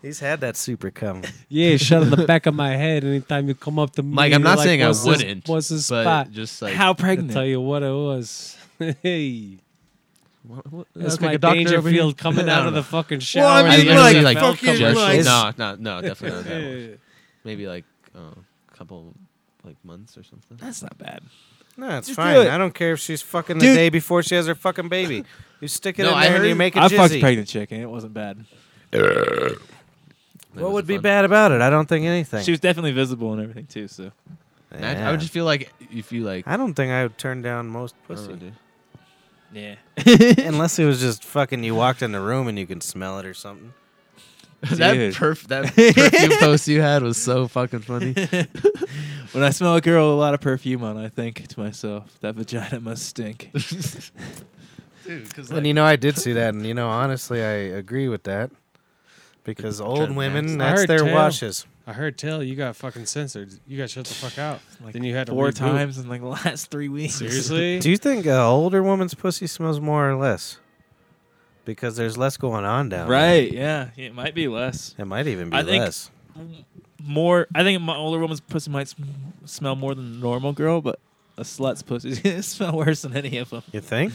Speaker 3: He's had that super cum.
Speaker 4: yeah, shut in the back of my head anytime you come up to me.
Speaker 6: Like I'm
Speaker 4: you're
Speaker 6: not saying I
Speaker 4: what's this-
Speaker 6: wouldn't,
Speaker 4: What's the
Speaker 6: but
Speaker 4: spot?
Speaker 6: just like
Speaker 2: How
Speaker 4: I tell
Speaker 2: pregnant?
Speaker 4: you what it was. hey,
Speaker 6: What- what-
Speaker 4: that's
Speaker 6: look like
Speaker 4: my
Speaker 6: a doctor over here.
Speaker 4: Dangerfield coming
Speaker 6: I
Speaker 4: out
Speaker 6: don't
Speaker 4: of
Speaker 6: know.
Speaker 4: the fucking shower.
Speaker 8: Well, I
Speaker 6: I
Speaker 8: mean,
Speaker 6: think
Speaker 4: and
Speaker 8: like,
Speaker 6: I'd be
Speaker 4: the NFL
Speaker 8: fucking,
Speaker 6: just-
Speaker 4: commercials.
Speaker 8: like-
Speaker 6: no, no, no, definitely not that one.
Speaker 4: Yeah.
Speaker 6: Maybe like a couple like months or something.
Speaker 2: That's not bad.
Speaker 3: No, it's
Speaker 2: Just do
Speaker 3: fine.
Speaker 2: it.
Speaker 3: I don't care if she's fucking the
Speaker 2: Dude.
Speaker 3: day before she has her fucking baby. You stick it
Speaker 6: No,
Speaker 3: in
Speaker 6: I
Speaker 3: there and you
Speaker 6: heard-
Speaker 3: make it
Speaker 2: I fucked
Speaker 3: jizzy.
Speaker 2: a pregnant chick and it wasn't bad.
Speaker 6: That
Speaker 3: What
Speaker 6: was
Speaker 3: would be
Speaker 6: fun.
Speaker 3: bad about it? I don't think anything.
Speaker 2: She was definitely visible and everything too. So
Speaker 6: And I, I would just feel like if you like. I
Speaker 3: I don't think I would turn down most
Speaker 6: don't know,
Speaker 3: pussy.
Speaker 6: dude.
Speaker 2: yeah.
Speaker 3: Unless it was just fucking you walked in the room and you can smell it or something.
Speaker 6: that
Speaker 2: Dude.
Speaker 6: perf that perfume post you had was so fucking funny.
Speaker 2: When I smell a girl with a lot of perfume on, I think to myself, that vagina must stink.
Speaker 6: Dude, because
Speaker 3: and you know, I did see that, and you know, honestly, I agree with that because old
Speaker 6: Dread max.
Speaker 3: women,
Speaker 4: I
Speaker 3: that's
Speaker 4: heard
Speaker 3: their
Speaker 4: tell.
Speaker 3: washes.
Speaker 4: I heard tell you got fucking censored. You got shut the fuck out.
Speaker 2: Like
Speaker 4: then you had to
Speaker 2: four
Speaker 4: reboot.
Speaker 2: times in like the last three weeks.
Speaker 4: Seriously?
Speaker 3: Do you think an older woman's pussy smells more or less? Because there's less going on down there.
Speaker 2: Right? Yeah. It might be less.
Speaker 3: It might even be
Speaker 2: I think-
Speaker 3: less.
Speaker 2: More. I think my older woman's pussy might sm- smell more than a normal girl, but a slut's pussy's gonna smell worse than any of them.
Speaker 3: You think?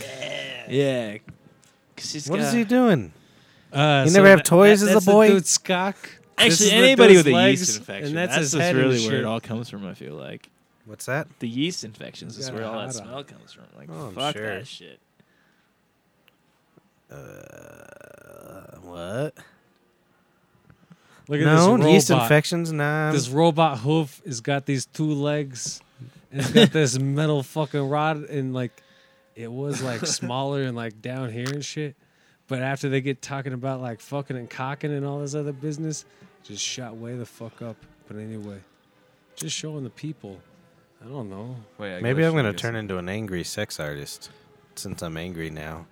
Speaker 2: Yeah. 'Cause she's
Speaker 3: What
Speaker 2: got-
Speaker 3: is he doing?
Speaker 4: Uh,
Speaker 3: You never have toys as a
Speaker 4: that's
Speaker 3: boy?
Speaker 4: The dude's cock. This is
Speaker 2: Actually,
Speaker 4: the
Speaker 2: anybody
Speaker 4: dude's
Speaker 2: with a
Speaker 4: legs,
Speaker 2: yeast infection.
Speaker 4: and that's,
Speaker 2: that's
Speaker 4: his
Speaker 2: just
Speaker 4: head
Speaker 2: really
Speaker 4: and
Speaker 2: where
Speaker 4: shit.
Speaker 2: it all comes from. I feel like
Speaker 3: What's that?
Speaker 2: the yeast infections is
Speaker 4: Yeah,
Speaker 2: where all
Speaker 4: I
Speaker 2: that
Speaker 4: don't-
Speaker 2: smell comes from. Like
Speaker 3: Oh, I'm
Speaker 2: fuck
Speaker 3: sure.
Speaker 2: that shit.
Speaker 3: uh, what?
Speaker 4: Look at
Speaker 3: No,
Speaker 4: this
Speaker 3: yeast
Speaker 4: robot.
Speaker 3: infections. Nah.
Speaker 4: This robot hoof has got these two legs. And it's got this metal fucking rod and like it was like smaller and like down here and shit. But after they get talking about like fucking and cocking and all this other business, just shot way the fuck up. But anyway, just showing the people. I don't know.
Speaker 6: Wait, I
Speaker 3: Maybe
Speaker 6: glitched,
Speaker 3: I'm
Speaker 6: I
Speaker 3: gonna
Speaker 6: guess.
Speaker 3: turn into an angry sex artist since I'm angry now.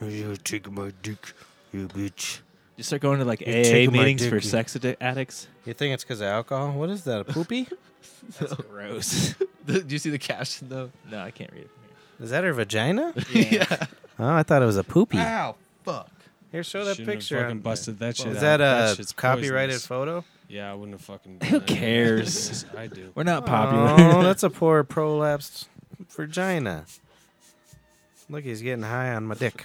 Speaker 8: You take my dick, you bitch.
Speaker 2: You start going to like
Speaker 3: You're
Speaker 2: AA
Speaker 3: taking my
Speaker 2: meetings
Speaker 3: dick,
Speaker 2: for
Speaker 3: you-
Speaker 2: sex addi- addicts.
Speaker 3: You think it's because of alcohol? What is that? A poopy?
Speaker 2: That's gross.
Speaker 6: Do you see the caption though?
Speaker 2: no, I can't read it.
Speaker 3: is that her vagina?
Speaker 6: Yeah.
Speaker 3: Oh, I thought it was a poopy.
Speaker 6: Ow, fuck.
Speaker 3: Here, show that
Speaker 4: Shouldn't have
Speaker 3: picture.
Speaker 4: Fucking
Speaker 3: on-
Speaker 4: busted that shit.
Speaker 3: Is
Speaker 4: out.
Speaker 3: that a
Speaker 4: shit's
Speaker 3: copyrighted
Speaker 4: poisonous.
Speaker 3: photo?
Speaker 4: yeah, I wouldn't have fucking.
Speaker 2: Who
Speaker 4: done it.
Speaker 2: cares?
Speaker 4: I do.
Speaker 2: We're not
Speaker 3: Oh,
Speaker 2: popular.
Speaker 3: that's a poor prolapsed vagina. Look, he's getting high on my dick.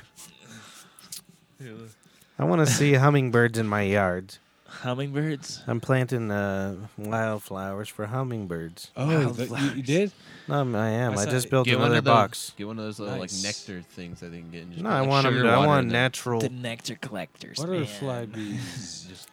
Speaker 3: I want to see hummingbirds in my yard.
Speaker 2: Hummingbirds.
Speaker 3: I'm planting uh, wildflowers for hummingbirds.
Speaker 4: Oh, the, you, you did?
Speaker 3: No, I'm- I am.
Speaker 4: I
Speaker 3: I,
Speaker 4: saw-
Speaker 3: just built
Speaker 6: Get one
Speaker 3: another
Speaker 6: of those,
Speaker 3: box.
Speaker 6: Get one of those little
Speaker 4: Nice.
Speaker 6: like nectar things that they can get. And just
Speaker 3: No,
Speaker 6: put,
Speaker 3: I
Speaker 6: like,
Speaker 3: want 'em
Speaker 6: sugar
Speaker 3: to, I
Speaker 6: water
Speaker 3: want
Speaker 6: in them.
Speaker 3: natural.
Speaker 2: The nectar collectors.
Speaker 4: Butterfly
Speaker 2: man.
Speaker 4: bees.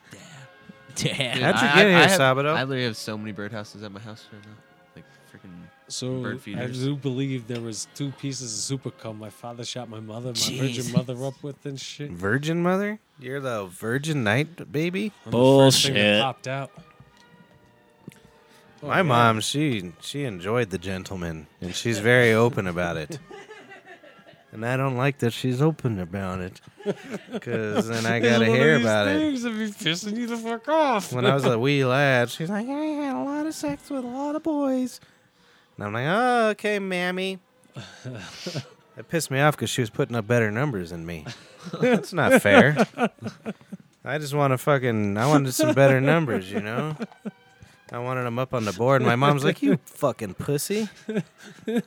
Speaker 2: Damn.
Speaker 6: Dude,
Speaker 3: How'd you
Speaker 6: I-
Speaker 3: get
Speaker 6: I-
Speaker 3: here,
Speaker 6: I have-
Speaker 3: Sabato?
Speaker 6: I literally have so many birdhouses at my house right now. Like freaking.
Speaker 4: So
Speaker 6: Bird
Speaker 4: I
Speaker 6: feeders.
Speaker 4: do believe there was two pieces of super cum my father shot my mother, my virgin
Speaker 2: Jesus.
Speaker 4: mother up with and shit. And
Speaker 3: Virgin mother? You're the virgin knight, baby?
Speaker 4: the first thing that
Speaker 2: Bullshit.
Speaker 4: Popped out. Oh,
Speaker 3: My
Speaker 4: yeah.
Speaker 3: mom, she she enjoyed the gentleman, and she's very open about it. And I don't like that she's open about it, because then I
Speaker 4: It's
Speaker 3: gotta
Speaker 4: one of
Speaker 3: hear
Speaker 4: these
Speaker 3: about it.
Speaker 4: things That'd be pissing you the fuck off.
Speaker 3: When I was a wee lad, she's like, I had a lot of sex with a lot of boys, and I'm like, oh, okay, mammy. It pissed me off because she was putting up better numbers than me. That's not fair. I just want to fucking. I wanted some better numbers, you know. I wanted them up on the board. and My mom's like, "You fucking pussy!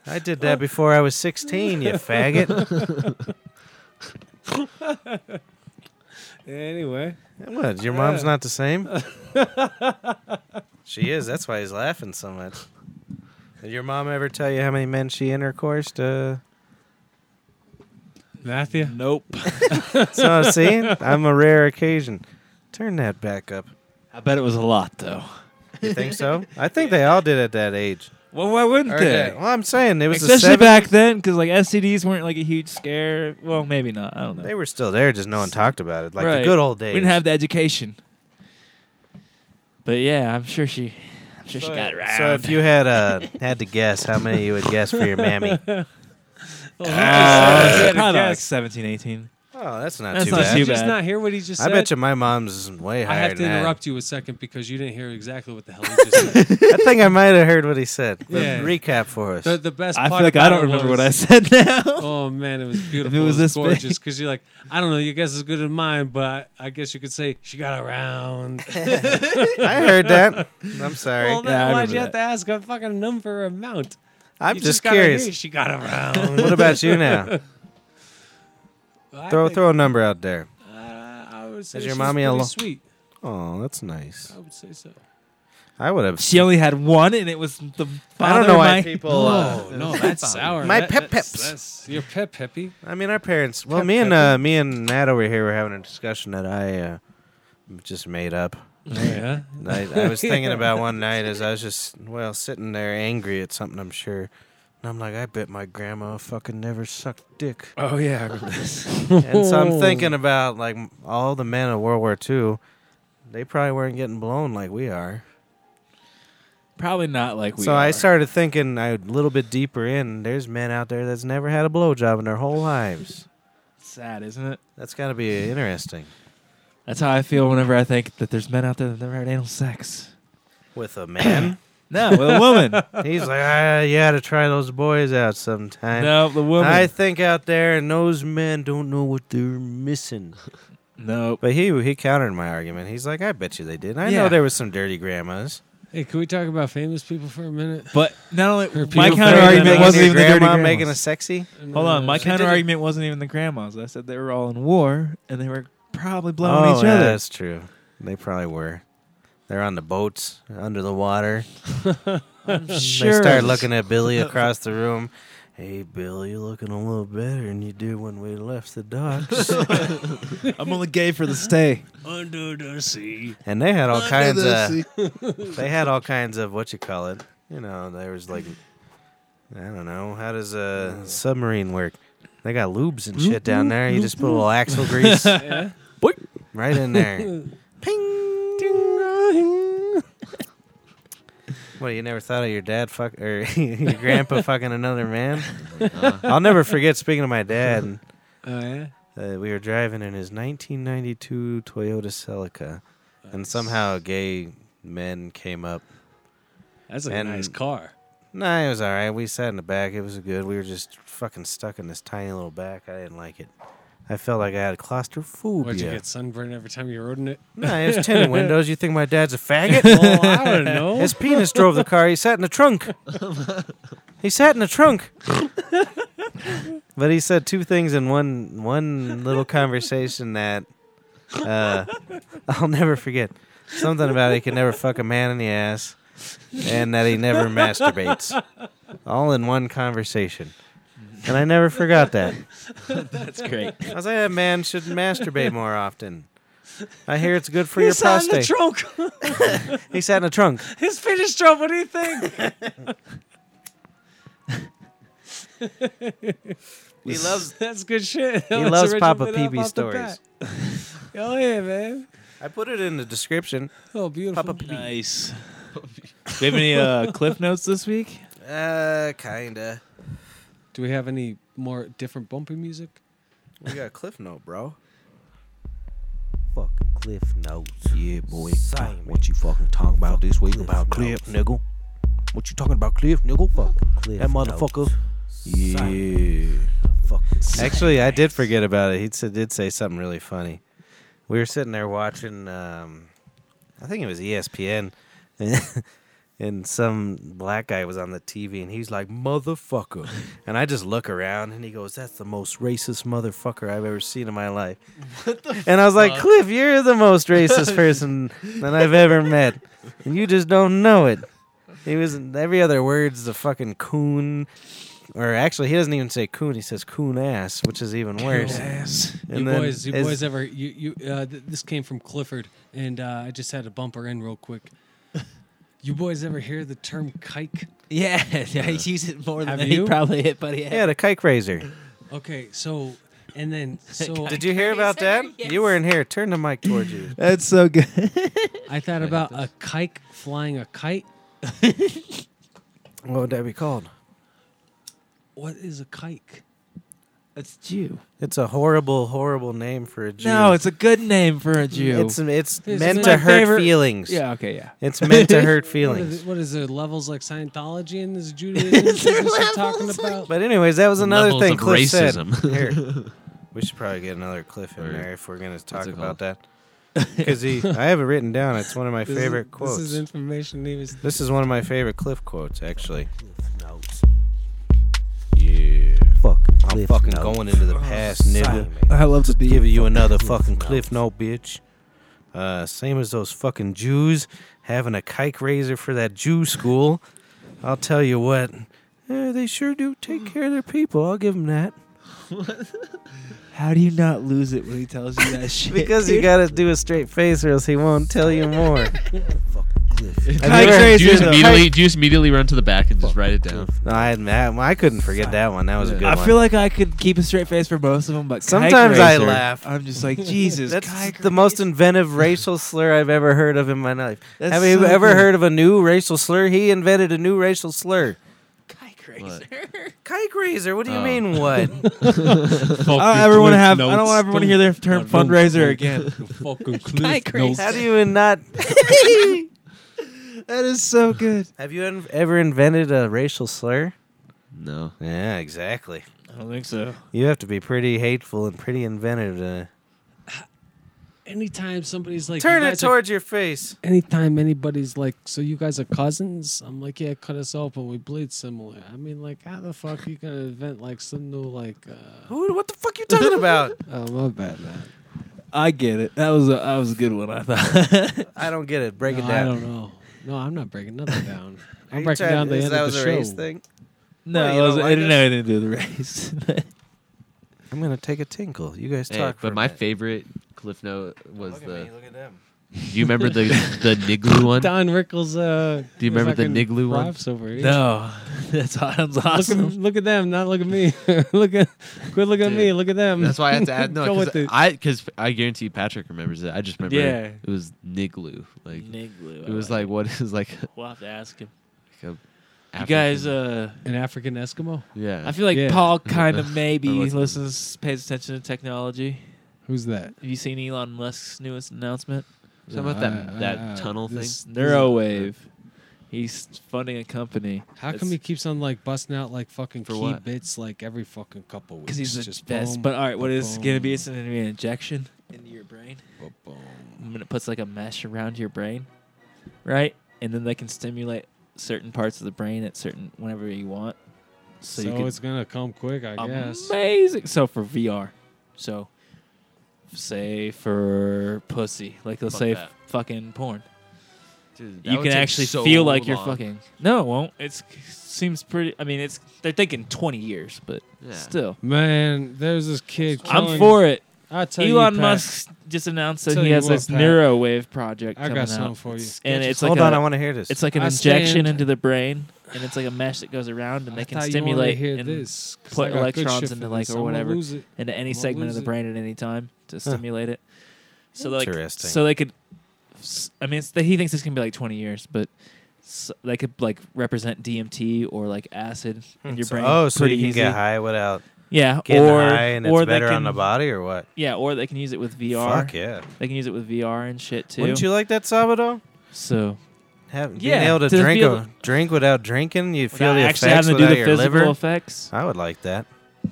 Speaker 3: I did that before I was 16, you faggot."
Speaker 4: anyway,
Speaker 3: What? Your mom's not the same. She is. That's why he's laughing so much. Did your mom ever tell you how many men she intercoursed? Uh,
Speaker 4: Matthew.
Speaker 2: Nope.
Speaker 3: so see, I'm a rare occasion. Turn that back up.
Speaker 2: I bet it was a lot though.
Speaker 3: You think so? I think they all did at that age.
Speaker 2: Well, why wouldn't
Speaker 3: Or
Speaker 2: they?
Speaker 3: that- Well, I'm saying it was the
Speaker 2: Especially
Speaker 3: 70s.
Speaker 2: back then, because like STDs weren't like a huge scare. Well, maybe not. I don't know.
Speaker 3: They were still there, just no one talked about it, like
Speaker 2: Right.
Speaker 3: the good old days.
Speaker 2: We didn't have the education. But yeah, I'm sure she, I'm sure she got around.
Speaker 3: So if you had uh, had to guess how many you would guess for your
Speaker 4: Oh,
Speaker 3: mammy, Ah,
Speaker 2: Uh,
Speaker 4: He had a
Speaker 2: probably like
Speaker 4: guess.
Speaker 2: 17, 18.
Speaker 3: oh, that's not
Speaker 2: That's
Speaker 3: too
Speaker 2: not
Speaker 3: bad.
Speaker 4: Did
Speaker 2: too
Speaker 4: you just
Speaker 2: bad.
Speaker 4: not hear what he just
Speaker 3: I
Speaker 4: said?
Speaker 3: bet you my mom's way
Speaker 4: I
Speaker 3: higher
Speaker 4: have to
Speaker 3: than
Speaker 4: interrupt you a second because you didn't hear exactly what the hell he just said.
Speaker 3: that. I think I might have heard what he said. But
Speaker 4: Yeah.
Speaker 3: Recap for us.
Speaker 4: The, the best
Speaker 2: I
Speaker 4: part
Speaker 2: feel like I
Speaker 4: about
Speaker 2: don't
Speaker 4: it
Speaker 2: remember what
Speaker 4: was-
Speaker 2: I said now.
Speaker 4: Oh man, it was beautiful.
Speaker 2: was
Speaker 4: it was
Speaker 2: this big.
Speaker 4: gorgeous because you're like, I don't know, your guess is good as mine, but I guess you could say she got around.
Speaker 3: I heard that. I'm sorry.
Speaker 4: well, then
Speaker 2: Yeah, I
Speaker 4: why'd
Speaker 2: remember
Speaker 4: you have to ask a fucking number or amount?
Speaker 3: I'm
Speaker 4: You
Speaker 3: just
Speaker 4: gotta
Speaker 3: curious.
Speaker 4: hear she got around.
Speaker 3: What about you now?
Speaker 4: I
Speaker 3: throw
Speaker 4: think,
Speaker 3: throw a number out there.
Speaker 4: Uh, I would say
Speaker 3: your
Speaker 4: she's
Speaker 3: mommy
Speaker 4: pretty
Speaker 3: alone?
Speaker 4: Sweet,
Speaker 3: Oh, that's nice.
Speaker 4: I would say so.
Speaker 3: I would have.
Speaker 2: She only had one, and it was the
Speaker 3: I
Speaker 2: father
Speaker 3: don't know
Speaker 2: of
Speaker 3: why
Speaker 2: my-
Speaker 3: people. uh,
Speaker 4: Oh no, that's sour.
Speaker 3: My
Speaker 4: That-
Speaker 3: pep
Speaker 4: that's-
Speaker 3: peps.
Speaker 4: that's- Your pep peppy.
Speaker 3: I mean, our parents. Well, me and uh, me and Matt over here were having a discussion that I uh, just made up.
Speaker 4: Oh, yeah.
Speaker 3: I, I was thinking about one night as I was just well sitting there angry at something. I'm sure. And I'm like, I bet my grandma fucking never sucked dick.
Speaker 4: Oh yeah, I remember
Speaker 3: And so
Speaker 2: Hmm.
Speaker 3: I'm thinking about like all the men of World War II. They probably weren't getting blown like we are.
Speaker 2: Probably not like we.
Speaker 3: so I
Speaker 2: are.
Speaker 3: started thinking I- a little bit deeper in. There's men out there that's never had a blowjob in their whole lives.
Speaker 2: Sad, isn't it?
Speaker 3: That's got to be interesting.
Speaker 2: That's how I feel whenever I think that there's men out there that never had anal sex.
Speaker 3: With a man,
Speaker 2: No, with a woman.
Speaker 3: he's like, ah, you got to try those boys out sometime.
Speaker 2: no, the woman.
Speaker 3: I think out there, and those men don't know what they're missing.
Speaker 2: nope.
Speaker 3: But he he countered my argument. He's like, I bet you they did. I
Speaker 2: Yeah.
Speaker 3: know there was some dirty grandmas.
Speaker 4: Hey, can we talk about famous people for a minute?
Speaker 2: But not only
Speaker 4: Her
Speaker 2: my
Speaker 4: beautiful
Speaker 2: counter argument
Speaker 4: grandma.
Speaker 2: wasn't
Speaker 3: your
Speaker 2: even the dirty
Speaker 3: grandma
Speaker 2: grandmas.
Speaker 3: making us sexy.
Speaker 2: Hold on, my
Speaker 4: She did
Speaker 2: counter
Speaker 4: it-
Speaker 2: argument wasn't even the grandmas. I said they were all in war and they were probably blowing
Speaker 3: oh,
Speaker 2: each
Speaker 3: yeah,
Speaker 2: other.
Speaker 3: that's true. They probably were. They're on the boats under the water.
Speaker 2: I'm sure.
Speaker 3: They start looking at Billy across the room, Hey, Bill, you're looking a little better than you do when we left the docks.
Speaker 2: I'm only gay for the stay.
Speaker 5: Under the sea.
Speaker 3: and they had all kinds of. They had all kinds of what you call it. You know, there was like, I don't know, how does a submarine work? They got lubes and shit down there. You just put a little axle grease, boink, right in there. Ping, ding. What you never thought of your dad fuck or your grandpa fucking another man? I'll never forget. Speaking of my dad.
Speaker 2: Oh yeah.
Speaker 3: Uh, we were driving in his 1992 Toyota Celica, and somehow gay men came up.
Speaker 4: That's a
Speaker 3: And-
Speaker 4: nice car.
Speaker 3: Nah, it was all right. We sat in the back. It was good. We were just fucking stuck in this tiny little back. I didn't like it. I felt like I had claustrophobia.
Speaker 4: What'd you get sunburned every time you rode in it?
Speaker 3: Nah, it was tinted windows. You think my dad's a faggot?
Speaker 4: Oh, I don't know.
Speaker 3: His penis drove the car. He sat in the trunk. He sat in the trunk. but he said two things in one one little conversation that uh, I'll never forget. Something about he could never fuck a man in the ass, and that he never masturbates. All in one conversation. And I never forgot that.
Speaker 2: That's great.
Speaker 3: I was like, "That man should masturbate more often. I hear it's good for your prostate.
Speaker 4: trunk.
Speaker 3: he sat in a trunk.
Speaker 4: His finish trunk. What do you think?
Speaker 3: He loves
Speaker 4: That's good shit.
Speaker 3: He loves Papa PB stories.
Speaker 4: Oh yeah, man.
Speaker 3: I put it in the description.
Speaker 4: Oh, beautiful.
Speaker 2: Nice. Do we have any uh, cliff notes this week?
Speaker 3: Uh, kinda.
Speaker 4: Do we have any more different bumpy music?
Speaker 3: We got a cliff note, bro. Fucking cliff notes. Yeah, boy. What you fucking talking about this week about cliff, nigga? What you talking about cliff, nigga? Fuck cliff that motherfucker. Yeah. Actually, I did forget about it. He said, did say something really funny. We were sitting there watching. Um, I think it was E ESPN. and some black guy was on the TV and he's like, motherfucker. and I just look around and he goes, that's the most racist motherfucker I've ever seen in my life. and I was like, Cliff, you're the most racist person that I've ever met. And you just don't know it. He was, every other word's a fucking coon. Or actually, he doesn't even say coon. He says coon ass, which is even worse.
Speaker 4: you
Speaker 3: And then
Speaker 4: boys, you
Speaker 3: as-
Speaker 4: boys ever? You you. Uh, th- this came from Clifford, and uh, I just had to bump her in real quick. You boys ever hear the term "kike"?
Speaker 2: Yeah, I use it more
Speaker 4: Have you?
Speaker 2: probably hit, buddy.
Speaker 3: Yeah, the kike razor.
Speaker 4: Okay, so and then so
Speaker 3: Did you hear about that? You were in here. Turn the mic towards you.
Speaker 2: That's so good.
Speaker 4: I thought about a kike flying a kite.
Speaker 3: What would that be called?
Speaker 4: What is a kike?
Speaker 2: That's Jew.
Speaker 3: It's a horrible, horrible name for a Jew.
Speaker 2: No, it's a good name for a Jew.
Speaker 3: it's it's
Speaker 4: This
Speaker 3: meant
Speaker 4: is
Speaker 3: to
Speaker 4: my
Speaker 3: hurt
Speaker 2: favorite-
Speaker 3: feelings.
Speaker 2: yeah, okay, yeah.
Speaker 3: it's meant to hurt
Speaker 4: What
Speaker 3: feelings.
Speaker 4: is, what is there levels like Scientology and this Judaism? is this we're talking about?
Speaker 3: But anyways, that was another
Speaker 6: levels
Speaker 3: thing
Speaker 6: of
Speaker 3: Cliff said.
Speaker 6: racism.
Speaker 3: Here, we should probably get another Cliff in
Speaker 6: Or-
Speaker 3: there if we're going to talk
Speaker 6: it
Speaker 3: about that. Because he, I have it written down. It's one of my
Speaker 4: This is-
Speaker 3: favorite quotes.
Speaker 4: This is information he was.
Speaker 3: This is one of my favorite Cliff quotes, actually. Yeah. Fuck. I'm fucking going into the past, nigga.
Speaker 2: I love to be
Speaker 3: Give you another fucking Cliff note, bitch. Uh, same as those fucking Jews having a kike razor for that Jew school. I'll tell you what. eh, they sure do take care of their people. I'll give them that.
Speaker 2: How do you not lose it when he tells you that shit?
Speaker 3: Because you gotta do a straight face, or else he won't tell you more.
Speaker 2: Kike
Speaker 3: never-
Speaker 2: razor,
Speaker 6: Do you, just
Speaker 2: though.
Speaker 6: immediately, do you just immediately run to the back and just write it down?
Speaker 3: No, I, that- I couldn't forget that one. That was a good
Speaker 2: I
Speaker 3: one.
Speaker 2: feel like I could keep a straight face for most of them, but kike
Speaker 3: Sometimes I
Speaker 2: razor,
Speaker 3: laugh.
Speaker 2: I'm just like Jesus.
Speaker 3: That's
Speaker 2: kike
Speaker 3: the most inventive racial slur I've ever heard of in my life.
Speaker 2: That's
Speaker 3: Have you
Speaker 2: so
Speaker 3: ever
Speaker 2: good.
Speaker 3: heard of a new racial slur? He invented a new racial slur.
Speaker 6: What?
Speaker 3: Kike razor. What do you
Speaker 6: Oh.
Speaker 3: mean? What?
Speaker 2: I don't ever want to have. I don't want everyone to hear their term fundraiser again.
Speaker 4: Fucking cliff notes.
Speaker 3: How do you not?
Speaker 2: That is so good.
Speaker 3: Have you en- ever invented a racial slur?
Speaker 6: No.
Speaker 3: Yeah, exactly.
Speaker 2: I don't think so.
Speaker 3: You have to be pretty hateful and pretty inventive to
Speaker 4: Anytime somebody's like,
Speaker 3: turn
Speaker 4: you
Speaker 3: it
Speaker 4: guys are-
Speaker 3: towards your face.
Speaker 4: anytime anybody's like, so you guys are cousins? I'm like, yeah, cut us off, but we bleed similar. I mean, like, how the fuck you gonna invent like some new like? uh
Speaker 3: Who? What the fuck you talking about?
Speaker 4: Oh my bad, man.
Speaker 2: I get it. That was a, that was a good one. I thought.
Speaker 3: I don't get it. Break
Speaker 4: No,
Speaker 3: it
Speaker 4: I
Speaker 3: down.
Speaker 4: don't know. No, I'm not breaking nothing down.
Speaker 3: Are
Speaker 4: I'm
Speaker 3: you
Speaker 4: breaking
Speaker 3: trying-
Speaker 4: down the
Speaker 3: is
Speaker 4: end
Speaker 3: that
Speaker 4: of
Speaker 3: was
Speaker 4: the
Speaker 3: a
Speaker 4: show.
Speaker 3: race thing.
Speaker 2: No,
Speaker 3: What,
Speaker 2: it,
Speaker 3: you don't
Speaker 2: wasn't-
Speaker 3: like
Speaker 2: it didn't
Speaker 3: us?
Speaker 2: have anything to do with race.
Speaker 3: I'm gonna take a tinkle. You guys
Speaker 6: Hey,
Speaker 3: talk. for
Speaker 6: but
Speaker 3: a
Speaker 6: my
Speaker 3: minute.
Speaker 6: favorite cliff note was
Speaker 3: Look at
Speaker 6: the.
Speaker 3: me, look at them.
Speaker 6: Do you remember the the Niglu one?
Speaker 4: Don Rickles. Uh,
Speaker 6: Do you remember the
Speaker 4: fucking
Speaker 6: Niglu one?
Speaker 4: riffs Over here.
Speaker 2: no, that sounds
Speaker 4: Look at,
Speaker 2: awesome.
Speaker 4: look at them, not look at me. look at, quit look at
Speaker 6: Dude,
Speaker 4: me. Look at them.
Speaker 6: That's why I had to add
Speaker 4: Go
Speaker 6: no,
Speaker 4: with
Speaker 6: because
Speaker 4: it.
Speaker 6: I because I guarantee Patrick remembers it. I just remember
Speaker 2: Yeah.
Speaker 6: it was Niglu. Like
Speaker 2: Niglu,
Speaker 6: it was like what is like.
Speaker 2: uh, we'll have to ask him.
Speaker 6: like a
Speaker 2: You guys,
Speaker 6: African-
Speaker 2: uh,
Speaker 4: An African Eskimo.
Speaker 6: yeah.
Speaker 2: I feel like
Speaker 4: Yeah.
Speaker 2: Paul kind of maybe
Speaker 6: what's-
Speaker 2: listens, pays attention to technology.
Speaker 4: Who's that?
Speaker 2: Have you seen Elon Musk's newest announcement?
Speaker 6: Something about that
Speaker 4: Uh,
Speaker 6: that
Speaker 4: uh,
Speaker 6: tunnel thing.
Speaker 4: this-
Speaker 2: Neurowave. He's funding a company
Speaker 4: How come he keeps on like busting out like fucking
Speaker 6: For
Speaker 4: key
Speaker 6: what?
Speaker 4: bits like every fucking couple weeks?
Speaker 2: because he's the
Speaker 4: just
Speaker 2: best.
Speaker 4: boom,
Speaker 2: but all right, what is it gonna be?
Speaker 4: boom,
Speaker 2: It's gonna be an injection into your brain.
Speaker 4: boom, boom.
Speaker 2: And it puts like a mesh around your brain, right? And then they can stimulate certain parts of the brain at certain whenever you want. So,
Speaker 4: So,
Speaker 2: you can
Speaker 4: it's gonna come quick, I guess.
Speaker 2: amazing. So for VR, so say for pussy, like let's
Speaker 6: Fuck
Speaker 2: say
Speaker 6: that.
Speaker 2: fucking porn,
Speaker 6: Dude, that
Speaker 2: you
Speaker 6: would
Speaker 2: can
Speaker 6: take
Speaker 2: actually
Speaker 6: so
Speaker 2: feel like you're
Speaker 6: long.
Speaker 2: fucking. No, it won't. It's seems pretty. I mean, it's they're thinking 20 years, but
Speaker 6: Yeah.
Speaker 2: still,
Speaker 4: Man, there's this kid.
Speaker 2: I'm
Speaker 4: killing-
Speaker 2: for it.
Speaker 4: I tell you,
Speaker 2: Elon
Speaker 4: Pat,
Speaker 2: Musk just announced that
Speaker 4: Tell
Speaker 2: he
Speaker 4: you
Speaker 2: has
Speaker 4: what,
Speaker 2: this
Speaker 4: Pat.
Speaker 2: neurowave project.
Speaker 4: I got
Speaker 2: coming
Speaker 4: something
Speaker 2: out.
Speaker 4: for you.
Speaker 2: It's- and it's
Speaker 3: Hold
Speaker 2: like
Speaker 3: on,
Speaker 2: a-
Speaker 3: I want to hear this.
Speaker 2: it's like an
Speaker 4: I
Speaker 2: injection
Speaker 4: stand-
Speaker 2: into the brain, and it's like a mesh that goes around, and
Speaker 4: I
Speaker 2: they can
Speaker 4: thought you wanted to
Speaker 2: stimulate
Speaker 4: hear
Speaker 2: and
Speaker 4: this, 'cause
Speaker 2: put
Speaker 4: I got good
Speaker 2: electrons
Speaker 4: shit
Speaker 2: into,
Speaker 4: for
Speaker 2: like,
Speaker 4: this.
Speaker 2: or
Speaker 4: I'm gonna
Speaker 2: whatever.
Speaker 4: lose it.
Speaker 2: into any
Speaker 4: Well,
Speaker 2: segment of
Speaker 4: is
Speaker 2: the
Speaker 4: it-
Speaker 2: brain at any time to stimulate it. So like,
Speaker 3: Interesting.
Speaker 2: so they could. s- I mean, it's, he thinks it's gonna be like twenty years, but s they could like represent DMT or like acid
Speaker 6: Hmm.
Speaker 2: in your
Speaker 3: So-
Speaker 2: brain.
Speaker 3: oh, so you
Speaker 2: pretty
Speaker 3: can
Speaker 2: easy.
Speaker 3: get high without
Speaker 2: Yeah,
Speaker 3: getting
Speaker 2: or
Speaker 3: high, and
Speaker 2: or
Speaker 3: it's
Speaker 2: they
Speaker 3: better
Speaker 2: can,
Speaker 3: on the body, or what?
Speaker 2: Yeah, or they can use it with VR.
Speaker 3: Fuck yeah!
Speaker 2: They can use it with VR and shit too.
Speaker 3: Wouldn't you like that, Sabado?
Speaker 2: So
Speaker 3: Have,
Speaker 2: Yeah,
Speaker 3: being able to,
Speaker 2: to
Speaker 3: drink
Speaker 2: feel
Speaker 3: a- drink without drinking, you feel the
Speaker 2: without actually
Speaker 3: effects
Speaker 2: having to do
Speaker 3: without
Speaker 2: the
Speaker 3: your
Speaker 2: physical
Speaker 3: liver.
Speaker 2: effects.
Speaker 3: I would like that.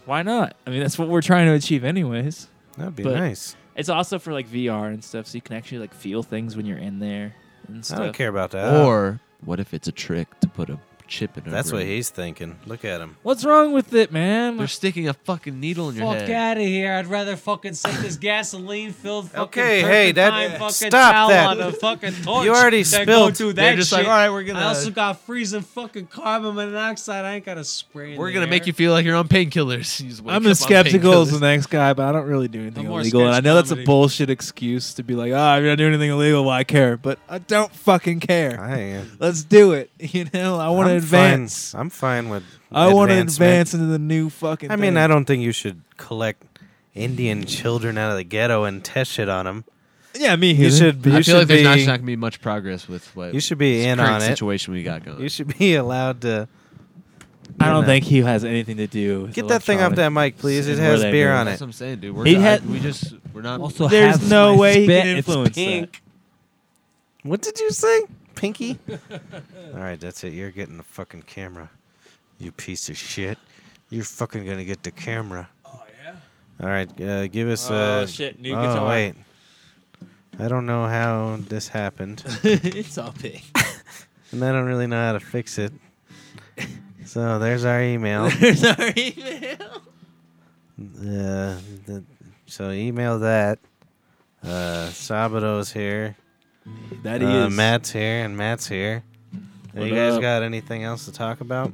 Speaker 2: Why not? I mean, that's what we're trying to achieve, anyways.
Speaker 3: That'd be
Speaker 2: But
Speaker 3: nice.
Speaker 2: It's also for like VR and stuff, so you can actually like feel things when you're in there and
Speaker 3: I
Speaker 2: stuff.
Speaker 3: don't care about that.
Speaker 6: Or what if it's a trick to put a chip in? her
Speaker 3: Uh, that's what
Speaker 6: brain?
Speaker 3: he's thinking. Look at him.
Speaker 2: What's wrong with it, man?
Speaker 6: They're sticking a fucking needle in your
Speaker 4: Fuck
Speaker 6: head.
Speaker 4: out of here! I'd rather fucking set this gasoline filled fucking
Speaker 3: Okay, hey, that-
Speaker 4: turpentine
Speaker 3: yeah,
Speaker 4: fucking
Speaker 3: stop
Speaker 4: towel
Speaker 3: that.
Speaker 4: on a fucking torch.
Speaker 3: You already
Speaker 4: than
Speaker 3: spilled.
Speaker 4: Go do that
Speaker 6: They're just
Speaker 4: shit.
Speaker 6: like, all right, we're gonna
Speaker 4: I
Speaker 3: Uh,
Speaker 4: also got freezing fucking carbon monoxide. I ain't got a spray. in
Speaker 6: we're
Speaker 4: the
Speaker 6: gonna make
Speaker 4: air.
Speaker 6: you feel like you're on painkillers. You just wake
Speaker 2: I'm
Speaker 6: up on
Speaker 2: as skeptical as
Speaker 6: painkillers.
Speaker 2: the next guy, but I don't really do anything
Speaker 4: I'm more
Speaker 2: illegal. And I
Speaker 4: sketch
Speaker 2: know that's a
Speaker 4: comedy.
Speaker 2: bullshit excuse to be like, ah, if you're not doing anything illegal, why care? But I don't fucking care.
Speaker 3: I am.
Speaker 2: Let's do it. You know, I want to
Speaker 3: I'm
Speaker 2: advance.
Speaker 3: Fine. I'm fine with.
Speaker 2: I want to
Speaker 3: advancement.
Speaker 2: advance into the new fucking.
Speaker 3: I mean,
Speaker 2: thing.
Speaker 3: I don't think you should collect Indian children out of the ghetto and test shit on them.
Speaker 2: Yeah, me.
Speaker 3: You
Speaker 2: either.
Speaker 3: should. You
Speaker 6: I feel
Speaker 3: should
Speaker 6: like
Speaker 3: be.
Speaker 6: there's not, not gonna be much progress with what
Speaker 3: you should be in
Speaker 6: current
Speaker 3: on it.
Speaker 6: situation we got going.
Speaker 3: You should be allowed to.
Speaker 2: I don't
Speaker 3: know.
Speaker 2: think he has anything to do. With
Speaker 3: Get that thing off that
Speaker 2: electronic-
Speaker 3: mic, please. It
Speaker 2: Where
Speaker 3: has
Speaker 2: they
Speaker 3: beer
Speaker 2: go.
Speaker 3: on
Speaker 6: That's
Speaker 3: it.
Speaker 6: what I'm saying, dude. We're
Speaker 2: He
Speaker 6: not,
Speaker 2: had-
Speaker 6: we just we're not.
Speaker 2: There's no way he can influence
Speaker 3: What did you say, Pinky? All right, that's it. You're getting the fucking camera. You piece of shit. You're fucking gonna get the camera. Oh yeah. All right, uh, give us.
Speaker 2: Oh,
Speaker 3: uh,
Speaker 2: shit, new
Speaker 3: oh,
Speaker 2: guitar.
Speaker 3: wait. I don't know how this happened,
Speaker 2: that. it's all big.
Speaker 3: and I don't really know how to fix it. So there's our email.
Speaker 2: There's our email.
Speaker 3: Uh, the, so email that. Uh, Sabado's here.
Speaker 2: That
Speaker 3: Uh,
Speaker 2: is
Speaker 3: Matt's here and Matt's here. Uh,
Speaker 2: What
Speaker 3: you guys
Speaker 2: up?
Speaker 3: got anything else to talk about?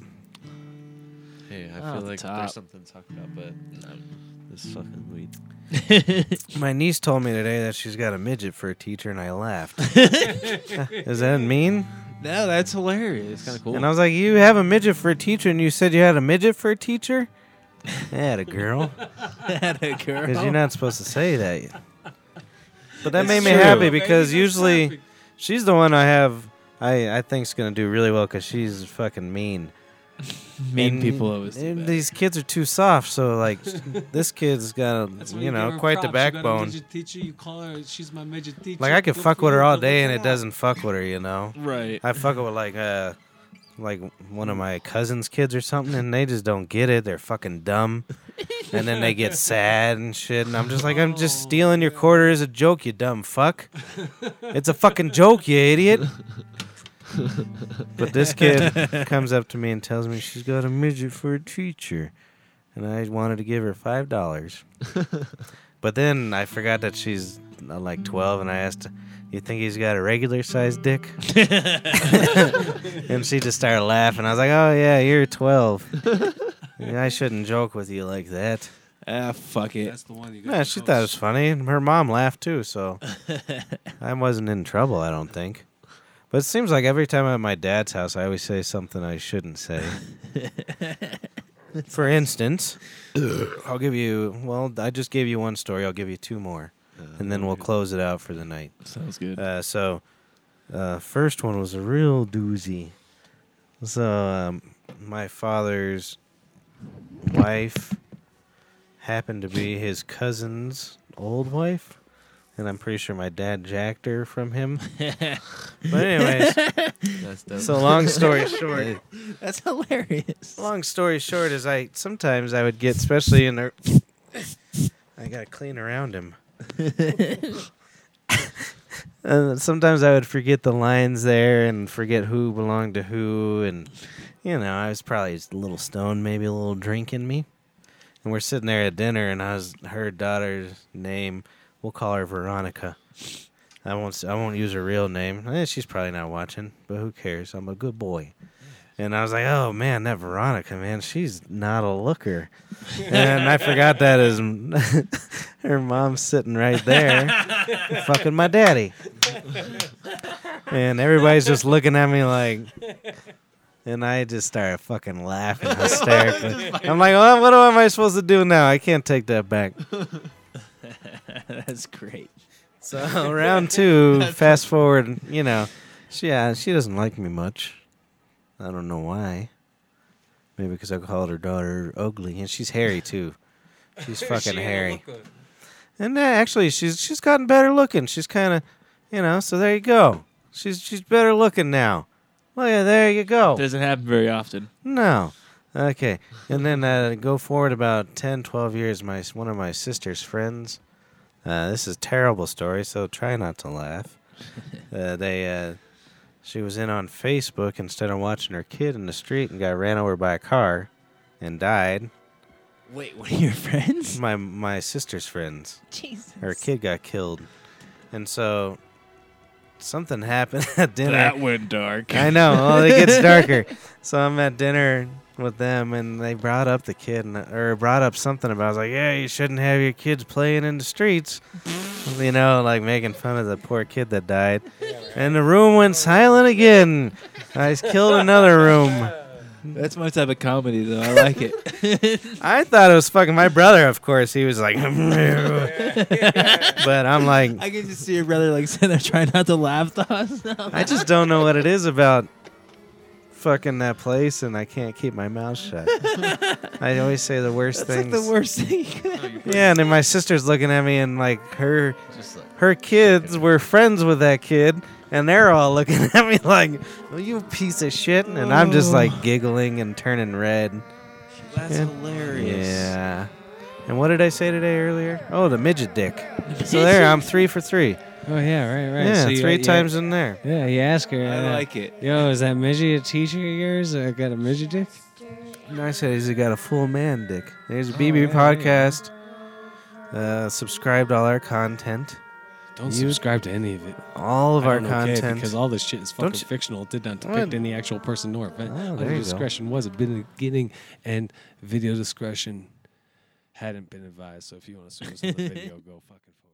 Speaker 6: Hey, I
Speaker 2: Oh,
Speaker 6: feel like
Speaker 2: top.
Speaker 6: there's something to talk about, but um, this fucking weed.
Speaker 3: My niece told me today that she's got a midget for a teacher, and I laughed. Is that mean?
Speaker 2: No, that's hilarious. Kind of cool.
Speaker 3: And I was like, "You have a midget for a teacher, and you said you had a midget for a teacher." That a girl, because you're not supposed to say that. But that made me
Speaker 2: true.
Speaker 3: happy
Speaker 2: Baby,
Speaker 3: because usually she's the one I have. I I think's gonna do really well because she's fucking mean.
Speaker 2: mean
Speaker 3: And-
Speaker 2: people always. do
Speaker 3: and
Speaker 2: that.
Speaker 3: these kids are too soft, so like this kid's got a, you know quite the backbone.
Speaker 4: teacher, you call her. She's my midget teacher.
Speaker 3: Like I could fuck with her all day and it doesn't fuck with her, you know.
Speaker 2: Right.
Speaker 3: I fuck with like uh like one of my cousin's kids or something and they just don't get it. They're fucking dumb. And then they get sad and shit and I'm just like I'm just stealing your quarter as a joke, you dumb fuck. It's a fucking joke, you idiot. But this kid comes up to me and tells me she's got a midget for a teacher. And I wanted to give her five dollars. But then I forgot that she's uh, like 12, and I asked, You think he's got a regular sized dick? and she just started laughing. I was like, Oh, yeah, you're 12. I shouldn't joke with you like that.
Speaker 2: Ah, fuck it.
Speaker 9: That's the one you got.
Speaker 3: Yeah,
Speaker 9: the
Speaker 3: she thought it was
Speaker 9: most.
Speaker 3: funny. and Her mom laughed too, so I wasn't in trouble, I don't think. But it seems like every time I'm at my dad's house, I always say something I shouldn't say. For instance, I'll give you, well, I just gave you one story. I'll give you two more, and then
Speaker 6: Uh,
Speaker 3: we'll close it out for the night.
Speaker 2: Sounds good.
Speaker 3: Uh, so, uh, first one was a real doozy. So, um, my father's wife happened to be his cousin's old wife, and I'm pretty sure my dad jacked her from him. but anyways,
Speaker 6: That's dope.
Speaker 3: so long story short,
Speaker 2: That's hilarious.
Speaker 3: long story short is I sometimes I would get especially in there. I gotta clean around him. and sometimes I would forget the lines there and forget who belonged to who, and you know I was probably just a little stoned, maybe a little drink in me. And we're sitting there at dinner, and I was her daughter's name. We'll call her Veronica. I won't. s- I won't use her real name. Eh, she's probably not watching, but who cares? I'm a good boy. And I was like, oh man, that Veronica, man, she's not a looker. and I forgot that is her mom's sitting right there, fucking my daddy. And everybody's just looking at me like, and I just started fucking laughing hysterically. I'm like, well, what am I supposed to do now? I can't take that back.
Speaker 2: That's great.
Speaker 3: So round two, fast forward, you know, she yeah, she doesn't like me much. I don't know why. Maybe because I called her daughter ugly, and she's hairy too. She's fucking
Speaker 4: She had a
Speaker 3: hairy.
Speaker 4: look of-
Speaker 3: And uh, actually, she's she's gotten better looking. She's kind of, you know. So there you go. She's she's better looking now. Look at there you go.
Speaker 2: Doesn't happen very often.
Speaker 3: No. Okay. And then uh, go forward about 10, 12 years, my one of my sister's friends. Uh, this is a terrible story, so try not to laugh. Uh, they, uh, she was in on Facebook instead of watching her kid in the street and got ran over by a car, and died.
Speaker 2: Wait, one of your friends?
Speaker 3: My my sister's friends
Speaker 10: Jesus.
Speaker 3: her kid got killed, and so something happened at dinner.
Speaker 7: That went dark.
Speaker 3: I know. Well, it gets darker. So I'm at dinner with them, and they brought up the kid, and, or brought up something about. I was like, "Yeah, you shouldn't have your kids playing in the streets," you know, like making fun of the poor kid that died. And the room went silent again. I just killed another room.
Speaker 2: That's my type of comedy, though. I like it.
Speaker 3: I thought it was fucking my brother. Of course, he was like, but I'm like,
Speaker 2: I can just see your brother like sitting there trying not to laugh to us.
Speaker 3: I just don't know what it is about fucking that place, and I can't keep my mouth shut. I always say the worst
Speaker 2: That's like
Speaker 3: things.
Speaker 2: the worst thing.
Speaker 3: Yeah, and then my sister's looking at me, and like her,
Speaker 6: Just like,
Speaker 3: her kids were friends with that kid, and they're all looking at me like, well, "You piece of shit," and I'm just like giggling and turning red.
Speaker 2: That's
Speaker 3: Yeah.
Speaker 2: hilarious.
Speaker 3: Yeah. And what did I say today earlier? Oh, the midget dick. So there, I'm three for three.
Speaker 4: Oh yeah, right, right.
Speaker 3: Yeah,
Speaker 4: So you-
Speaker 3: three
Speaker 4: you-
Speaker 3: times in there.
Speaker 4: Yeah, you ask her.
Speaker 2: I
Speaker 4: uh,
Speaker 2: like it.
Speaker 4: Yo, is that midget a teacher of yours? I got a midget dick.
Speaker 3: And I said he's got a full man dick. There's a
Speaker 4: Oh, yeah,
Speaker 3: BB
Speaker 4: yeah.
Speaker 3: podcast. Uh, subscribe to all our content.
Speaker 4: Don't
Speaker 3: You-
Speaker 4: subscribe to any of it.
Speaker 3: All of
Speaker 4: I
Speaker 3: our
Speaker 4: don't know, okay,
Speaker 3: content.
Speaker 4: because all this shit is
Speaker 3: Don't
Speaker 4: fucking
Speaker 3: you-
Speaker 4: fictional. It did not
Speaker 3: What?
Speaker 4: depict any actual person nor event.
Speaker 3: Oh, there
Speaker 4: Audio
Speaker 3: you go.
Speaker 4: discretion was a beginning, and video discretion hadn't been advised. So if you want to sue us on the video, go fucking forward.